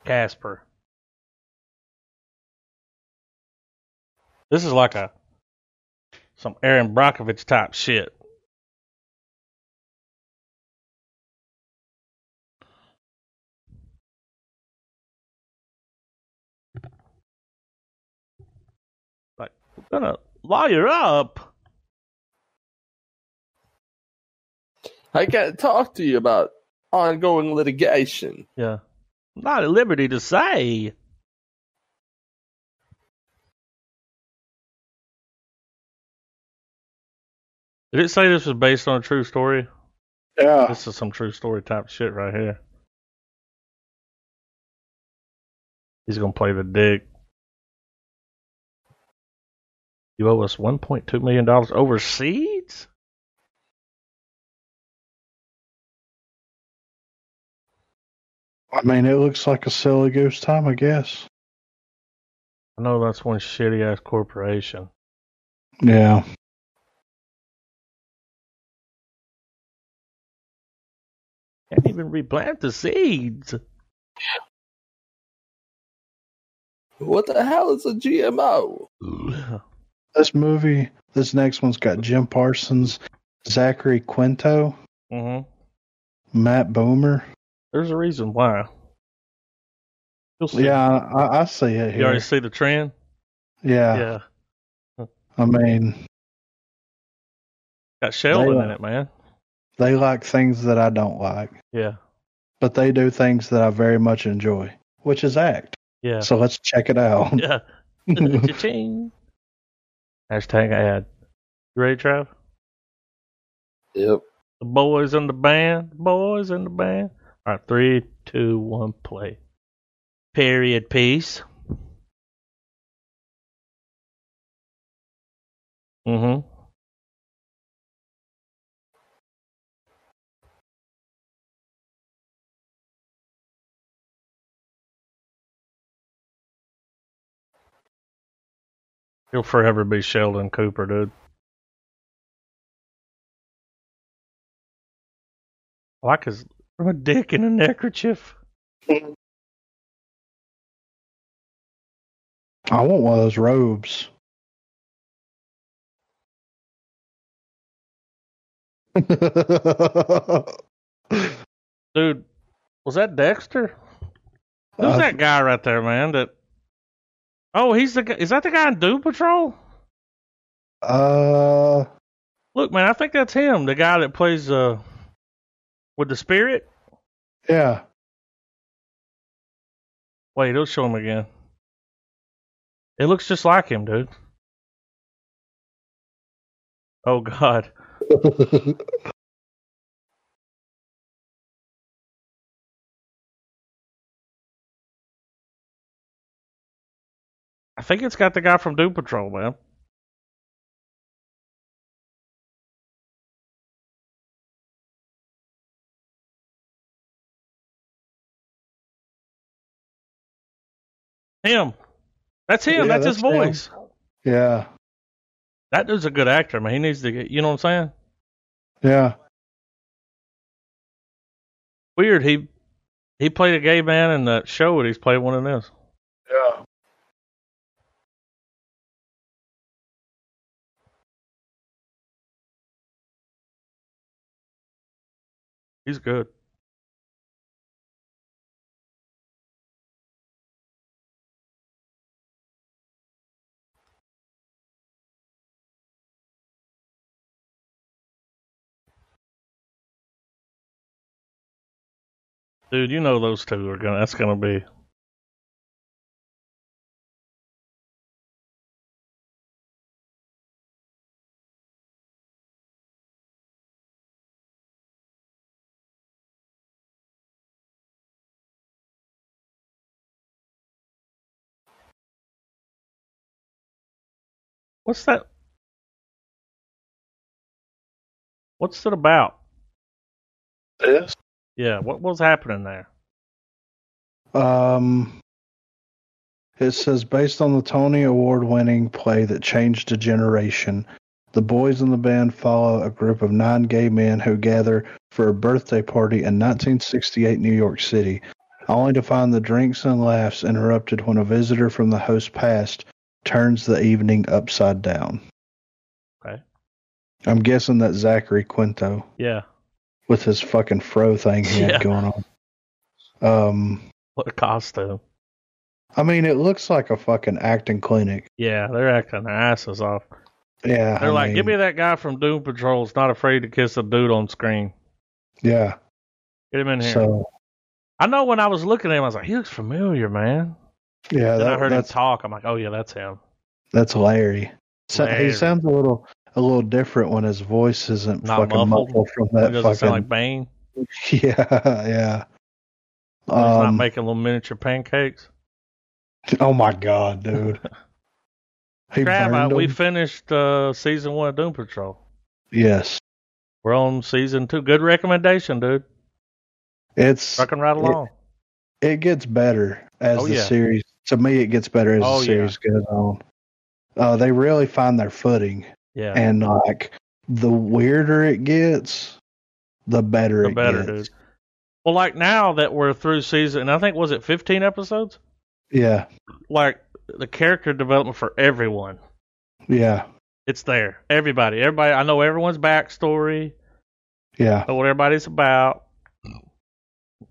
S1: Casper. This is like a some Aaron Brockovich type shit. Like we're gonna lawyer up.
S3: I can't talk to you about ongoing litigation.
S1: Yeah. I'm not at liberty to say. Did it say this was based on a true story?
S2: Yeah.
S1: This is some true story type shit right here. He's gonna play the dick. You owe us one point two million dollars overseas?
S2: I mean, it looks like a silly goose time, I guess.
S1: I know that's one shitty ass corporation.
S2: Yeah.
S1: Can't even replant the seeds.
S3: What the hell is a GMO?
S2: This movie, this next one's got Jim Parsons, Zachary Quinto,
S1: hmm
S2: Matt Boomer.
S1: There's a reason why. You'll see.
S2: Yeah, I, I see it
S1: You already
S2: here.
S1: see the trend?
S2: Yeah.
S1: yeah.
S2: I mean,
S1: Got Sheldon
S2: They, uh,
S1: in it, man.
S2: they like things that I don't like,
S1: Yeah.
S2: but they do things that I very much enjoy, which is act.
S1: Yeah.
S2: So let's check it out.
S1: Yeah. Cha-ching. Hashtag ad. You ready, Trav?
S3: Yep.
S1: The boys in the band. Boys in the band. All right, three, two, one, play. Period piece. Mm-hmm. He'll forever be Sheldon Cooper, dude. I Like his from a dick in a neckerchief.
S2: I want one of those robes. Who's
S1: Dude, was that Dexter?
S2: Uh,
S1: Who's that guy right there, man? That Oh, he's the guy. Is that the guy in Doom Patrol?
S2: Uh,
S1: Look, man, I think that's him. The guy that plays uh with the spirit.
S2: yeah.
S1: Wait, it'll show him again. It looks just like him, dude. Oh God, I think it's got the guy from Doom Patrol, man. Him. That's him.
S2: Yeah,
S1: that's, his
S2: that's him.
S1: voice.
S2: yeah.
S1: That dude's a good actor, man. He needs to get, you know what I'm saying?
S2: Yeah.
S1: Weird. He he played a gay man in the show, and he's played one in this.
S2: Yeah.
S1: He's good. Dude, you know those two are gonna. That's gonna be. What's that? What's it about?
S2: Yes.
S1: Yeah, what was happening there?
S2: Um, it says based on the Tony Award winning play that changed a generation, the boys in the band follow a group of nine gay men who gather for a birthday party in 1968 New York City, only to find the drinks and laughs interrupted when a visitor from the host past turns the evening upside down.
S1: Okay.
S2: I'm guessing that Zachary Quinto
S1: Yeah,
S2: with his fucking fro thing he
S1: Yeah.
S2: had going on. Um,
S1: what a costume.
S2: I mean, it looks like a fucking acting clinic.
S1: Yeah, they're acting their asses off.
S2: Yeah.
S1: They're
S2: I
S1: like,
S2: mean,
S1: give me that guy from Doom Patrol. It's not afraid to kiss a dude on screen.
S2: Yeah.
S1: Get him in here.
S2: So,
S1: I know when I was looking at him, I was like, he looks familiar, man.
S2: yeah,
S1: Then I
S2: that,
S1: heard him
S2: that's,
S1: talk. I'm like, oh yeah, that's him.
S2: that's Larry. So,
S1: Larry.
S2: He sounds a little a little different when his voice isn't
S1: Not
S2: fucking
S1: muffled?
S2: muffled, from
S1: That
S2: that
S1: doesn't
S2: fucking.
S1: sound like Bane.
S2: yeah. Yeah.
S1: He's not
S2: Um,
S1: making little miniature pancakes.
S2: oh my God, dude. he
S1: Crap, I,
S2: burned
S1: we
S2: him.
S1: finished uh, season one of Doom Patrol.
S2: Yes.
S1: We're on season two. Good recommendation, dude.
S2: It's
S1: Trucking right
S2: Yeah.
S1: along.
S2: it gets better as
S1: Oh,
S2: the
S1: yeah.
S2: series to me it gets better as
S1: Oh, yeah.
S2: the series goes on. Uh, they really find their footing.
S1: Yeah,
S2: and like the weirder it gets, the better
S1: the
S2: it
S1: better,
S2: gets.
S1: dude. Well, like now that we're through season, I think was it 15 episodes?
S2: Yeah,
S1: like the character development for everyone.
S2: yeah,
S1: It's there. Everybody. Everybody I know everyone's backstory,
S2: yeah,
S1: know what everybody's about.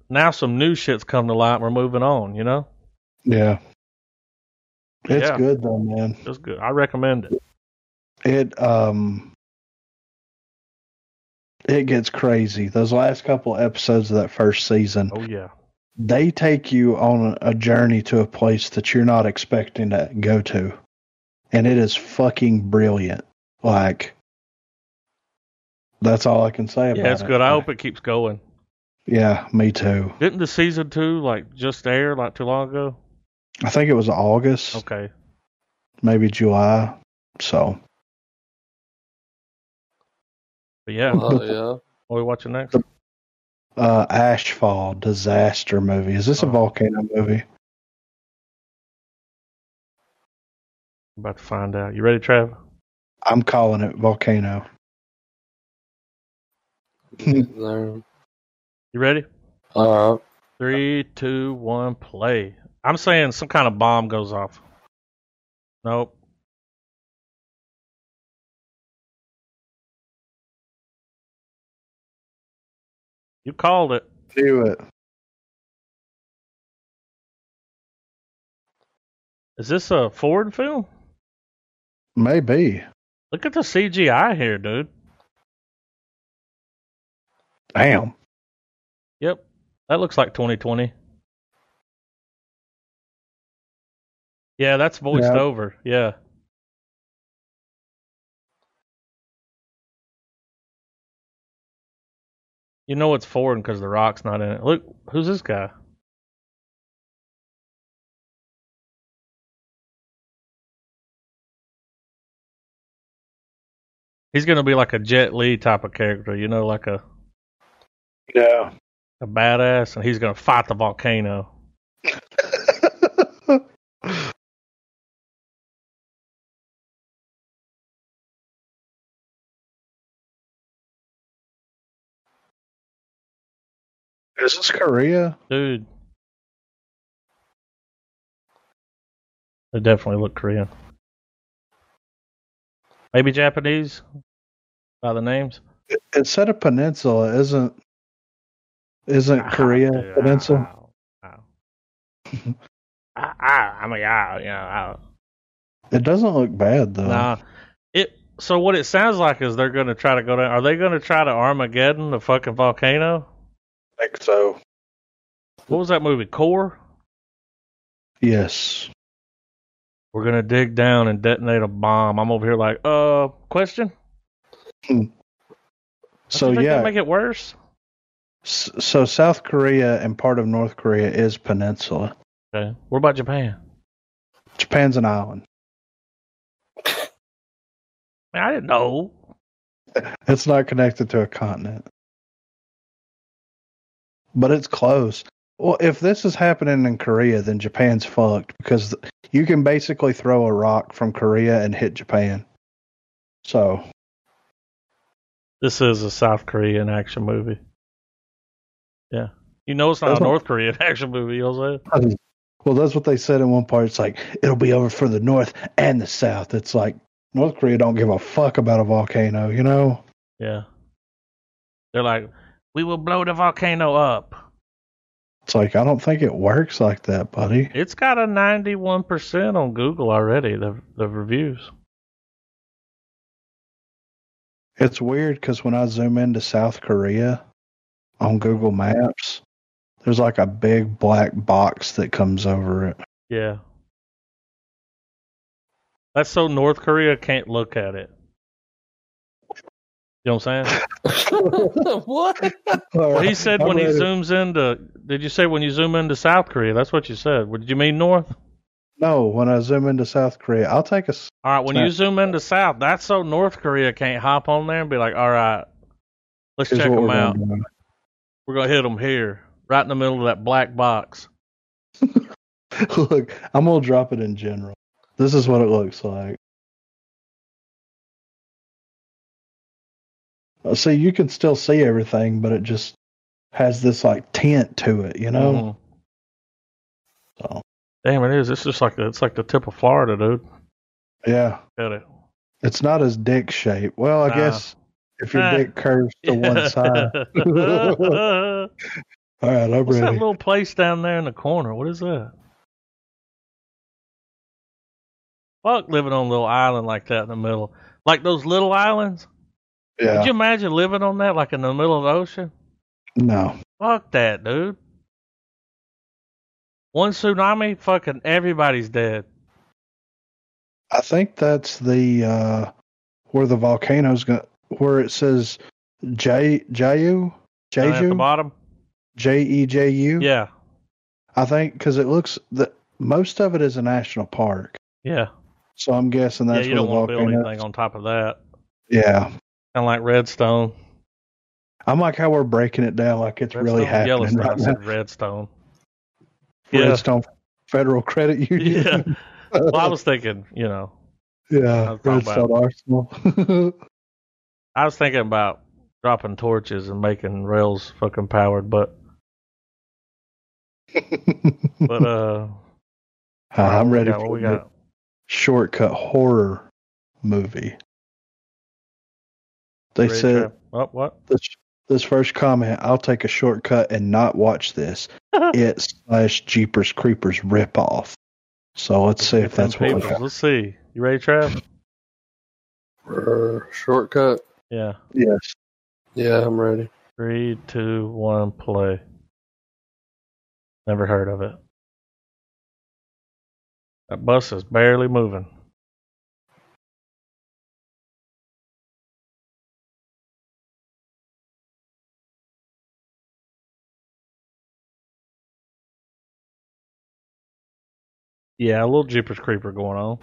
S1: Now some new shit's come to light and we're moving on, you know?
S2: yeah. It's
S1: Yeah.
S2: good though, man.
S1: It's good. I recommend it.
S2: It um it gets crazy. Those last couple episodes of that first season,
S1: Oh yeah.
S2: they take you on a journey to a place that you're not expecting to go to. And it is fucking brilliant. Like that's all I can say about it.
S1: Yeah, it's good. I hope it keeps going.
S2: Yeah, me too.
S1: Didn't the season two like just air like too long ago?
S2: I think it was August,
S1: Okay.
S2: maybe July. So
S1: But yeah, what
S3: Oh, yeah.
S1: are we watching next?
S2: uh Ashfall disaster Oh. movie. Is this a
S1: Oh.
S2: volcano movie?
S1: I'm about to find out. You ready, Trav?
S2: I'm calling it Volcano.
S3: All
S1: You ready?
S3: right.
S1: Three, two, one, play. I'm saying some kind of bomb goes off. Nope. You called it.
S2: Do it.
S1: Is this a Ford film?
S2: Maybe.
S1: Look at the CGI here, dude.
S2: Damn.
S1: Yep. That looks like 2020. Yeah, that's voiced
S2: Yeah.
S1: over. Yeah. You know it's foreign because The Rock's not in it. Look, who's this guy? He's gonna be like a Jet Li type of character, you know, like a
S2: Yeah.
S1: a badass, and he's gonna fight the volcano.
S2: Is this Korea?
S1: Dude. They definitely look Korean. Maybe Japanese by the names.
S2: It, it said a peninsula, isn't? Isn't
S1: Ah,
S2: Korea
S1: Dude,
S2: a peninsula?
S1: I, I, I, I, I mean, I, you know, I,
S2: It doesn't look bad though.
S1: nah. It. So what it sounds like is they're going to try to go down. Are they going to try to Armageddon the fucking volcano?
S2: I think so.
S1: What was that movie? Core.
S2: Yes.
S1: We're gonna dig down and detonate a bomb. I'm over here like, uh, question. Don't
S2: So
S1: you think that
S2: yeah.
S1: make it worse.
S2: S- so South Korea and part of North Korea is peninsula.
S1: Okay. What about Japan?
S2: Japan's an island.
S1: Man, I didn't know.
S2: It's not connected to a continent. But it's close. Well, if this is happening in Korea, then Japan's fucked because th- you can basically throw a rock from Korea and hit Japan. So,
S1: This is a South Korean action movie. Yeah. You know it's not
S2: That's
S1: a
S2: what-
S1: North Korean action movie. You know what I'm saying?
S2: well, that's what they said in one part. It's like, it'll be over for the North and the South. It's like, North Korea don't give a fuck about a volcano, you know?
S1: Yeah. They're like, we will blow the volcano up.
S2: It's like, I don't think it works like that, buddy.
S1: It's got a 91% on Google already. The the reviews.
S2: It's weird because when I zoom into South Korea on Google Maps, there's like a big black box that comes over it.
S1: Yeah. That's so North Korea can't look at it. You know what I'm saying?
S3: what?
S1: Well, he said when he zooms into. Did you say when you zoom into South Korea? That's what you said. What- Did you mean North?
S2: No, when I zoom into South Korea, I'll take a. s-
S1: All right. When
S2: South.
S1: you zoom into South, that's so North Korea can't hop on there and be like, all right, let's
S2: here's
S1: check
S2: what we're
S1: them
S2: gonna
S1: out.
S2: do.
S1: We're gonna hit them here, right in the middle of that black box.
S2: Look, I'm gonna drop it in general. This is what it looks like. Uh, See, you can still see everything, but it just has this like tint to it, you know.
S1: Mhm.
S2: So.
S1: Damn, it is. It's just like it's like the tip of Florida, dude. Mm-hmm.
S2: Yeah.
S1: Got it.
S2: It's not as dick shaped. Well, I
S1: Nah.
S2: guess if your
S1: Ah.
S2: dick curves to one side.
S1: What's
S2: All right, I'm
S1: that
S2: ready.
S1: little place down there in the corner? What is that? Fuck living on a little island like that in the middle. Like those little islands. Could
S2: yeah.
S1: you imagine living on that like in the middle of the ocean?
S2: No.
S1: Fuck that, dude. One tsunami, fucking everybody's dead.
S2: I think that's the uh where the volcano's going where it says J Jayu
S1: Down Oh, at the
S2: Jeju
S1: bottom.
S2: J E J U.
S1: Yeah.
S2: I think cuz it looks that most of it is a national park.
S1: Yeah.
S2: So I'm guessing
S1: Yeah,
S2: that's
S1: you
S2: where
S1: don't
S2: the
S1: want to build
S2: volcano.
S1: anything on top of that.
S2: Yeah.
S1: Kind of like Redstone.
S2: I'm like how we're breaking it down like it's
S1: Redstone
S2: really
S1: and
S2: happening
S1: Yellowstone.
S2: right
S1: I
S2: now.
S1: said Redstone. Yeah.
S2: Redstone Federal Credit Union.
S1: Yeah. Well, I was thinking, you know,
S2: Yeah,
S1: That's not
S2: Red
S1: bad.
S2: Star Arsenal.
S1: I was thinking about dropping torches and making rails fucking powered, but but uh,
S2: Uh, I'm ready
S1: What
S2: for
S1: we
S2: the
S1: got?
S2: shortcut horror movie. They
S1: Red
S2: said
S1: Trap. Oh, what?
S2: this, this first comment. I'll take a shortcut and not watch this. it slash Jeepers Creepers ripoff. So let's see if that's what we
S1: People,
S2: got.
S1: Let's see. You ready, Trav?
S3: Brr, Shortcut.
S1: Yeah.
S2: Yes.
S3: Yeah, I'm ready.
S1: Three, two, one, play. Never heard of it. That bus is barely moving. Yeah, a little jeepers creeper going on.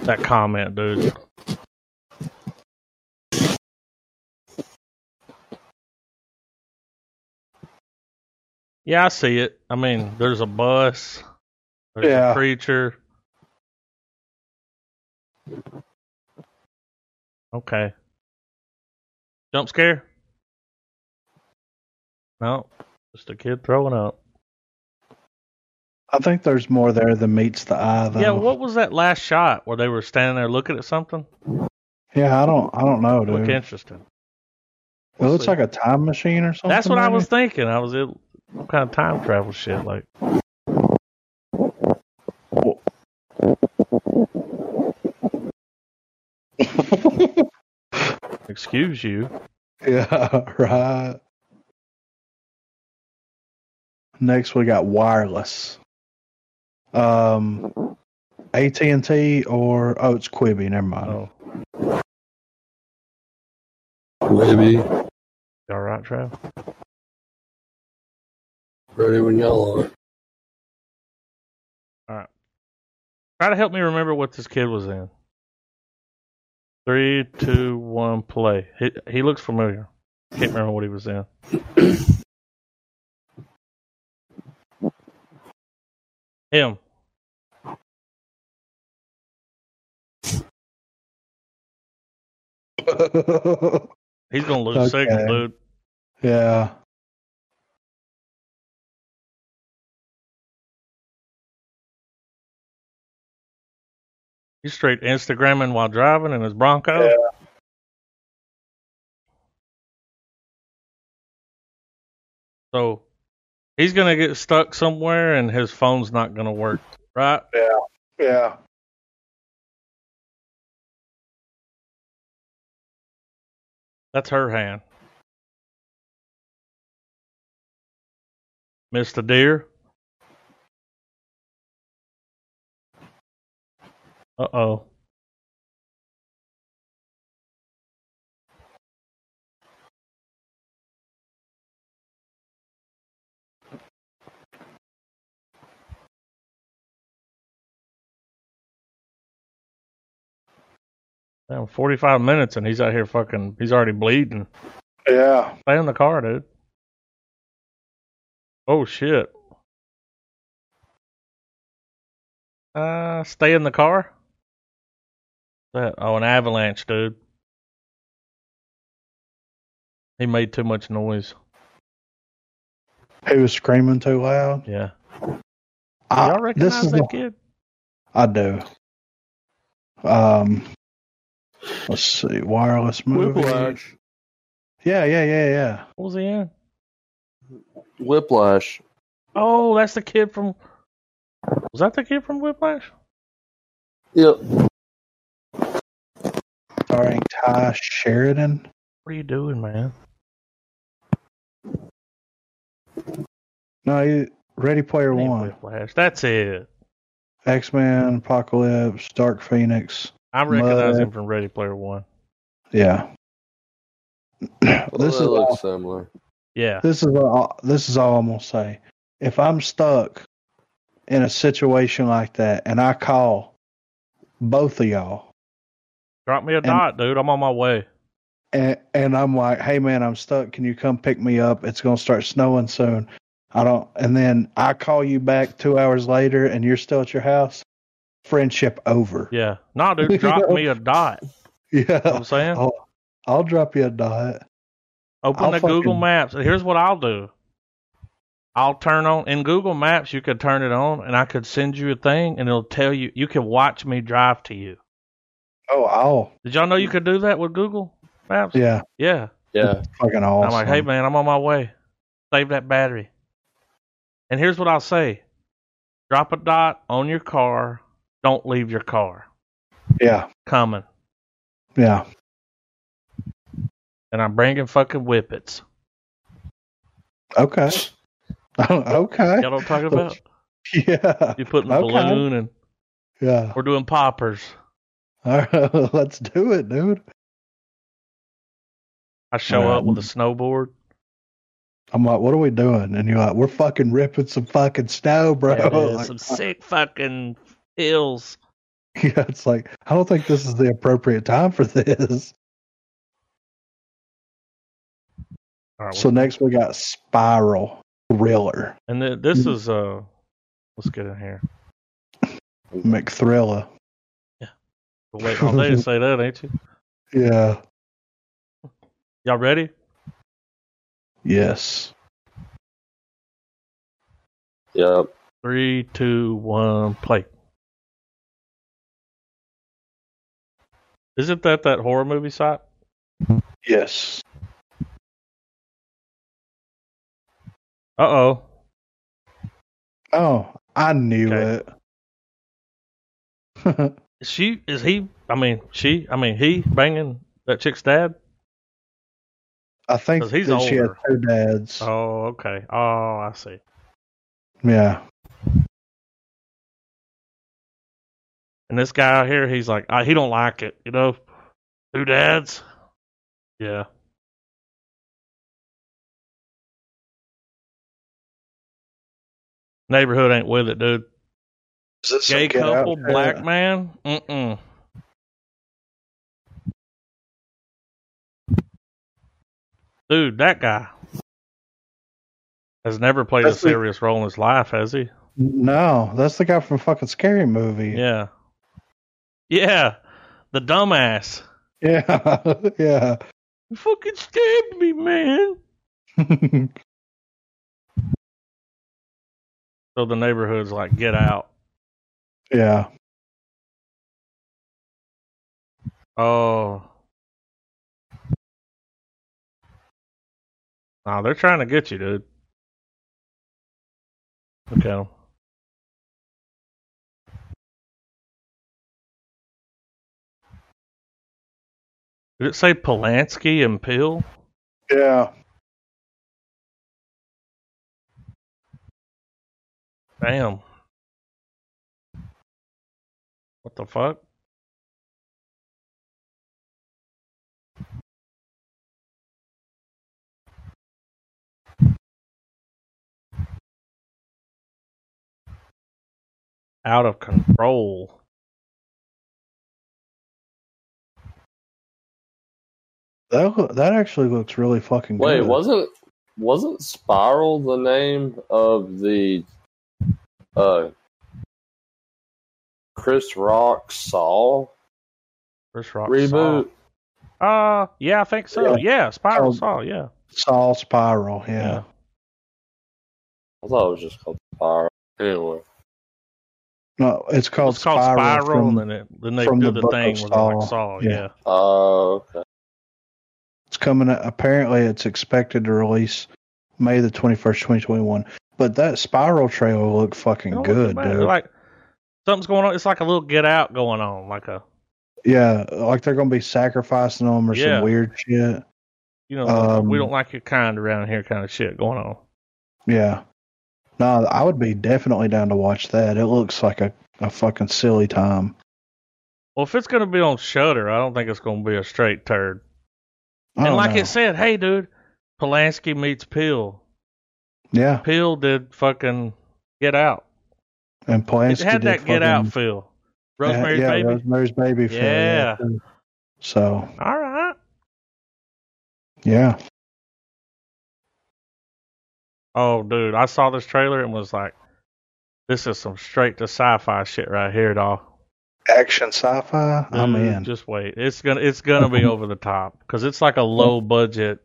S1: That comment, dude. Yeah, I see it. I mean, there's a bus. There's
S2: Yeah.
S1: a creature. Okay. Jump scare? No. Just a kid throwing up.
S2: I think there's more there than meets the eye though.
S1: Yeah, what was that last shot where they were standing there looking at something?
S2: Yeah, I don't I don't know,
S1: Look
S2: dude.
S1: interesting.
S2: it looks
S3: see.
S2: like a time machine or something.
S1: That's what I
S2: maybe?
S1: was thinking. I was Oh, in some kind of time travel shit. Like, excuse you.
S2: Yeah, right. Next, we got wireless. Um, AT and T or oh, it's Quibi. Never mind.
S1: Oh,
S3: Ready.
S1: you all right, Trav?
S3: Ready when y'all are.
S1: Try to help me remember what this kid was in. Three, two, one, play. He, he looks familiar. Can't remember what he was in. Him. Oh. He's gonna lose
S2: Okay.
S1: signal, dude.
S2: yeah.
S1: He's straight Instagramming while driving in his Bronco.
S2: Yeah.
S1: So he's gonna get stuck somewhere and his phone's not gonna work, right?
S2: Yeah.
S1: That's her hand. Missed a deer. Uh oh. Damn, 45 minutes and he's out here fucking, he's already bleeding.
S2: Yeah.
S1: Stay in the car, dude. Oh shit. Uh, stay in the car. That oh, an avalanche, dude. He made too much noise.
S2: He was screaming too loud.
S1: Yeah,
S2: I,
S1: y'all
S2: Ah, this
S1: recognize
S2: is
S1: that
S2: the,
S1: kid?
S2: I do. Um, let's see. Wireless movie.
S3: Whiplash.
S2: Yeah, yeah, yeah, yeah.
S1: What was he in?
S3: Whiplash.
S1: Oh, that's the kid from. Was that the kid from Whiplash?
S3: Yep.
S2: Starring Ty Sheridan.
S1: What are you doing, man?
S2: No, he, Ready Player
S1: Ain't
S2: One.
S1: Whiplash. That's it.
S2: X Men, Apocalypse, Dark Phoenix.
S1: I recognize
S2: Mud.
S1: him from Ready Player One.
S2: Yeah.
S3: Well,
S2: this
S3: that
S2: is
S3: looks similar.
S1: Yeah.
S2: This is all, this is all I'm gonna say. If I'm stuck in a situation like that, and I call both of y'all,
S1: Drop me a dot, dude. I'm on my way.
S2: and, and I'm like, "Hey man, I'm stuck. Can you come pick me up? It's gonna start snowing soon." I don't. And then I call you back two hours later, and you're still at your house. Friendship over.
S1: Yeah. Nah, dude, drop me a dot. You know what
S2: Yeah,
S1: I'm saying?
S2: I'll, I'll drop you a dot.
S1: Open
S2: I'll
S1: the Google
S2: fucking-
S1: Maps. Here's what I'll do. I'll turn on in Google Maps. You could turn it on, and I could send you a thing, and it'll tell you. You can watch me drive to you.
S2: Oh, I'll.
S1: Did y'all know you could do that with Google Maps?
S2: Yeah,
S1: Yeah.
S3: Yeah.
S2: fucking awesome.
S1: I'm like, hey man, I'm on my way. Save that battery. And here's what I'll say: drop a dot on your car. Don't leave your car.
S2: Yeah,
S1: Coming,
S2: yeah.
S1: and I'm bringing fucking whippets.
S2: Okay. okay.
S1: Y'all know what I'm talking about?
S2: Yeah.
S1: You putting a
S2: Okay.
S1: balloon, and
S2: Yeah.
S1: we're doing poppers.
S2: All right, let's do it, dude.
S1: I show
S2: Yeah.
S1: up with a snowboard.
S2: I'm like, what are we doing? And you're like, we're fucking ripping some fucking snow, bro.
S1: Yeah, dude,
S2: Like,
S1: some sick fucking hills.
S2: yeah, it's like, I don't think this is the appropriate time for this.
S1: All right,
S2: So next we got Spiral Thriller
S1: and th- this is uh, let's get in here.
S2: McThriller.
S1: But wait, all day to say that, ain't you?
S2: Yeah.
S1: Y'all ready?
S2: Yes.
S3: Yep.
S1: Three, two, one, play. Isn't that that horror movie site?
S2: Yes.
S1: Uh oh.
S2: Oh, I knew
S1: Okay.
S2: it.
S1: Is she? Is he? I mean, she? I mean, he banging that chick's dad?
S2: I think
S1: 'Cause he's
S2: that she had
S1: older.
S2: two dads.
S1: Oh, okay. Oh, I see.
S2: Yeah.
S1: And this guy out here, he's like, I, he don't like it, you know. Two dads. Yeah. Neighborhood ain't with it, dude.
S2: Is this
S1: Gay couple, black man. Mm-mm. Dude, that guy has never played
S2: That's
S1: a
S2: the-
S1: serious role in his life, has he?
S2: No, that's the guy from fucking scary movie.
S1: Yeah. Yeah. The dumbass.
S2: Yeah. yeah.
S1: You fucking stabbed me, man. So the neighborhood's like, get out.
S2: yeah.
S1: Oh. Nah, they're trying to get you, dude. Look at 'em. Did it say Polanski and Peel?
S2: Yeah.
S1: Damn. What the fuck? Out of control.
S2: That loo- that actually looks really fucking
S3: Wait,
S2: good.
S3: wasn't wasn't Spiral the name of the uh Chris Rock Saw
S1: Chris Rock
S3: reboot?
S1: Saw. Uh, yeah, I think so. Yeah,
S2: Yeah.
S1: Spiral
S2: Um,
S1: Saw. Yeah.
S2: Saw Spiral? Yeah.
S1: Yeah.
S3: I thought it was just called Spiral. Anyway.
S2: No, it's called,
S1: It's called Spiral,
S2: from-
S1: and it, then they
S2: from
S1: do
S2: the
S1: the,
S2: book
S1: thing
S2: of
S1: with like
S2: Saw.
S1: Saw.
S2: Yeah.
S1: yeah.
S3: Oh, okay.
S2: it's coming. out- Apparently, it's expected to release May the twenty first, twenty twenty one. But that Spiral trailer looked
S1: It
S2: fucking
S1: don't look
S2: good,
S1: too bad.
S2: dude.
S1: Like something's going on. It's like a little get out going on. Like a
S2: yeah, like they're gonna be sacrificing them or
S1: Yeah.
S2: some weird shit.
S1: you know
S2: Um,
S1: we don't like your kind around here kind of shit going on.
S2: Yeah. No, I would be definitely down to watch that. It looks like a, a fucking silly time.
S1: Well, if it's gonna be on Shutter, I don't think it's gonna be a straight turd.
S2: I
S1: and
S2: don't
S1: like
S2: know.
S1: it said, hey dude, Polanski meets Peel.
S2: Yeah,
S1: Peel did fucking Get Out.
S2: and Polanski
S1: It had
S2: did
S1: that Get Out
S2: fucking-
S1: feel.
S2: yeah,
S1: Rosemary's
S2: yeah,
S1: Baby.
S2: Rosemary's Baby. film,
S1: Yeah.
S2: too. So
S1: All right.
S2: yeah,
S1: Oh, dude, I saw this trailer and was like, "This is some straight to sci-fi shit right here, dog."
S2: action sci-fi. I'm
S1: Dude,
S2: in.
S1: Mm, Just wait. It's gonna it's gonna be over the top because it's like a low budget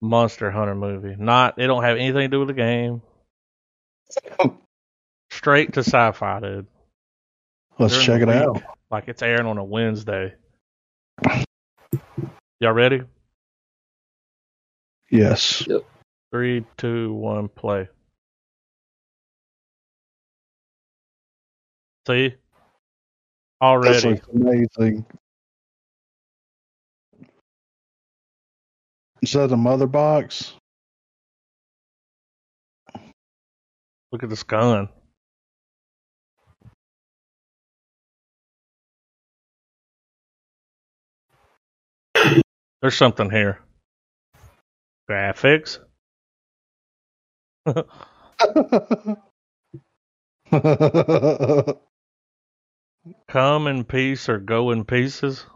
S1: monster hunter movie. Not it don't have anything to do with the game. Straight to sci-fi, dude.
S2: Let's
S1: during
S2: check it
S1: the
S2: out.
S1: week. Like it's airing on a Wednesday. Y'all ready?
S2: Yes.
S1: Three, two, one, play. See?
S2: This
S1: Already.
S2: looks amazing. Is that the mother box?
S1: Look at this gun. There's something here. Graphics.
S2: That's
S1: Come in peace or go in pieces.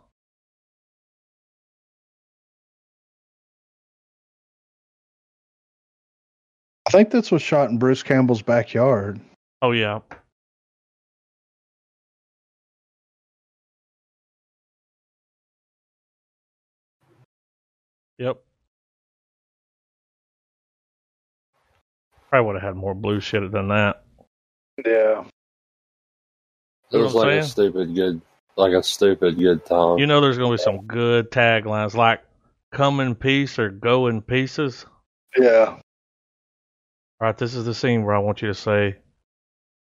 S2: I think this was shot in Bruce Campbell's backyard.
S1: Oh yeah. Yep. Probably would have had more blue shit than that.
S2: Yeah.
S3: It was
S1: What I'm saying?
S3: like a stupid good, like a stupid good time.
S1: You know, there's gonna be some good taglines like "Come in peace" or "Go in pieces."
S2: Yeah.
S1: All right, this is the scene where I want you to say,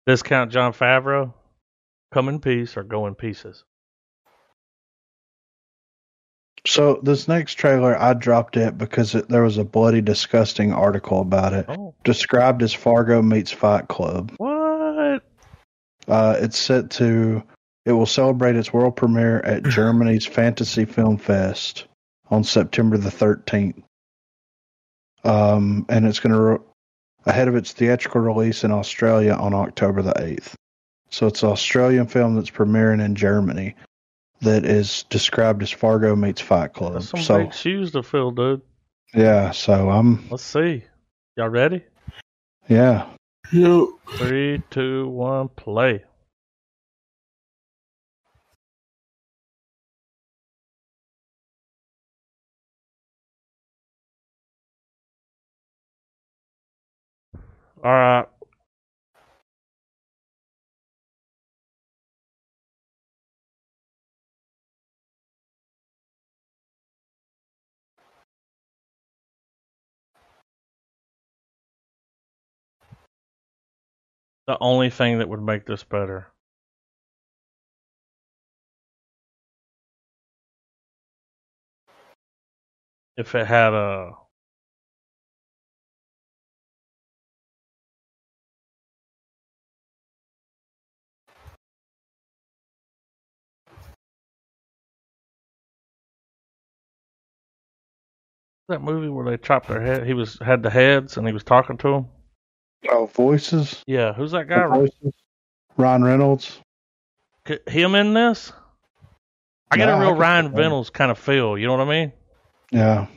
S1: "Discount John Favreau, come in peace or go in pieces."
S2: So this next trailer, I dropped it because it, there was a bloody disgusting article about it,
S1: Oh,
S2: described as Fargo meets Fight Club.
S1: what?
S2: Uh, it's set to. It will celebrate its world premiere at
S1: Mm-hmm.
S2: Germany's Fantasy Film Fest on September the 13th. Um, and it's going to re- ahead of its theatrical release in Australia on October the 8th. So it's an Australian film that's premiering in Germany that is described as Fargo meets Fight Club.
S1: That's some
S2: So
S1: big shoes to fill, dude.
S2: yeah, so I'm
S1: Let's see. Y'all ready?
S2: yeah.
S1: Three, two, one, play. All right. The only thing that would make this better. If it had a. That movie where they chopped their head, he was had the heads and he was talking to him.
S2: Oh, voices.
S1: Yeah, who's that guy?
S2: voices. Ryan Reynolds.
S1: C- him in this? I get
S2: Yeah,
S1: a
S2: I
S1: real
S2: can see
S1: Ryan
S2: that.
S1: Reynolds kind of feel. You know what I mean?
S2: Yeah.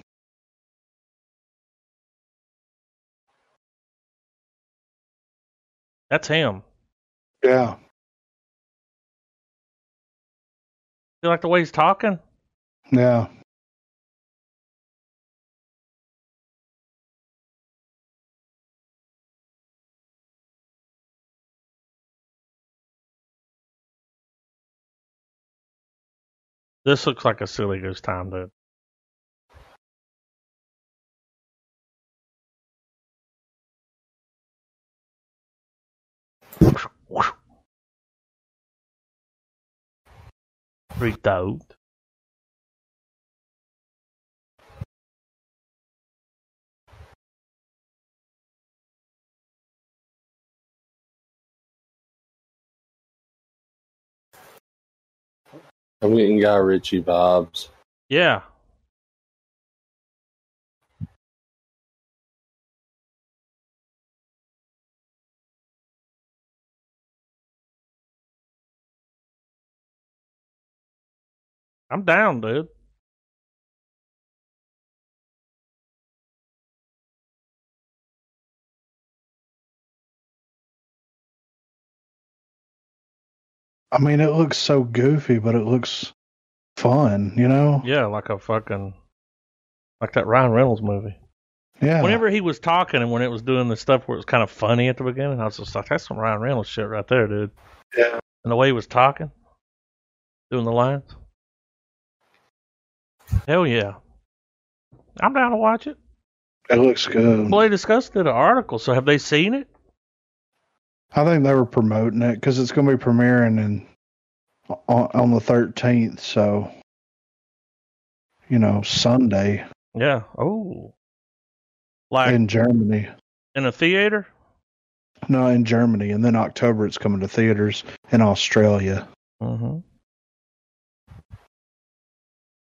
S1: That's him.
S2: Yeah.
S1: You like the way he's talking?
S2: Yeah.
S1: This looks like a silly goose time, dude. Freaked out.
S3: I'm getting Guy Ritchie vibes.
S1: Yeah. I'm down, dude.
S2: I mean, it looks so goofy, but it looks fun, you know?
S1: Yeah, like a fucking like that Ryan Reynolds movie.
S2: Yeah.
S1: Whenever he was talking and when it was doing the stuff where it was kind of funny at the beginning, I was just like, "That's some Ryan Reynolds shit right there, dude."
S2: Yeah.
S1: And the way he was talking, doing the lines. Hell yeah, I'm down to watch it.
S2: It looks good.
S1: Well, they discussed it in an article. So have they seen it?
S2: I think they were promoting it because it's going to be premiering in, on, on the 13th. So, you know, Sunday
S1: Yeah. Oh, like in,
S2: in Germany.
S1: a theater?
S2: No, in Germany. And then October, it's coming to theaters in Australia.
S1: Mm-hmm.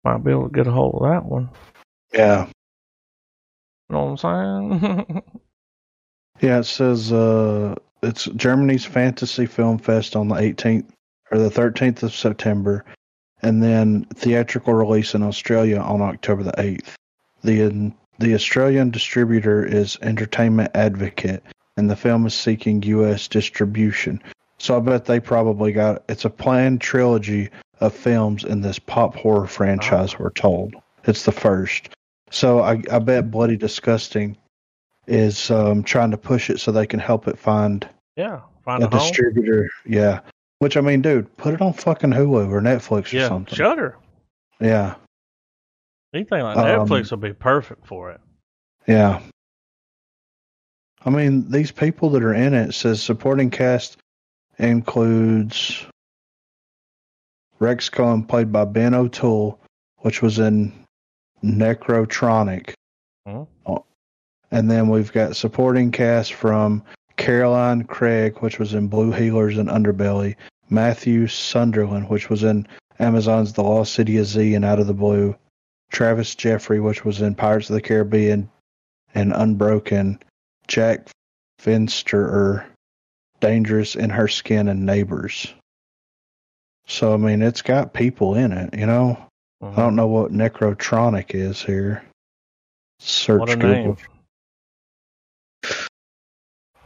S1: Might be able to get a hold of that one.
S2: Yeah.
S1: You know what I'm saying?
S2: Yeah. It says uh, it's Germany's Fantasy Film Fest on the 18th or the 13th of September. And then theatrical release in Australia on October the 8th. The, the Australian distributor is Entertainment Advocate, and the film is seeking U.S. distribution. So I bet they probably got it's a planned trilogy of films in this pop horror franchise. We're told it's the first. So I, I bet Bloody Disgusting is um, trying to push it so they can help it find
S1: yeah. Find
S2: a
S1: a home.
S2: distributor. Yeah. Which I mean, dude, put it on fucking Hulu or Netflix or
S1: yeah.
S2: something.
S1: Shutter.
S2: Yeah.
S1: Anything like
S2: Um,
S1: Netflix would be perfect for it.
S2: Yeah. I mean, these people that are in it says supporting cast includes Rex Cohen, played by Ben O'Toole, which was in Necrotronic.
S1: Mhm.
S2: Oh, And then we've got supporting cast from Caroline Craig, which was in Blue Healers and Underbelly, Matthew Sunderland, which was in Amazon's The Lost City of Z and Out of the Blue, Travis Jeffrey, which was in Pirates of the Caribbean and Unbroken, Jack Finsterer, Dangerous in Her Skin, and Neighbors. So, I mean, it's got people in it, you know? I
S1: Mm-hmm.
S2: don't know what Necrotronic is here. Search
S1: What a
S2: Google.
S1: name.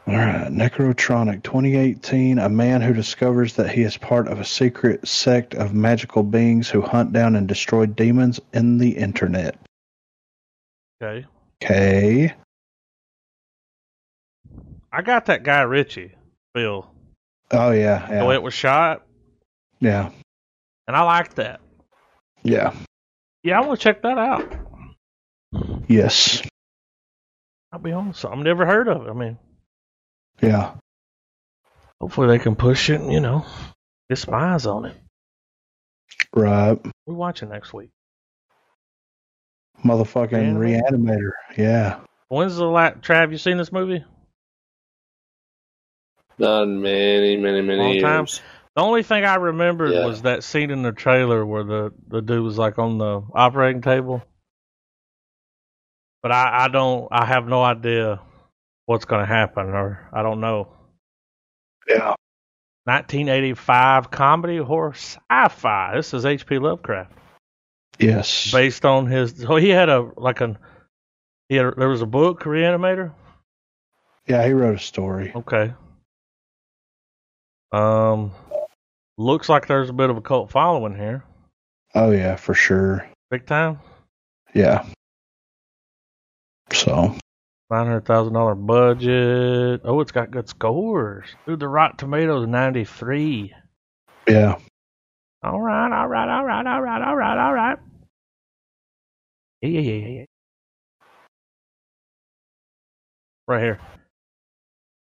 S2: All right, Necrotronic 2018, a man who discovers that he is part of a secret sect of magical beings who hunt down and destroy demons in the internet.
S1: Okay.
S2: Okay.
S1: I got that guy Richie, Bill.
S2: Oh yeah,
S1: The way
S2: yeah,
S1: it was shot,
S2: yeah,
S1: and I liked that.
S2: yeah.
S1: Yeah, I want to check that out.
S2: Yes,
S1: I'll be honest, I've never heard of it. I mean,
S2: yeah.
S1: hopefully they can push it and, you know, get some eyes on it.
S2: Right,
S1: We're watching next week.
S2: motherfucking
S1: Reanimator.
S2: reanimator. Yeah.
S1: When's the last, Trav, you seen this movie?
S3: Done many, many,
S1: Long
S3: many
S1: time.
S3: years.
S1: The only thing I remembered
S3: Yeah.
S1: was that scene in the trailer where the, the dude was like on the operating table. But I, I don't, I have no idea what's going to happen, or I don't know.
S2: Yeah.
S1: 1985 comedy horror sci-fi. This is H.P. Lovecraft,
S2: Yes.
S1: based on his. So he had a like an. He had, there was a book reanimator.
S2: yeah, he wrote a story.
S1: Okay. Um, looks like there's a bit of a cult following here,
S2: Oh yeah, for sure.
S1: big time.
S2: Yeah. So
S1: Nine hundred thousand dollar budget. Oh, it's got good scores. Dude, the Rotten Tomatoes ninety three.
S2: yeah,
S1: All right, all right, all right, all right, all right, all right. Yeah, yeah, yeah, yeah, yeah. Right here.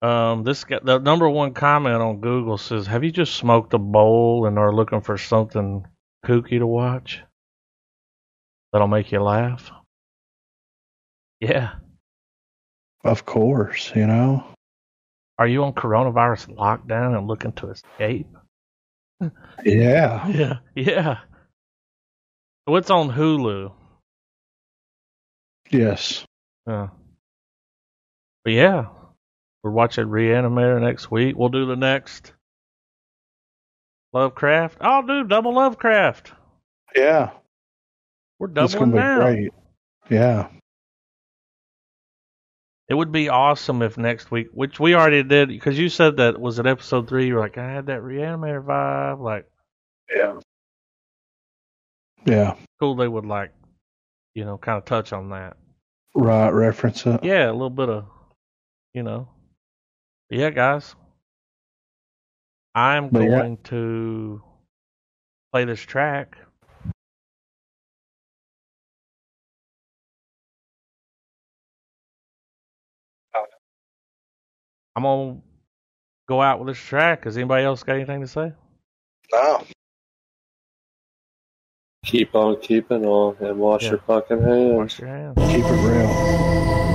S1: Um, this guy, the number one comment on Google says, "Have you just smoked a bowl and are looking for something kooky to watch that'll make you laugh?" Yeah.
S2: of course, you know.
S1: Are you on coronavirus lockdown and looking to escape?
S2: Yeah.
S1: Yeah, yeah. What's on Hulu?
S2: Yes.
S1: Yeah. But yeah, we're watching Reanimator next week. We'll do the next Lovecraft. I'll do double Lovecraft.
S2: Yeah,
S1: We're
S2: it's
S1: doubling
S2: gonna be
S1: down.
S2: great. Yeah,
S1: It would be awesome if next week, which we already did, because you said that was it episode three. You were like, I had that reanimator vibe. Like,
S2: yeah, yeah.
S1: cool. They would like, you know, kind of touch on that.
S2: Right, reference it.
S1: Yeah, a little bit of, you know. But yeah, guys. I'm
S2: But yeah.
S1: going to play this track. I'm going to go out with this track. Has anybody else got anything to say?
S2: No.
S3: Keep on keeping on and wash
S1: Yeah.
S3: your fucking hands.
S1: Wash your hands.
S2: Keep it real.